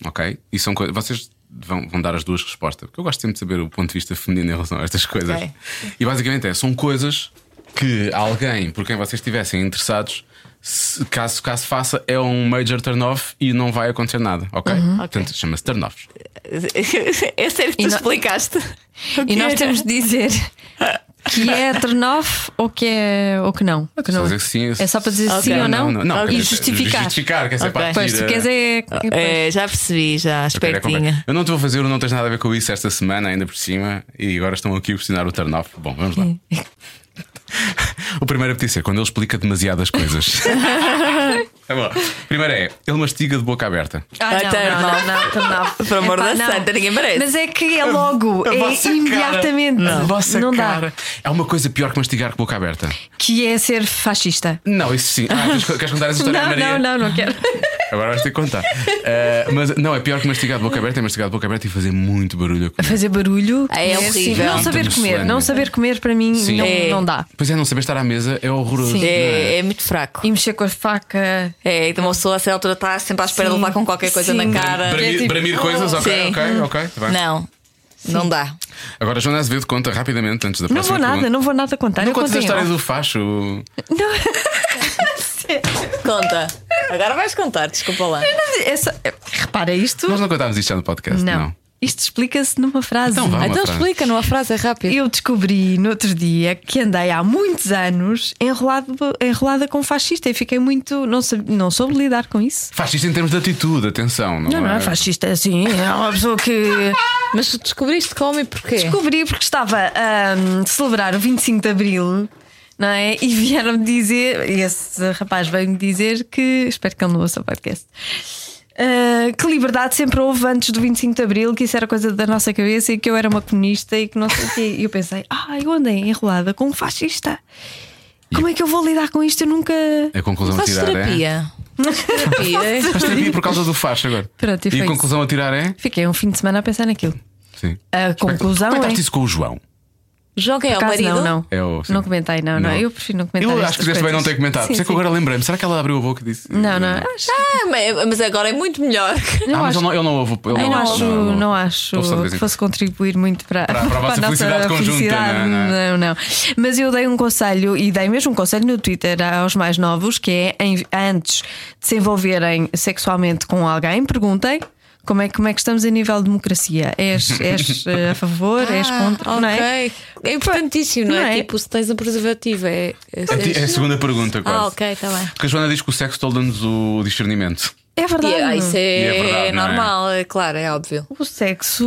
S2: ok? E são coisas. Vocês vão, vão dar as duas respostas, porque eu gosto sempre de saber o ponto de vista feminino em relação a estas coisas.
S5: Ok.
S2: E basicamente é: são coisas que alguém por quem vocês estivessem interessados, se- caso, caso faça, é um major turn off e não vai acontecer nada, ok?
S3: Uhum.
S2: Portanto, chama-se turn offs.
S5: É sério que tu
S3: E não-
S5: explicaste.
S3: E nós
S5: era?
S3: temos de dizer que é turn off ou que é ou que não. Que não.
S2: Só dizer sim,
S3: É só para dizer
S5: Ok.
S3: sim ou não,
S2: não, não, quer
S3: e
S2: dizer,
S3: justificar.
S2: Justificar, quer dizer,
S5: Ok.
S2: para a
S3: Pois tu
S2: tira-
S3: queres é.
S5: É, já percebi, já,
S2: Eu quero é conversa.
S5: espertinha.
S2: Eu não te vou fazer, o não tens nada a ver com isso esta semana, ainda por cima, e agora estão aqui a questionar o turn off. Bom, vamos lá. o primeiro apetite é quando ele explica demasiadas coisas. tá bom. Primeiro é, ele mastiga de boca aberta.
S3: Ah, não,
S5: Até
S3: não, não, não, turn off.
S5: Por amor
S3: Epá,
S5: da
S3: não.
S5: santa, ninguém merece.
S3: Mas é que é logo,
S2: A
S3: é
S2: vossa
S3: imediatamente.
S2: Cara, a vossa
S3: não dá.
S2: cara. Há uma coisa pior que mastigar com a boca aberta.
S3: Que é ser fascista.
S2: Não, isso sim. Ah, queres, queres contar essa história,
S3: Não,
S2: Maria?
S3: não, não, não quero.
S2: Agora vais ter que contar. Ah, mas não, é pior que mastigar de boca aberta, é mastigar de boca aberta e fazer muito barulho. a comer.
S3: Fazer barulho.
S5: É
S3: assim,
S5: horrível.
S3: Não saber
S2: Muito
S3: comer. Não
S2: insolente.
S3: saber comer para mim
S2: Sim.
S3: não,
S5: É.
S3: não dá.
S2: Pois é, não saber estar à mesa é horroroso. não é?
S5: É, é muito fraco.
S3: E mexer com a faca.
S5: É, então uma pessoa a certa altura está sempre à espera de
S3: Sim.
S5: levar com qualquer coisa
S3: Sim.
S5: na cara.
S3: Bra-
S2: Bramir,
S3: É tipo,
S2: bramir coisas, ok,
S5: Sim.
S2: ok, ok. tá bem.
S5: Não, não dá.
S2: Agora, Joana Azevedo conta rapidamente antes da
S3: Não
S2: próxima.
S3: vou nada,
S2: pergunta.
S3: não vou nada contar.
S2: Não
S3: eu
S2: contas a
S3: contei
S2: história
S3: off.
S2: do facho.
S5: Conta. Agora vais contar, desculpa lá.
S3: Essa- é, repara isto.
S2: Nós não contámos isto já no podcast, não.
S3: Não. Isto explica-se numa frase.
S2: Então vá, uma
S5: Então
S2: frase.
S5: explica numa frase rápida.
S3: Eu descobri no outro dia que andei há muitos anos enrolado, enrolada com fascista e fiquei muito. Não, sab- não soube lidar com isso.
S2: Faz isto em termos de atitude, atenção. Não,
S3: Não, não é fascista assim, é uma pessoa que.
S5: Mas tu descobriste como e porquê?
S3: Descobri porque estava a hum, celebrar o 25 de Abril. Não é? E vieram-me dizer, e esse rapaz veio-me dizer que, espero que ele não ouça o podcast, ah, que liberdade sempre houve antes do 25 de Abril, que isso era coisa da nossa cabeça e que eu era uma comunista e que não sei o quê. E eu pensei, ah, eu andei enrolada com um fascista. Como é que eu vou lidar com isto? Eu nunca.
S2: A conclusão a
S5: Faz
S2: tirar é.
S5: terapia. terapia. é?
S2: Faz terapia por causa do facho agora.
S3: Pronto, e
S2: e
S3: foi
S2: a
S3: isso.
S2: conclusão a tirar é?
S3: Fiquei um fim de semana a pensar naquilo.
S2: Sim.
S3: A conclusão é.
S2: Comentaste isso com o João.
S5: Joga é ao
S3: Por acaso,
S5: marido.
S3: não, não.
S2: É o- sim.
S3: Não comentei, não, não,
S2: Não.
S3: Eu prefiro não comentar.
S2: Eu acho
S3: estas
S2: que fizeste bem não
S3: coisas.
S2: ter comentado. Por isso
S3: Sim,
S2: é que eu
S3: sim.
S2: agora lembrei-me. Será que ela abriu a boca e disse?
S3: Não, não. Acho
S5: Ah, mas- mas agora é muito melhor.
S2: Ah, mas eu não, eu não ouvo. Eu
S3: Eu não, acho,
S2: ouvo.
S3: não acho
S2: Ouço só de vez em
S3: que fosse contribuir muito para,
S2: Para- para a vossa
S3: nossa
S2: felicidade conjunta,
S3: felicidade.
S2: não é?
S3: Não, não. Mas eu dei um conselho e dei mesmo um conselho no Twitter aos mais novos que é em- antes de se envolverem sexualmente com alguém, perguntem Como é, como é que estamos a nível de democracia? És, és eh, a favor? és contra?
S5: Ah,
S3: Não é?
S5: ok. É importantíssimo, não,
S3: Não
S5: é?
S3: é?
S5: Tipo, se tens a preservativa. É, é-
S2: É a ti- é a segunda pergunta, quase.
S5: Ah, ok, está bem.
S2: Porque a Joana diz que o sexo toda-nos o discernimento.
S3: É verdade.
S5: E, ah, isso é,
S2: E é verdade, não é?
S5: normal, é claro, é óbvio.
S3: O sexo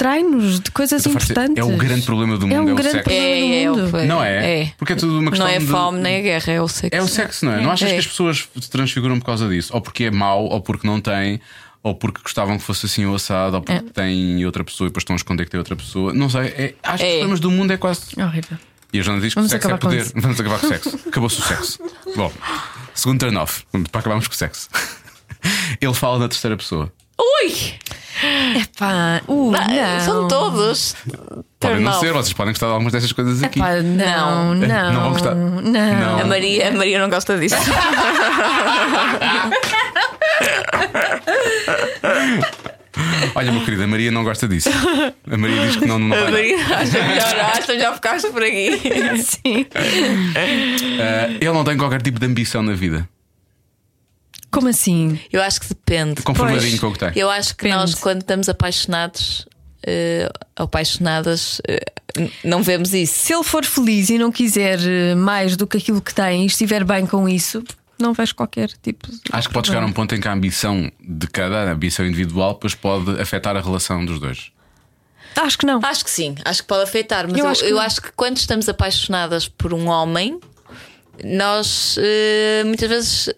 S3: distrai-nos de coisas
S2: Estou farto de dizer,
S3: importantes.
S2: é o grande problema do mundo,
S3: É
S2: é
S3: um
S2: o
S3: grande
S2: sexo.
S3: problema do mundo.
S5: óbvio.
S2: Não é? Porque é tudo uma questão
S5: Não é
S2: de-
S5: fome nem a guerra, é o sexo.
S2: É o sexo, não é? Não achas
S5: É.
S2: que as pessoas se transfiguram por causa disso? Ou porque é mau, ou porque não têm, ou porque gostavam que fosse assim ou assado, ou
S3: É.
S2: porque têm outra pessoa e depois estão a esconder que tem outra pessoa. Não sei. É, acho que
S5: É.
S2: os problemas do mundo é quase.
S3: É horrível.
S2: E a Joana diz que
S3: Vamos
S2: o sexo é
S3: acabar com
S2: poder.
S3: isso.
S2: Vamos acabar com o sexo. Acabou-se o sexo. Bom, segundo turn off, para acabarmos com o sexo. Ele fala na terceira pessoa.
S5: Ui!
S3: Pá, uh,
S5: Ah,
S3: não.
S5: São todos.
S2: Podem
S5: Turn
S2: não
S5: off.
S2: ser, vocês podem gostar de algumas dessas coisas aqui.
S3: Pá, não,
S5: Não.
S3: não.
S2: Não vão gostar.
S3: Não.
S2: Não.
S5: A Maria, a Maria não gosta disso.
S2: Olha, meu querido, a Maria não gosta disso. A Maria diz que não, não
S5: A
S2: vai dar.
S5: Maria acha melhor, acha melhor ficaste por aqui.
S3: Sim.
S2: Ah, Ele não tem qualquer tipo de ambição na vida.
S3: Como assim?
S5: Eu acho que depende.
S2: Conformadinho com o que tem.
S5: Eu acho que
S3: Depende.
S5: nós, quando estamos apaixonados, eh, apaixonadas, eh, n- não vemos isso.
S3: Se ele for feliz e não quiser eh, mais do que aquilo que tem e estiver bem com isso, não vejo qualquer tipo de.
S2: Acho que pode chegar a um ponto em que a ambição de cada, a ambição individual, depois pode afetar a relação dos dois.
S3: Acho que não.
S5: Acho que sim, acho que pode afetar, mas eu,
S3: Eu
S5: eu acho,
S3: acho
S5: que
S3: que não.
S5: quando estamos apaixonadas por um homem, nós eh, muitas vezes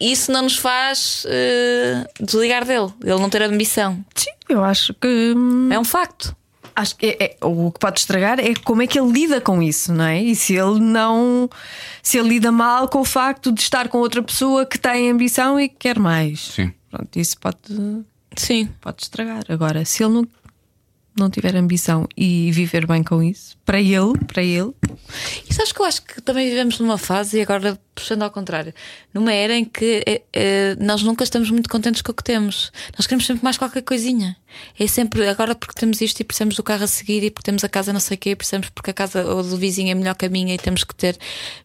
S5: isso não nos faz eh, desligar dele, ele não ter ambição.
S3: Sim, eu acho que. hum,
S5: É um facto.
S3: Acho que é- é- o que pode estragar é como é que ele lida com isso, não é? E se ele não. Se ele lida mal com o facto de estar com outra pessoa que tem ambição e que quer mais.
S2: Sim.
S3: Pronto, isso pode,
S5: Sim.
S3: pode estragar. Agora, se ele não, não tiver ambição e viver bem com isso, para ele, para ele,
S5: E sabes que eu acho que também vivemos numa fase, e agora puxando ao contrário, numa era em que eh, eh, nós nunca estamos muito contentes com o que temos. Nós queremos sempre mais qualquer coisinha. É sempre agora porque temos isto e precisamos do carro a seguir e porque temos a casa não sei o quê, e precisamos porque a casa ou do vizinho é melhor que a minha e temos que ter.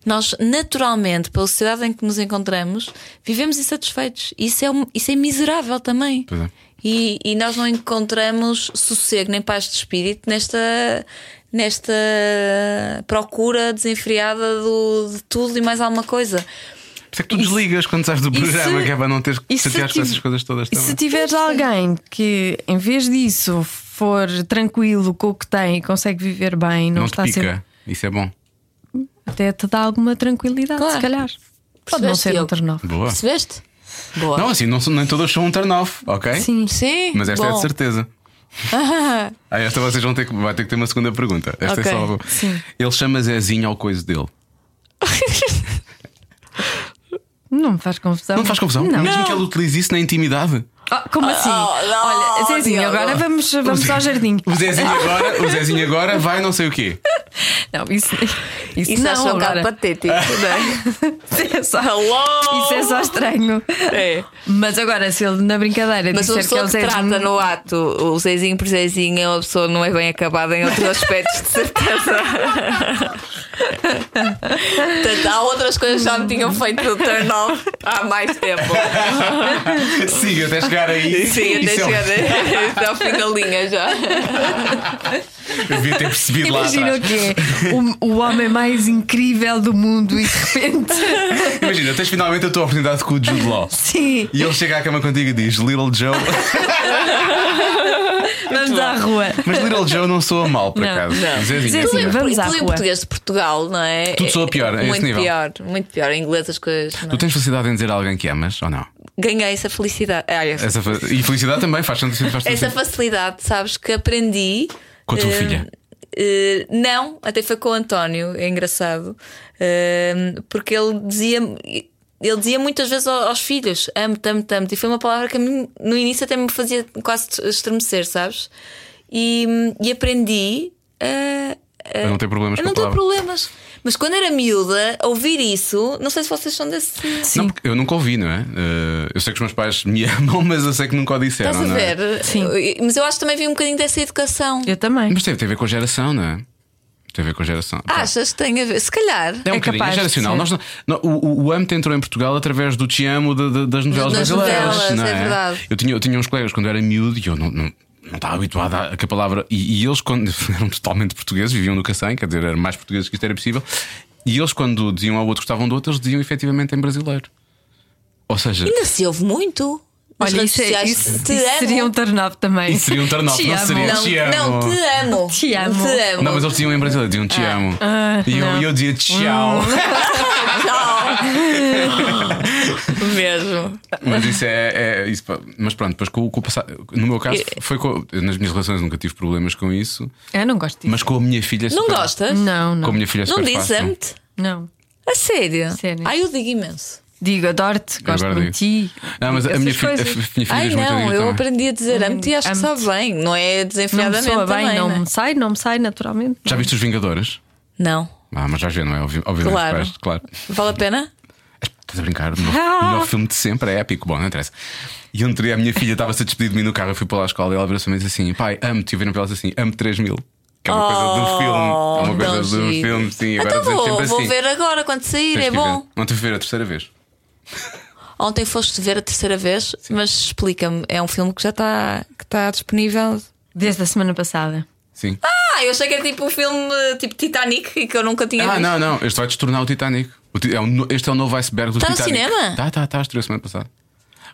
S5: Nós, naturalmente, pela sociedade em que nos encontramos, vivemos insatisfeitos. Isso é, um- isso é miserável também.
S2: Pois é.
S5: E, e nós não encontramos sossego nem paz de espírito nesta, nesta procura desenfreada do, de tudo e mais alguma coisa.
S2: Por isso é que tu desligas quando sais do
S5: e se-
S2: programa, que é para não teres que
S3: e se
S2: chatear com
S3: tive-
S2: essas coisas todas
S3: E se
S2: também.
S3: tiveres alguém que, em vez disso, for tranquilo com o que tem e consegue viver bem, não,
S2: Não te
S3: está
S2: pica.
S3: sempre.
S2: Isso é bom.
S3: Até te dá alguma tranquilidade,
S5: Claro.
S3: se calhar. Pode não
S5: Percebeste,
S3: ser
S5: Diogo?
S3: um turn-off.
S2: Boa.
S5: Percebeste? Boa.
S2: Não, assim, não, sou- nem todas são um turn off, ok?
S3: Sim.
S5: Sim.
S2: Mas esta é
S5: bom.
S2: de certeza. Ah, esta vocês vão ter que, vai ter que ter uma segunda pergunta. Esta
S5: Ok.
S2: é só. Ele chama Zezinho ao coisa dele.
S3: Não me faz confusão.
S2: Não faz confusão?
S3: Então, Não.
S2: Mesmo que ele utilize isso na intimidade.
S3: Ah, como assim?
S5: não,
S3: Olha, Zezinho,
S5: Diogo.
S3: agora vamos, vamos ao jardim.
S2: O Zezinho agora, o Zezinho agora vai não sei o quê.
S3: Não, isso, isso,
S5: Isso acho
S3: não,
S5: um bocado
S3: agora.
S5: patético. não é?
S3: Isso é só,
S5: Hello!
S3: isso é só estranho.
S5: é.
S3: Mas agora, se ele na brincadeira
S5: Mas uma
S3: disser que é
S5: pessoa
S3: o
S5: que, trata
S3: Zezinho.
S5: no ato o Zezinho por Zezinho é uma pessoa que não é bem acabada em outros aspectos, de certeza. Portanto, há outras coisas que já me tinham feito do turn off há mais tempo.
S2: Siga até chegar aí.
S5: Sim, até
S2: Isso é um-
S5: chegar até ao fim da linha já.
S2: Eu devia ter
S5: é?
S2: percebido lá
S3: Imagina
S2: atrás.
S3: o quê? O, o homem mais incrível do mundo e de repente.
S2: Imagina, tens finalmente a tua oportunidade com o Jude Law.
S3: Sim,
S2: E ele chega à cama contigo e diz Little Joe.
S3: vamos à rua.
S2: Mas Little Joe não soa mal, por
S3: Não,
S2: acaso. assim,
S5: não. é
S2: Zezinho,
S3: Zezinho,
S2: senhor.
S3: vamos à
S5: Tudo em
S3: rua.
S5: português de Portugal, não é?
S2: Tudo soa pior, a esse
S5: muito
S2: nível.
S5: pior, muito pior. Em inglês as coisas. não é?
S2: Tu tens felicidade em dizer a alguém que amas ou não?
S5: Ganhei essa felicidade. Olha,
S2: Essa fa- E felicidade também faz tanto sentido. Faz tanto
S5: essa
S2: sentido.
S5: facilidade, sabes, que aprendi.
S2: Com a tua
S5: eh,
S2: filha.
S5: eh, não, até foi com o António, é engraçado, eh, porque ele dizia. Ele dizia muitas vezes ao- aos filhos: amo-te, amo-te, amo-te. E foi uma palavra que a mim, no início até me fazia quase estremecer, sabes? E, e aprendi a,
S2: Eu não tenho problemas
S5: eu
S2: com
S5: não
S2: a palavra.
S5: tenho problemas. Mas quando era miúda, ouvir isso, não sei se vocês são desse.
S3: Sim.
S2: Não, porque eu nunca ouvi, não é? Eh, eu sei que os meus pais me amam, mas eu sei que nunca o disseram.
S5: Estás a
S2: não é?
S5: ver?
S3: Sim.
S5: Mas eu acho que também vi um bocadinho dessa educação.
S3: Eu também.
S2: Mas teve, tem a ver com a geração, não é? Tem a ver com a geração.
S5: Achas que tem a ver? Se
S2: É um
S5: calhar.
S3: É
S2: bocadinho, é
S3: capaz de
S2: geracional.
S3: ser.
S2: Nós, não- não, o, o- o AMT entrou em Portugal através do Te Amo de- de- das novelas
S5: Das
S2: brasileiras.
S5: novelas,
S2: não
S5: é verdade.
S2: Eu tinha, eu tinha uns colegas quando eu era miúdo e eu não. não não estava habituado a, a que a palavra. E, e eles, quando eram totalmente portugueses, viviam no Cacém, quer dizer, eram mais portugueses que isto era possível. E eles, quando diziam ao outro que gostavam do outro, eles diziam efetivamente em brasileiro. Ou seja,
S5: Ainda se ouve muito. Nas
S3: Olha,
S5: redes
S3: isso, é-
S5: sociais,
S3: isso,
S5: te
S3: isso
S5: amo.
S3: seria um turn-off também.
S2: Isso seria um turn-off,
S3: Te
S2: não
S3: amo.
S2: seria?
S5: Não,
S2: Te amo.
S5: não, te amo.
S3: Te amo.
S5: Te amo.
S2: não, mas eles diziam em brasileiro, diziam te amo.
S3: Ah,
S2: e eu,
S3: não.
S2: e eu dizia tchau.
S3: Hum.
S5: Não. Mesmo.
S2: Mas isso é. é- isso, pá, mas pronto, depois com, o- com o passar. No meu caso, foi com- nas minhas relações nunca tive problemas com isso,
S3: Eu não gosto disso.
S2: mas com a minha filha. é
S5: Não
S2: super-
S5: gostas?
S3: Não,
S2: Com a
S3: não.
S2: minha filha é
S5: Não
S2: super
S5: diz
S2: fácil.
S5: amo-te?
S3: Não.
S5: A sério?
S3: Sério.
S5: Ai, eu digo imenso.
S3: Digo, adoro-te, gosto
S2: Agora
S3: muito de ti.
S2: Não, mas a
S3: Essas
S2: minha, fi, a,
S3: coisas.
S2: fi- minha filha
S5: Ai,
S2: diz muito
S5: não,
S2: amiga
S5: eu
S2: também.
S5: aprendi a dizer amo-te e acho que sabe
S3: Hum, amo-te.
S5: bem. Não é
S3: Não me
S5: desenfreadamente
S3: soa bem,
S5: também,
S3: não
S5: né?
S3: me sai, não me sai naturalmente.
S2: Já viste os Vingadores?
S5: Não.
S2: Ah, mas já vê, não é? Obvi- Obviamente,
S5: Claro.
S2: vais, claro.
S5: Vale a pena?
S2: Estás a brincar? O melhor, o
S5: Ah.
S2: melhor filme de sempre é épico. Bom, não interessa. E um dia a minha filha estava-se a despedir de mim no carro. Eu fui para lá à escola e ela virou-se para mim e disse assim: Pai, amo-te. E viram para ela assim: Amo-te 3000. Que é uma coisa do filme. É uma coisa
S5: Oh, tão
S2: do
S5: giro.
S2: filme, sim. Agora
S5: Então
S2: dizemos
S5: vou,
S2: sempre
S5: vou
S2: assim.
S5: ver agora quando sair,
S2: Tens
S5: é
S2: que
S5: bom.
S2: ver. Ontem fui ver a terceira vez.
S5: Ontem foste ver a terceira vez, mas explica-me, é um filme que já está que está disponível.
S3: Desde a semana passada.
S2: Sim.
S5: Ah, eu achei que era tipo um filme tipo Titanic e que eu nunca tinha
S2: Ah,
S5: visto.
S2: não, não. Este vai destornar o Titanic. O ti- é o no- este é o novo iceberg do
S5: Tá no
S2: Titanic.
S5: cinema?
S2: Tá, tá, tá. Estreou semana passada.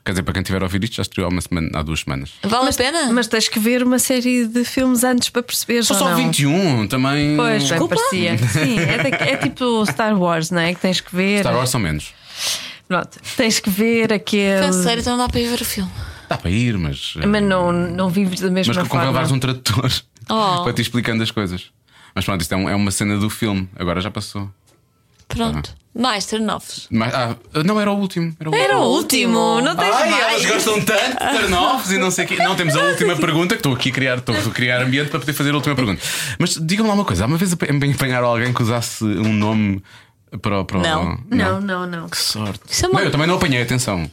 S2: Quer dizer, para quem tiver a ouvir isto, já estreou há, uma semana, há duas semanas.
S5: Vale a pena?
S3: Mas tens que ver uma série de filmes antes para perceberes
S2: Só
S3: ou
S2: só
S3: não.
S2: 21 também.
S3: Pois, bem
S2: Star
S5: Desculpa?
S3: parecia. Sim, é, da- é tipo Star Wars, não é? Que tens que ver.
S2: Wars são menos.
S3: Pronto, tens que ver aquele.
S5: Canseiro, então não dá para ir ver o filme.
S2: Dá para ir, mas.
S5: É
S2: eh,
S3: Mas não, não vives da mesma
S2: Mas convém
S3: forma.
S2: levares um tradutor
S5: Oh.
S2: para te explicando as coisas. Mas pronto, isto é, um- é uma cena do filme. Agora já passou.
S5: Pronto.
S2: Ah.
S5: Mais turn-offs.
S2: Mas, ah, não, era o último. Era o
S5: Era
S2: último.
S5: o último, não tens
S2: Ai,
S5: mais.
S2: elas gostam tanto de turn-offs e não sei o quê. Não, temos a última pergunta que estou aqui a criar, estou a criar ambiente para poder fazer a última pergunta. Mas digam lá uma coisa: há uma vez apanha- apanharam alguém que usasse um nome para o. Para o-
S5: Não.
S3: Não, não, não.
S2: Que sorte.
S5: Isso é uma-
S2: Não, eu também não apanhei, atenção.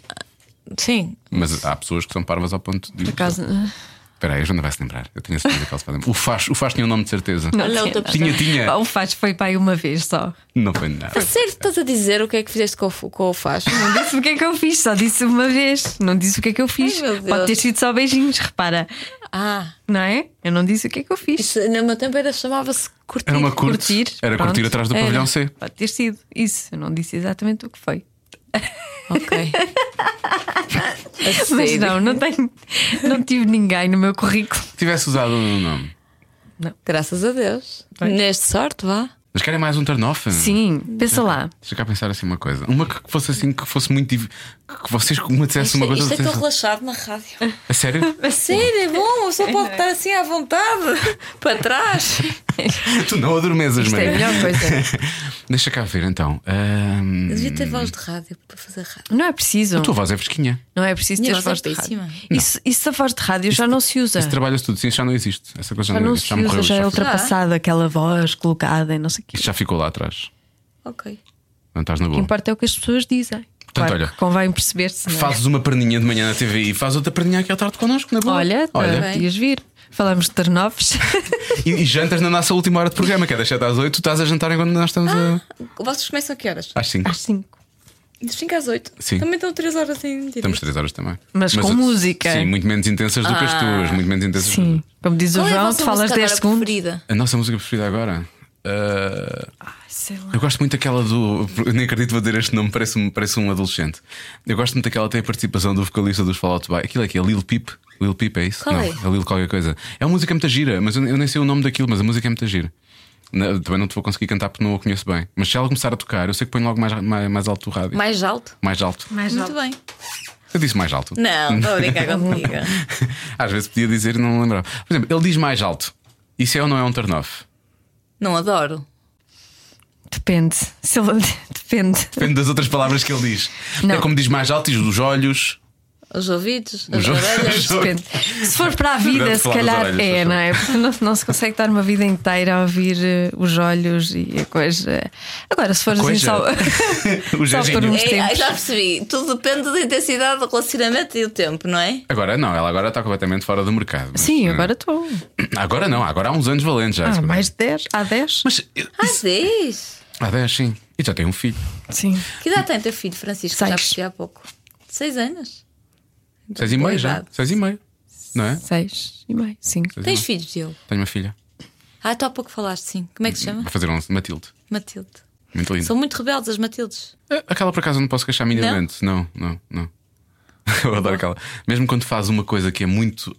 S5: Sim.
S2: Mas há pessoas que são parvas ao ponto de.
S3: Por acaso.
S2: Espera aí, a Joana vai se lembrar. Eu tenho a certeza que ela se vai lembrar. O Faz, o faz tinha um nome de certeza.
S3: Não
S5: Olha
S3: tinha
S5: outra
S3: nada.
S2: Tinha,
S3: Pá,
S2: tinha.
S3: ah, O Faz foi pai uma vez só.
S2: Não foi nada.
S5: A sério, estás a dizer o que é que fizeste com o, fu- com o facho?
S3: Não disse o que é que eu fiz, só disse uma vez. Não disse o que é que eu fiz.
S5: Ai, meu Deus.
S3: Pode ter sido só beijinhos, repara.
S5: Ah,
S3: Não é? Eu não disse o que é que eu fiz.
S5: isso no meu tempo era chamava-se curtir.
S2: Era uma curte.
S3: curtir,
S2: era
S3: pronto.
S2: curtir atrás do
S5: Era.
S2: pavilhão C.
S3: Pode ter sido isso. Eu não disse exatamente o que foi.
S5: Ok. A
S3: Mas
S5: sério?
S3: não, não tenho. Não tive ninguém no meu currículo.
S2: Se tivesse usado um nome.
S5: Graças a Deus.
S3: Pois.
S5: Neste sorte, vá.
S2: Mas querem mais um turn-off?
S3: Sim, pensa lá.
S2: Deixa cá pensar assim uma coisa. Uma que fosse assim, que fosse muito. div- Que vocês que uma dissesse
S5: é-
S2: uma coisa. dissesse-
S5: relaxado na rádio.
S2: A sério?
S5: A sério, é bom, só pode estar assim à vontade, para trás.
S2: tu não adormezas,
S3: Isto é a
S2: Maria.
S3: melhor coisa.
S2: Deixa cá ver então. Ahm,
S5: Devia ter voz de rádio para fazer rádio.
S3: Não é preciso.
S2: a tua voz é fresquinha.
S3: Não é preciso
S5: Minha
S3: ter
S5: voz é
S3: voz de rádio.
S5: péssima.
S3: Isso, isso da voz de rádio já não se usa.
S2: Isso trabalha-se tudo. Sim, já não existe. Essa coisa já,
S3: Tá. Já não
S2: existe.
S3: se
S2: Já morreu.
S3: usa, já é
S2: isto, já
S5: Ah.
S3: ultrapassada aquela voz colocada e não sei o quê.
S2: isto já ficou lá atrás.
S5: Ok.
S2: Não estás na
S3: O que
S2: boa.
S3: importa é o que as pessoas dizem. Claro
S2: olha,
S3: que convém perceber-se. não é?
S2: Fazes uma perninha de manhã na TV e fazes outra perninha aqui à tarde connosco, na boa.
S3: Olha, tá
S2: Olha.
S3: olha. podias vir. Falamos de Ternovos.
S2: E, e jantas na nossa última hora de programa, que é das 7 às 8, tu estás a jantar enquanto nós estamos a.
S5: Vocês começam a que horas?
S2: Às 5.
S3: Ah. às 5.
S5: Das 5 às 8.
S2: Sim.
S5: Também estão 3 horas em
S2: Estamos
S5: direito.
S2: 3 horas também.
S3: Mas com
S2: uh,
S3: música. Ah.
S2: Sim, muito menos intensas do que as tuas. Muito menos intensas.
S3: Sim. Como diz o
S5: Qual é a
S3: João,
S5: vossa
S3: tu falas
S5: música
S3: 10
S5: agora
S3: segundos.
S5: preferida?
S2: A nossa música preferida agora. uh,
S3: Sei lá.
S2: eu gosto muito daquela do. eu Nem acredito vou dizer este nome, parece um, parece um adolescente. Eu gosto muito daquela que tem a participação do vocalista dos Fall Out Boy. Aquilo é que é Lil Peep. Lil Peep é isso?
S5: Qual
S2: Não,
S5: é?
S2: é Lil qualquer coisa. É uma música muito gira, mas eu, eu nem sei o nome daquilo, mas a música é muito gira. Na- também não te vou conseguir cantar porque não a conheço bem. Mas se ela começar a tocar, eu sei que ponho logo mais, mais, mais alto o rádio.
S5: Mais alto?
S2: Mais alto.
S5: Muito bem.
S2: Eu disse mais alto.
S5: Não, estou a brincar comigo.
S2: Às vezes podia dizer e não lembrava. Por exemplo, ele diz mais alto. Isso é ou não é um turn-off?
S5: Não adoro.
S3: Depende. Se ele- Depende.
S2: Depende das outras palavras que ele diz.
S3: Não.
S2: É como diz mais alto, diz dos olhos.
S5: Os ouvidos, as
S2: Os ouvidos.
S5: orelhas.
S3: Depende. Se for para a vida,
S2: Grande
S3: se
S2: falar das
S3: calhar
S2: orelhas,
S3: é,
S2: por
S3: não é? Porque não, não se consegue dar uma vida inteira a ouvir eh, os olhos e a coisa. Agora, se for assim
S2: Coisa?
S3: só.
S2: O
S3: só por
S2: Jorginho.
S3: uns tempos.
S5: É, já percebi. Tudo depende da intensidade do relacionamento e do tempo, não é?
S2: Agora não, ela agora está completamente fora do mercado. mas,
S3: Sim,
S2: eh,
S3: agora estou.
S2: Agora não, agora há uns anos valentes já.
S3: Há mais de 10, há 10.
S2: Mas eh,
S5: Ah, diz.
S2: há 10, sim. E já tem um filho.
S3: Sim.
S5: Que idade tem teu filho, Francisco? Já
S3: Seis.
S5: percebi há pouco. Seis anos.
S2: Seis e meio já.
S5: idade.
S2: Seis e meio. Não é?
S3: 6 e meio, 5.
S5: Tens filhos, Diogo?
S2: Tenho uma filha.
S5: Ah, tu há pouco falaste, sim. Como é que se chama?
S2: Vou fazer um Matilde.
S5: Matilde.
S2: Muito lindo.
S5: São muito rebeldes as Matildes.
S2: Ah, Aquela por acaso não posso queixar minimamente. Não, não, não. Eu adoro aquela. Mesmo quando faz uma coisa que é muito.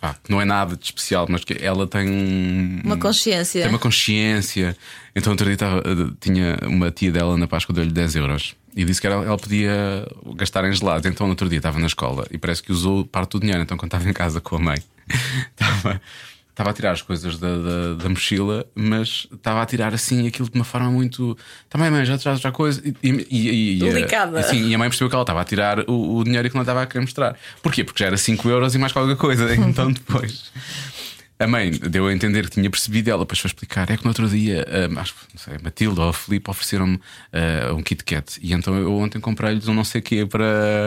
S2: pá, que não é nada de especial, mas que ela tem um.
S5: Uma consciência.
S2: Tem uma consciência. Então, outro dia estava- tinha uma tia dela na Páscoa, deu-lhe 10 euros e disse que ela, ela podia gastar em gelados. Então, no outro dia estava na escola e parece que usou parte do dinheiro. Então, quando estava em casa com a mãe, estava, estava a tirar as coisas da, da, da mochila, mas estava a tirar assim aquilo de uma forma muito. Também, mãe, já tiraste já coisa. E, e, e- e-
S5: Delicada.
S2: e, sim, e a mãe percebeu que ela estava a tirar o, o dinheiro que não estava a querer mostrar. Porquê? Porque já era 5 euros e mais qualquer coisa. Então, depois. A mãe deu a entender que tinha percebido ela, depois foi explicar. É que no outro dia, ah, acho que não sei, a Matilde ou a Filipe ofereceram-me ah, um Kit Kat. E então eu ontem comprei-lhes um não sei quê para.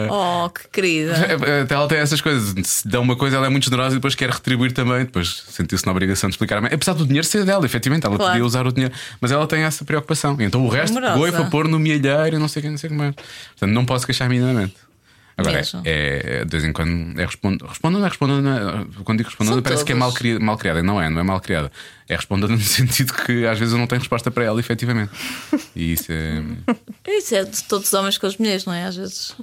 S5: Oh, que querida.
S2: É, Até ela tem essas coisas. Se dá uma coisa, ela é muito generosa e depois quer retribuir também. Depois sentiu-se na obrigação de explicar. à mãe. Apesar do dinheiro ser dela, efetivamente, ela
S5: Claro. É
S2: podia usar o dinheiro. Mas ela tem essa preocupação. Então o resto
S5: Amorosa.
S2: pegou e foi pôr no milheiro e não sei o que, não sei o que mais. Portanto, não posso queixar minimamente. Agora,
S5: Mesmo.
S2: é, é- de vez em quando é respond... respondendo, é respondendo. é- Quando digo respondendo,
S5: São
S2: parece que é mal,
S5: todos.
S2: cri... mal criada. Não é, não é mal criada. É respondendo no sentido que às vezes eu não tenho resposta para ela, efetivamente. E isso é.
S5: Isso é de todos os homens com as mulheres, não é? Às vezes.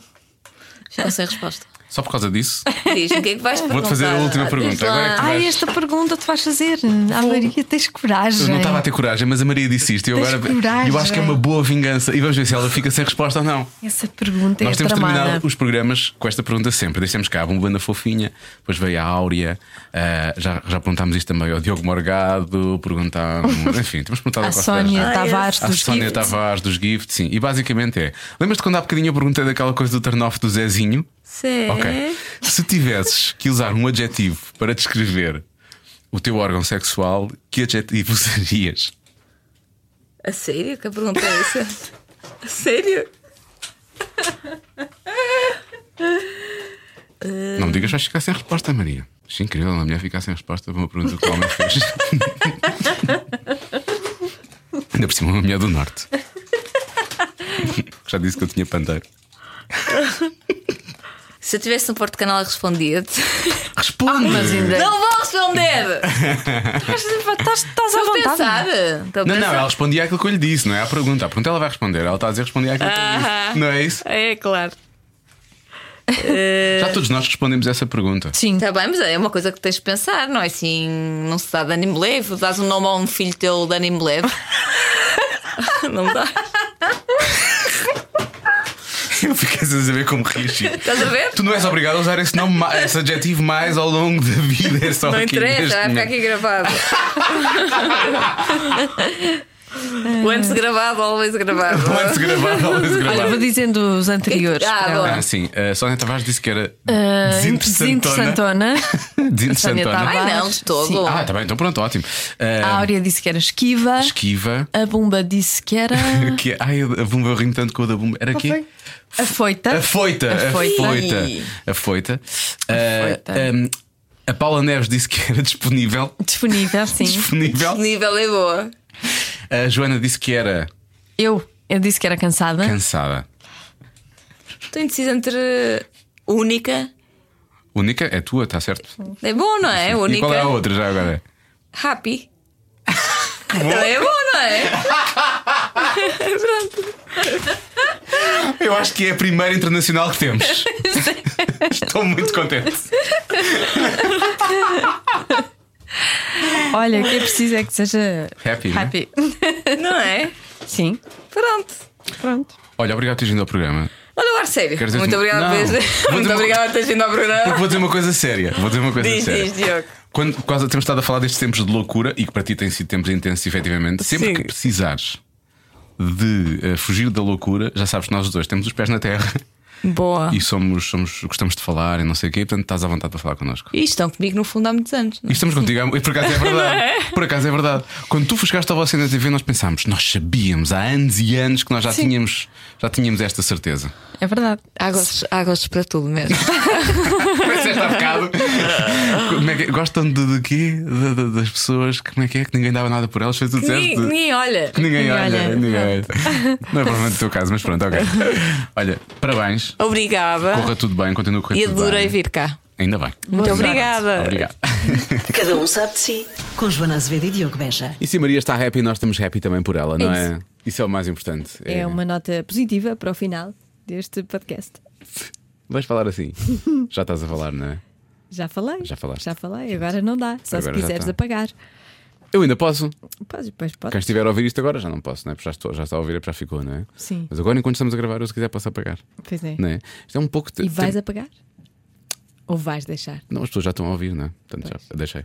S5: Ficam sem resposta.
S2: Só por causa disso,
S5: Diz, o que é que vais perguntar?
S2: vou-te fazer a última
S5: Ah, diz
S2: pergunta. Agora é
S5: lá.
S2: que tu
S3: Ah,
S2: vais-
S3: esta pergunta tu vais fazer. Ah, Maria, tens coragem.
S2: Eu não estava a ter coragem, mas a Maria disse isto. E eu,
S3: Tens
S2: agora,
S3: coragem.
S2: eu acho que é uma boa vingança. E vamos ver se ela fica sem resposta ou não.
S3: Essa pergunta
S2: Nós
S3: é
S2: temos
S3: tramada.
S2: terminado os programas com esta pergunta sempre. Deixamos cá a Bombanda Fofinha, depois veio a Áurea, ah, já, já perguntámos isto também ao Diogo Morgado, perguntámos. Enfim, temos perguntado
S3: A
S2: quase toda gente.
S3: Sónia Tavares
S2: Ah, é? A
S3: dos
S2: Sónia
S3: Gifts.
S2: Tavares dos Gift, sim. E basicamente é. Lembras-te quando há bocadinho eu perguntei daquela coisa do turn-off do Zezinho?
S3: É.
S5: Sim.
S2: Ok. Se tivesses que usar um adjetivo para descrever o teu órgão sexual, que adjetivo usarias?
S5: A sério? Que a pergunta é essa? A sério?
S2: Não me digas que vais ficar sem resposta, Maria. Acho incrível uma mulher ficar sem resposta para uma pergunta que o homem fez. Ainda por cima, uma mulher do Norte. Já disse que eu tinha pandeiro.
S5: Se eu tivesse no Porto Canal, respondia-te. Ah,
S2: Responde!
S3: Mas ainda.
S5: Não vou responder!
S3: Mas estás, estás à
S5: Estou a
S3: vontade.
S5: pensar. Estou
S2: tá
S5: a
S2: Não, não,
S5: pensar.
S2: ela respondia aquilo que eu lhe disse, não é a pergunta. A pergunta ela vai responder. Ela está a dizer responder aquilo que eu lhe disse.
S5: Aham.
S2: Não é isso?
S5: É, claro. Eh.
S2: Já todos nós respondemos essa pergunta.
S3: Sim.
S5: Está bem, mas é uma coisa que tens de pensar, não é assim? Não se dá de anime leve. Dás um nome a um filho teu de anime leve. não dá.
S2: Eu fiquei sem saber como reagir.
S5: Estás a ver?
S2: Tu não és obrigado a usar esse, nome, ma- esse adjetivo mais ao longo da vida. É só
S5: Não
S2: aqui neste
S5: interessa, vai ficar
S2: momento.
S5: aqui gravado. o antes gravado, always gravado.
S2: Ou antes é de gravar, ou antes de gravar.
S3: Olha, vou dizendo os anteriores.
S5: Ah,
S3: para
S5: boa.
S3: ela.
S2: Ah, sim. A Sónia Tavares disse que era
S3: Ah,
S2: desinteressantona.
S3: Desinteressantona. Sónia
S2: Desinteressantona.
S3: Tavares.
S5: Ai, não, de todo.
S3: Sim.
S2: Ah, tá bem, então pronto, ótimo. Ah,
S3: A Áurea disse que era esquiva.
S2: esquiva.
S3: A Bumba disse que era.
S2: Que, é- ai, a Bumba, eu rimo tanto com a da Bumba. Era quê?
S3: A foita.
S2: A foita. A
S3: A foita.
S2: foita.
S5: Ih.
S2: A foita.
S3: foita.
S2: Ah, um, a Paula Neves disse que era disponível.
S3: Disponível, sim.
S2: Disponível.
S5: Nível é boa.
S2: A Joana disse que era
S3: Eu. Eu disse que era cansada.
S2: cansada.
S5: Estou indecisa entre única.
S2: Única é tua, está certo?
S5: É bom, não é?
S2: E qual é a
S5: Única.
S2: outra já agora?
S5: Happy. Então é bom, não é?
S2: Eu acho que é a primeira internacional que temos. Estou muito contente.
S3: Olha, o que é preciso é que seja.
S2: Happy, não é?
S3: Happy.
S5: Não é?
S3: Sim.
S5: Pronto.
S3: Pronto.
S2: Olha, obrigado por teres vindo ao programa.
S5: Olha o ar sério.
S2: Queres dizer
S5: Muito
S2: uma-
S5: obrigada por
S2: Não.
S5: teres-
S2: Vou dizer
S5: Muito
S2: uma-
S5: obrigada por teres vindo ao
S2: Porque
S5: programa.
S2: vou dizer uma coisa séria. Vou dizer uma coisa
S5: Diz,
S2: séria.
S5: diz, Diogo.
S2: Quando quase temos estado a falar destes tempos de loucura e que para ti têm sido tempos intensos, efetivamente, sempre
S5: Sim.
S2: que precisares de eh, fugir da loucura, já sabes que nós os dois temos os pés na terra
S5: Boa.
S2: e somos, somos, gostamos de falar e não sei o quê, portanto estás à vontade para falar connosco.
S5: E estão comigo no fundo há muitos anos. não
S2: E estamos contigo, há- e por acaso é verdade. Por acaso é verdade. Quando tu chegaste ao Você na TV, nós pensámos, nós sabíamos há anos e anos que nós já, tínhamos, já tínhamos esta certeza.
S6: É verdade.
S5: é? Há gostos, há gostos para tudo mesmo.
S2: Como é que disseste há bocado? Como é que é? Gostam de, de quê? De- de- das pessoas que, como é que é? Que ninguém dava nada por elas, foi tu disseste?
S5: ninguém, ninguém olha.
S2: Que ninguém,
S6: Ninguém
S2: olha,
S6: olha.
S2: ninguém olha. Não é provavelmente o teu caso, mas pronto, ok. Olha, parabéns,
S5: Obrigada.
S2: corra tudo bem, continua a correr
S5: E
S2: tudo bem.
S5: adorei vir cá.
S2: Ainda bem.
S5: Muito obrigada.
S2: Obrigado.
S1: Cada um sabe de si. Com Joana Azevedo e Diogo Beja.
S2: E se a Maria está happy, nós estamos happy também por ela, não é?
S3: isso.
S2: Isso. é o mais importante.
S3: É uma nota positiva para o final deste podcast.
S2: Vais falar assim. Já estás a falar, não é?
S3: Já falei.
S2: Já falaste.
S3: Já falei. Agora não dá. Só
S2: Agora
S3: se
S2: já
S3: quiseres
S2: tá.
S3: apagar.
S2: Eu ainda posso.
S3: Pois, pois, pode.
S2: Quem estiver a ouvir isto agora já não posso, não é? Porque já, estou, já está a ouvir, é porque já ficou, não é?
S3: Sim.
S2: Mas agora, enquanto estamos a gravar, eu se quiser posso apagar.
S3: Pois é.
S2: Não é? Isto é um pouco.
S3: E vais
S2: tem-
S3: apagar? Ou vais deixar?
S2: Não, as pessoas já estão a ouvir, não é? Portanto,
S3: Pois.
S2: já deixei.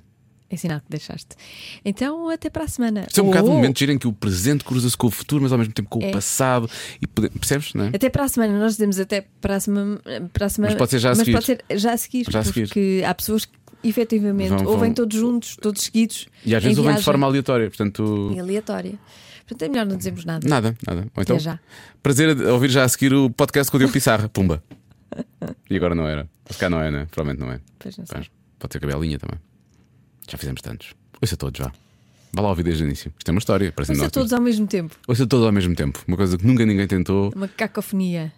S3: É sinal que deixaste. Então, até para a semana.
S2: Isto é um bocado
S3: Ou-
S2: um momento giro em que o presente cruza-se com o futuro, mas ao mesmo tempo com o
S3: Oh! É.
S2: passado. E pode- percebes, não é?
S3: Até para a semana, nós dizemos até para a semana. Para a semana
S2: Mas pode ser já a seguir.
S3: pode ser já a seguir.
S2: Já a seguir.
S3: Porque há pessoas que efetivamente
S2: Vão- vão-
S3: ouvem todos juntos, todos seguidos.
S2: E às
S3: em
S2: vezes ouvem de
S3: viagem,
S2: forma aleatória, portanto.
S3: e aleatória. Portanto, é melhor não dizermos nada.
S2: Nada, nada. Ou então,
S3: já.
S2: prazer de ouvir já a seguir o podcast com o Diogo Pissarra. Pumba. E agora não era. Se cá não é, né? Provavelmente não é.
S3: Pois não sei.
S2: Mas pode ser cabelinha também. Já fizemos tantos. Ouça todos já. Vá lá ouvir desde o início. Isto é uma história. Parece
S3: Mas a todos ao mesmo tempo.
S2: Ouça todos ao mesmo tempo. Uma coisa que nunca ninguém tentou.
S3: Uma cacofonia.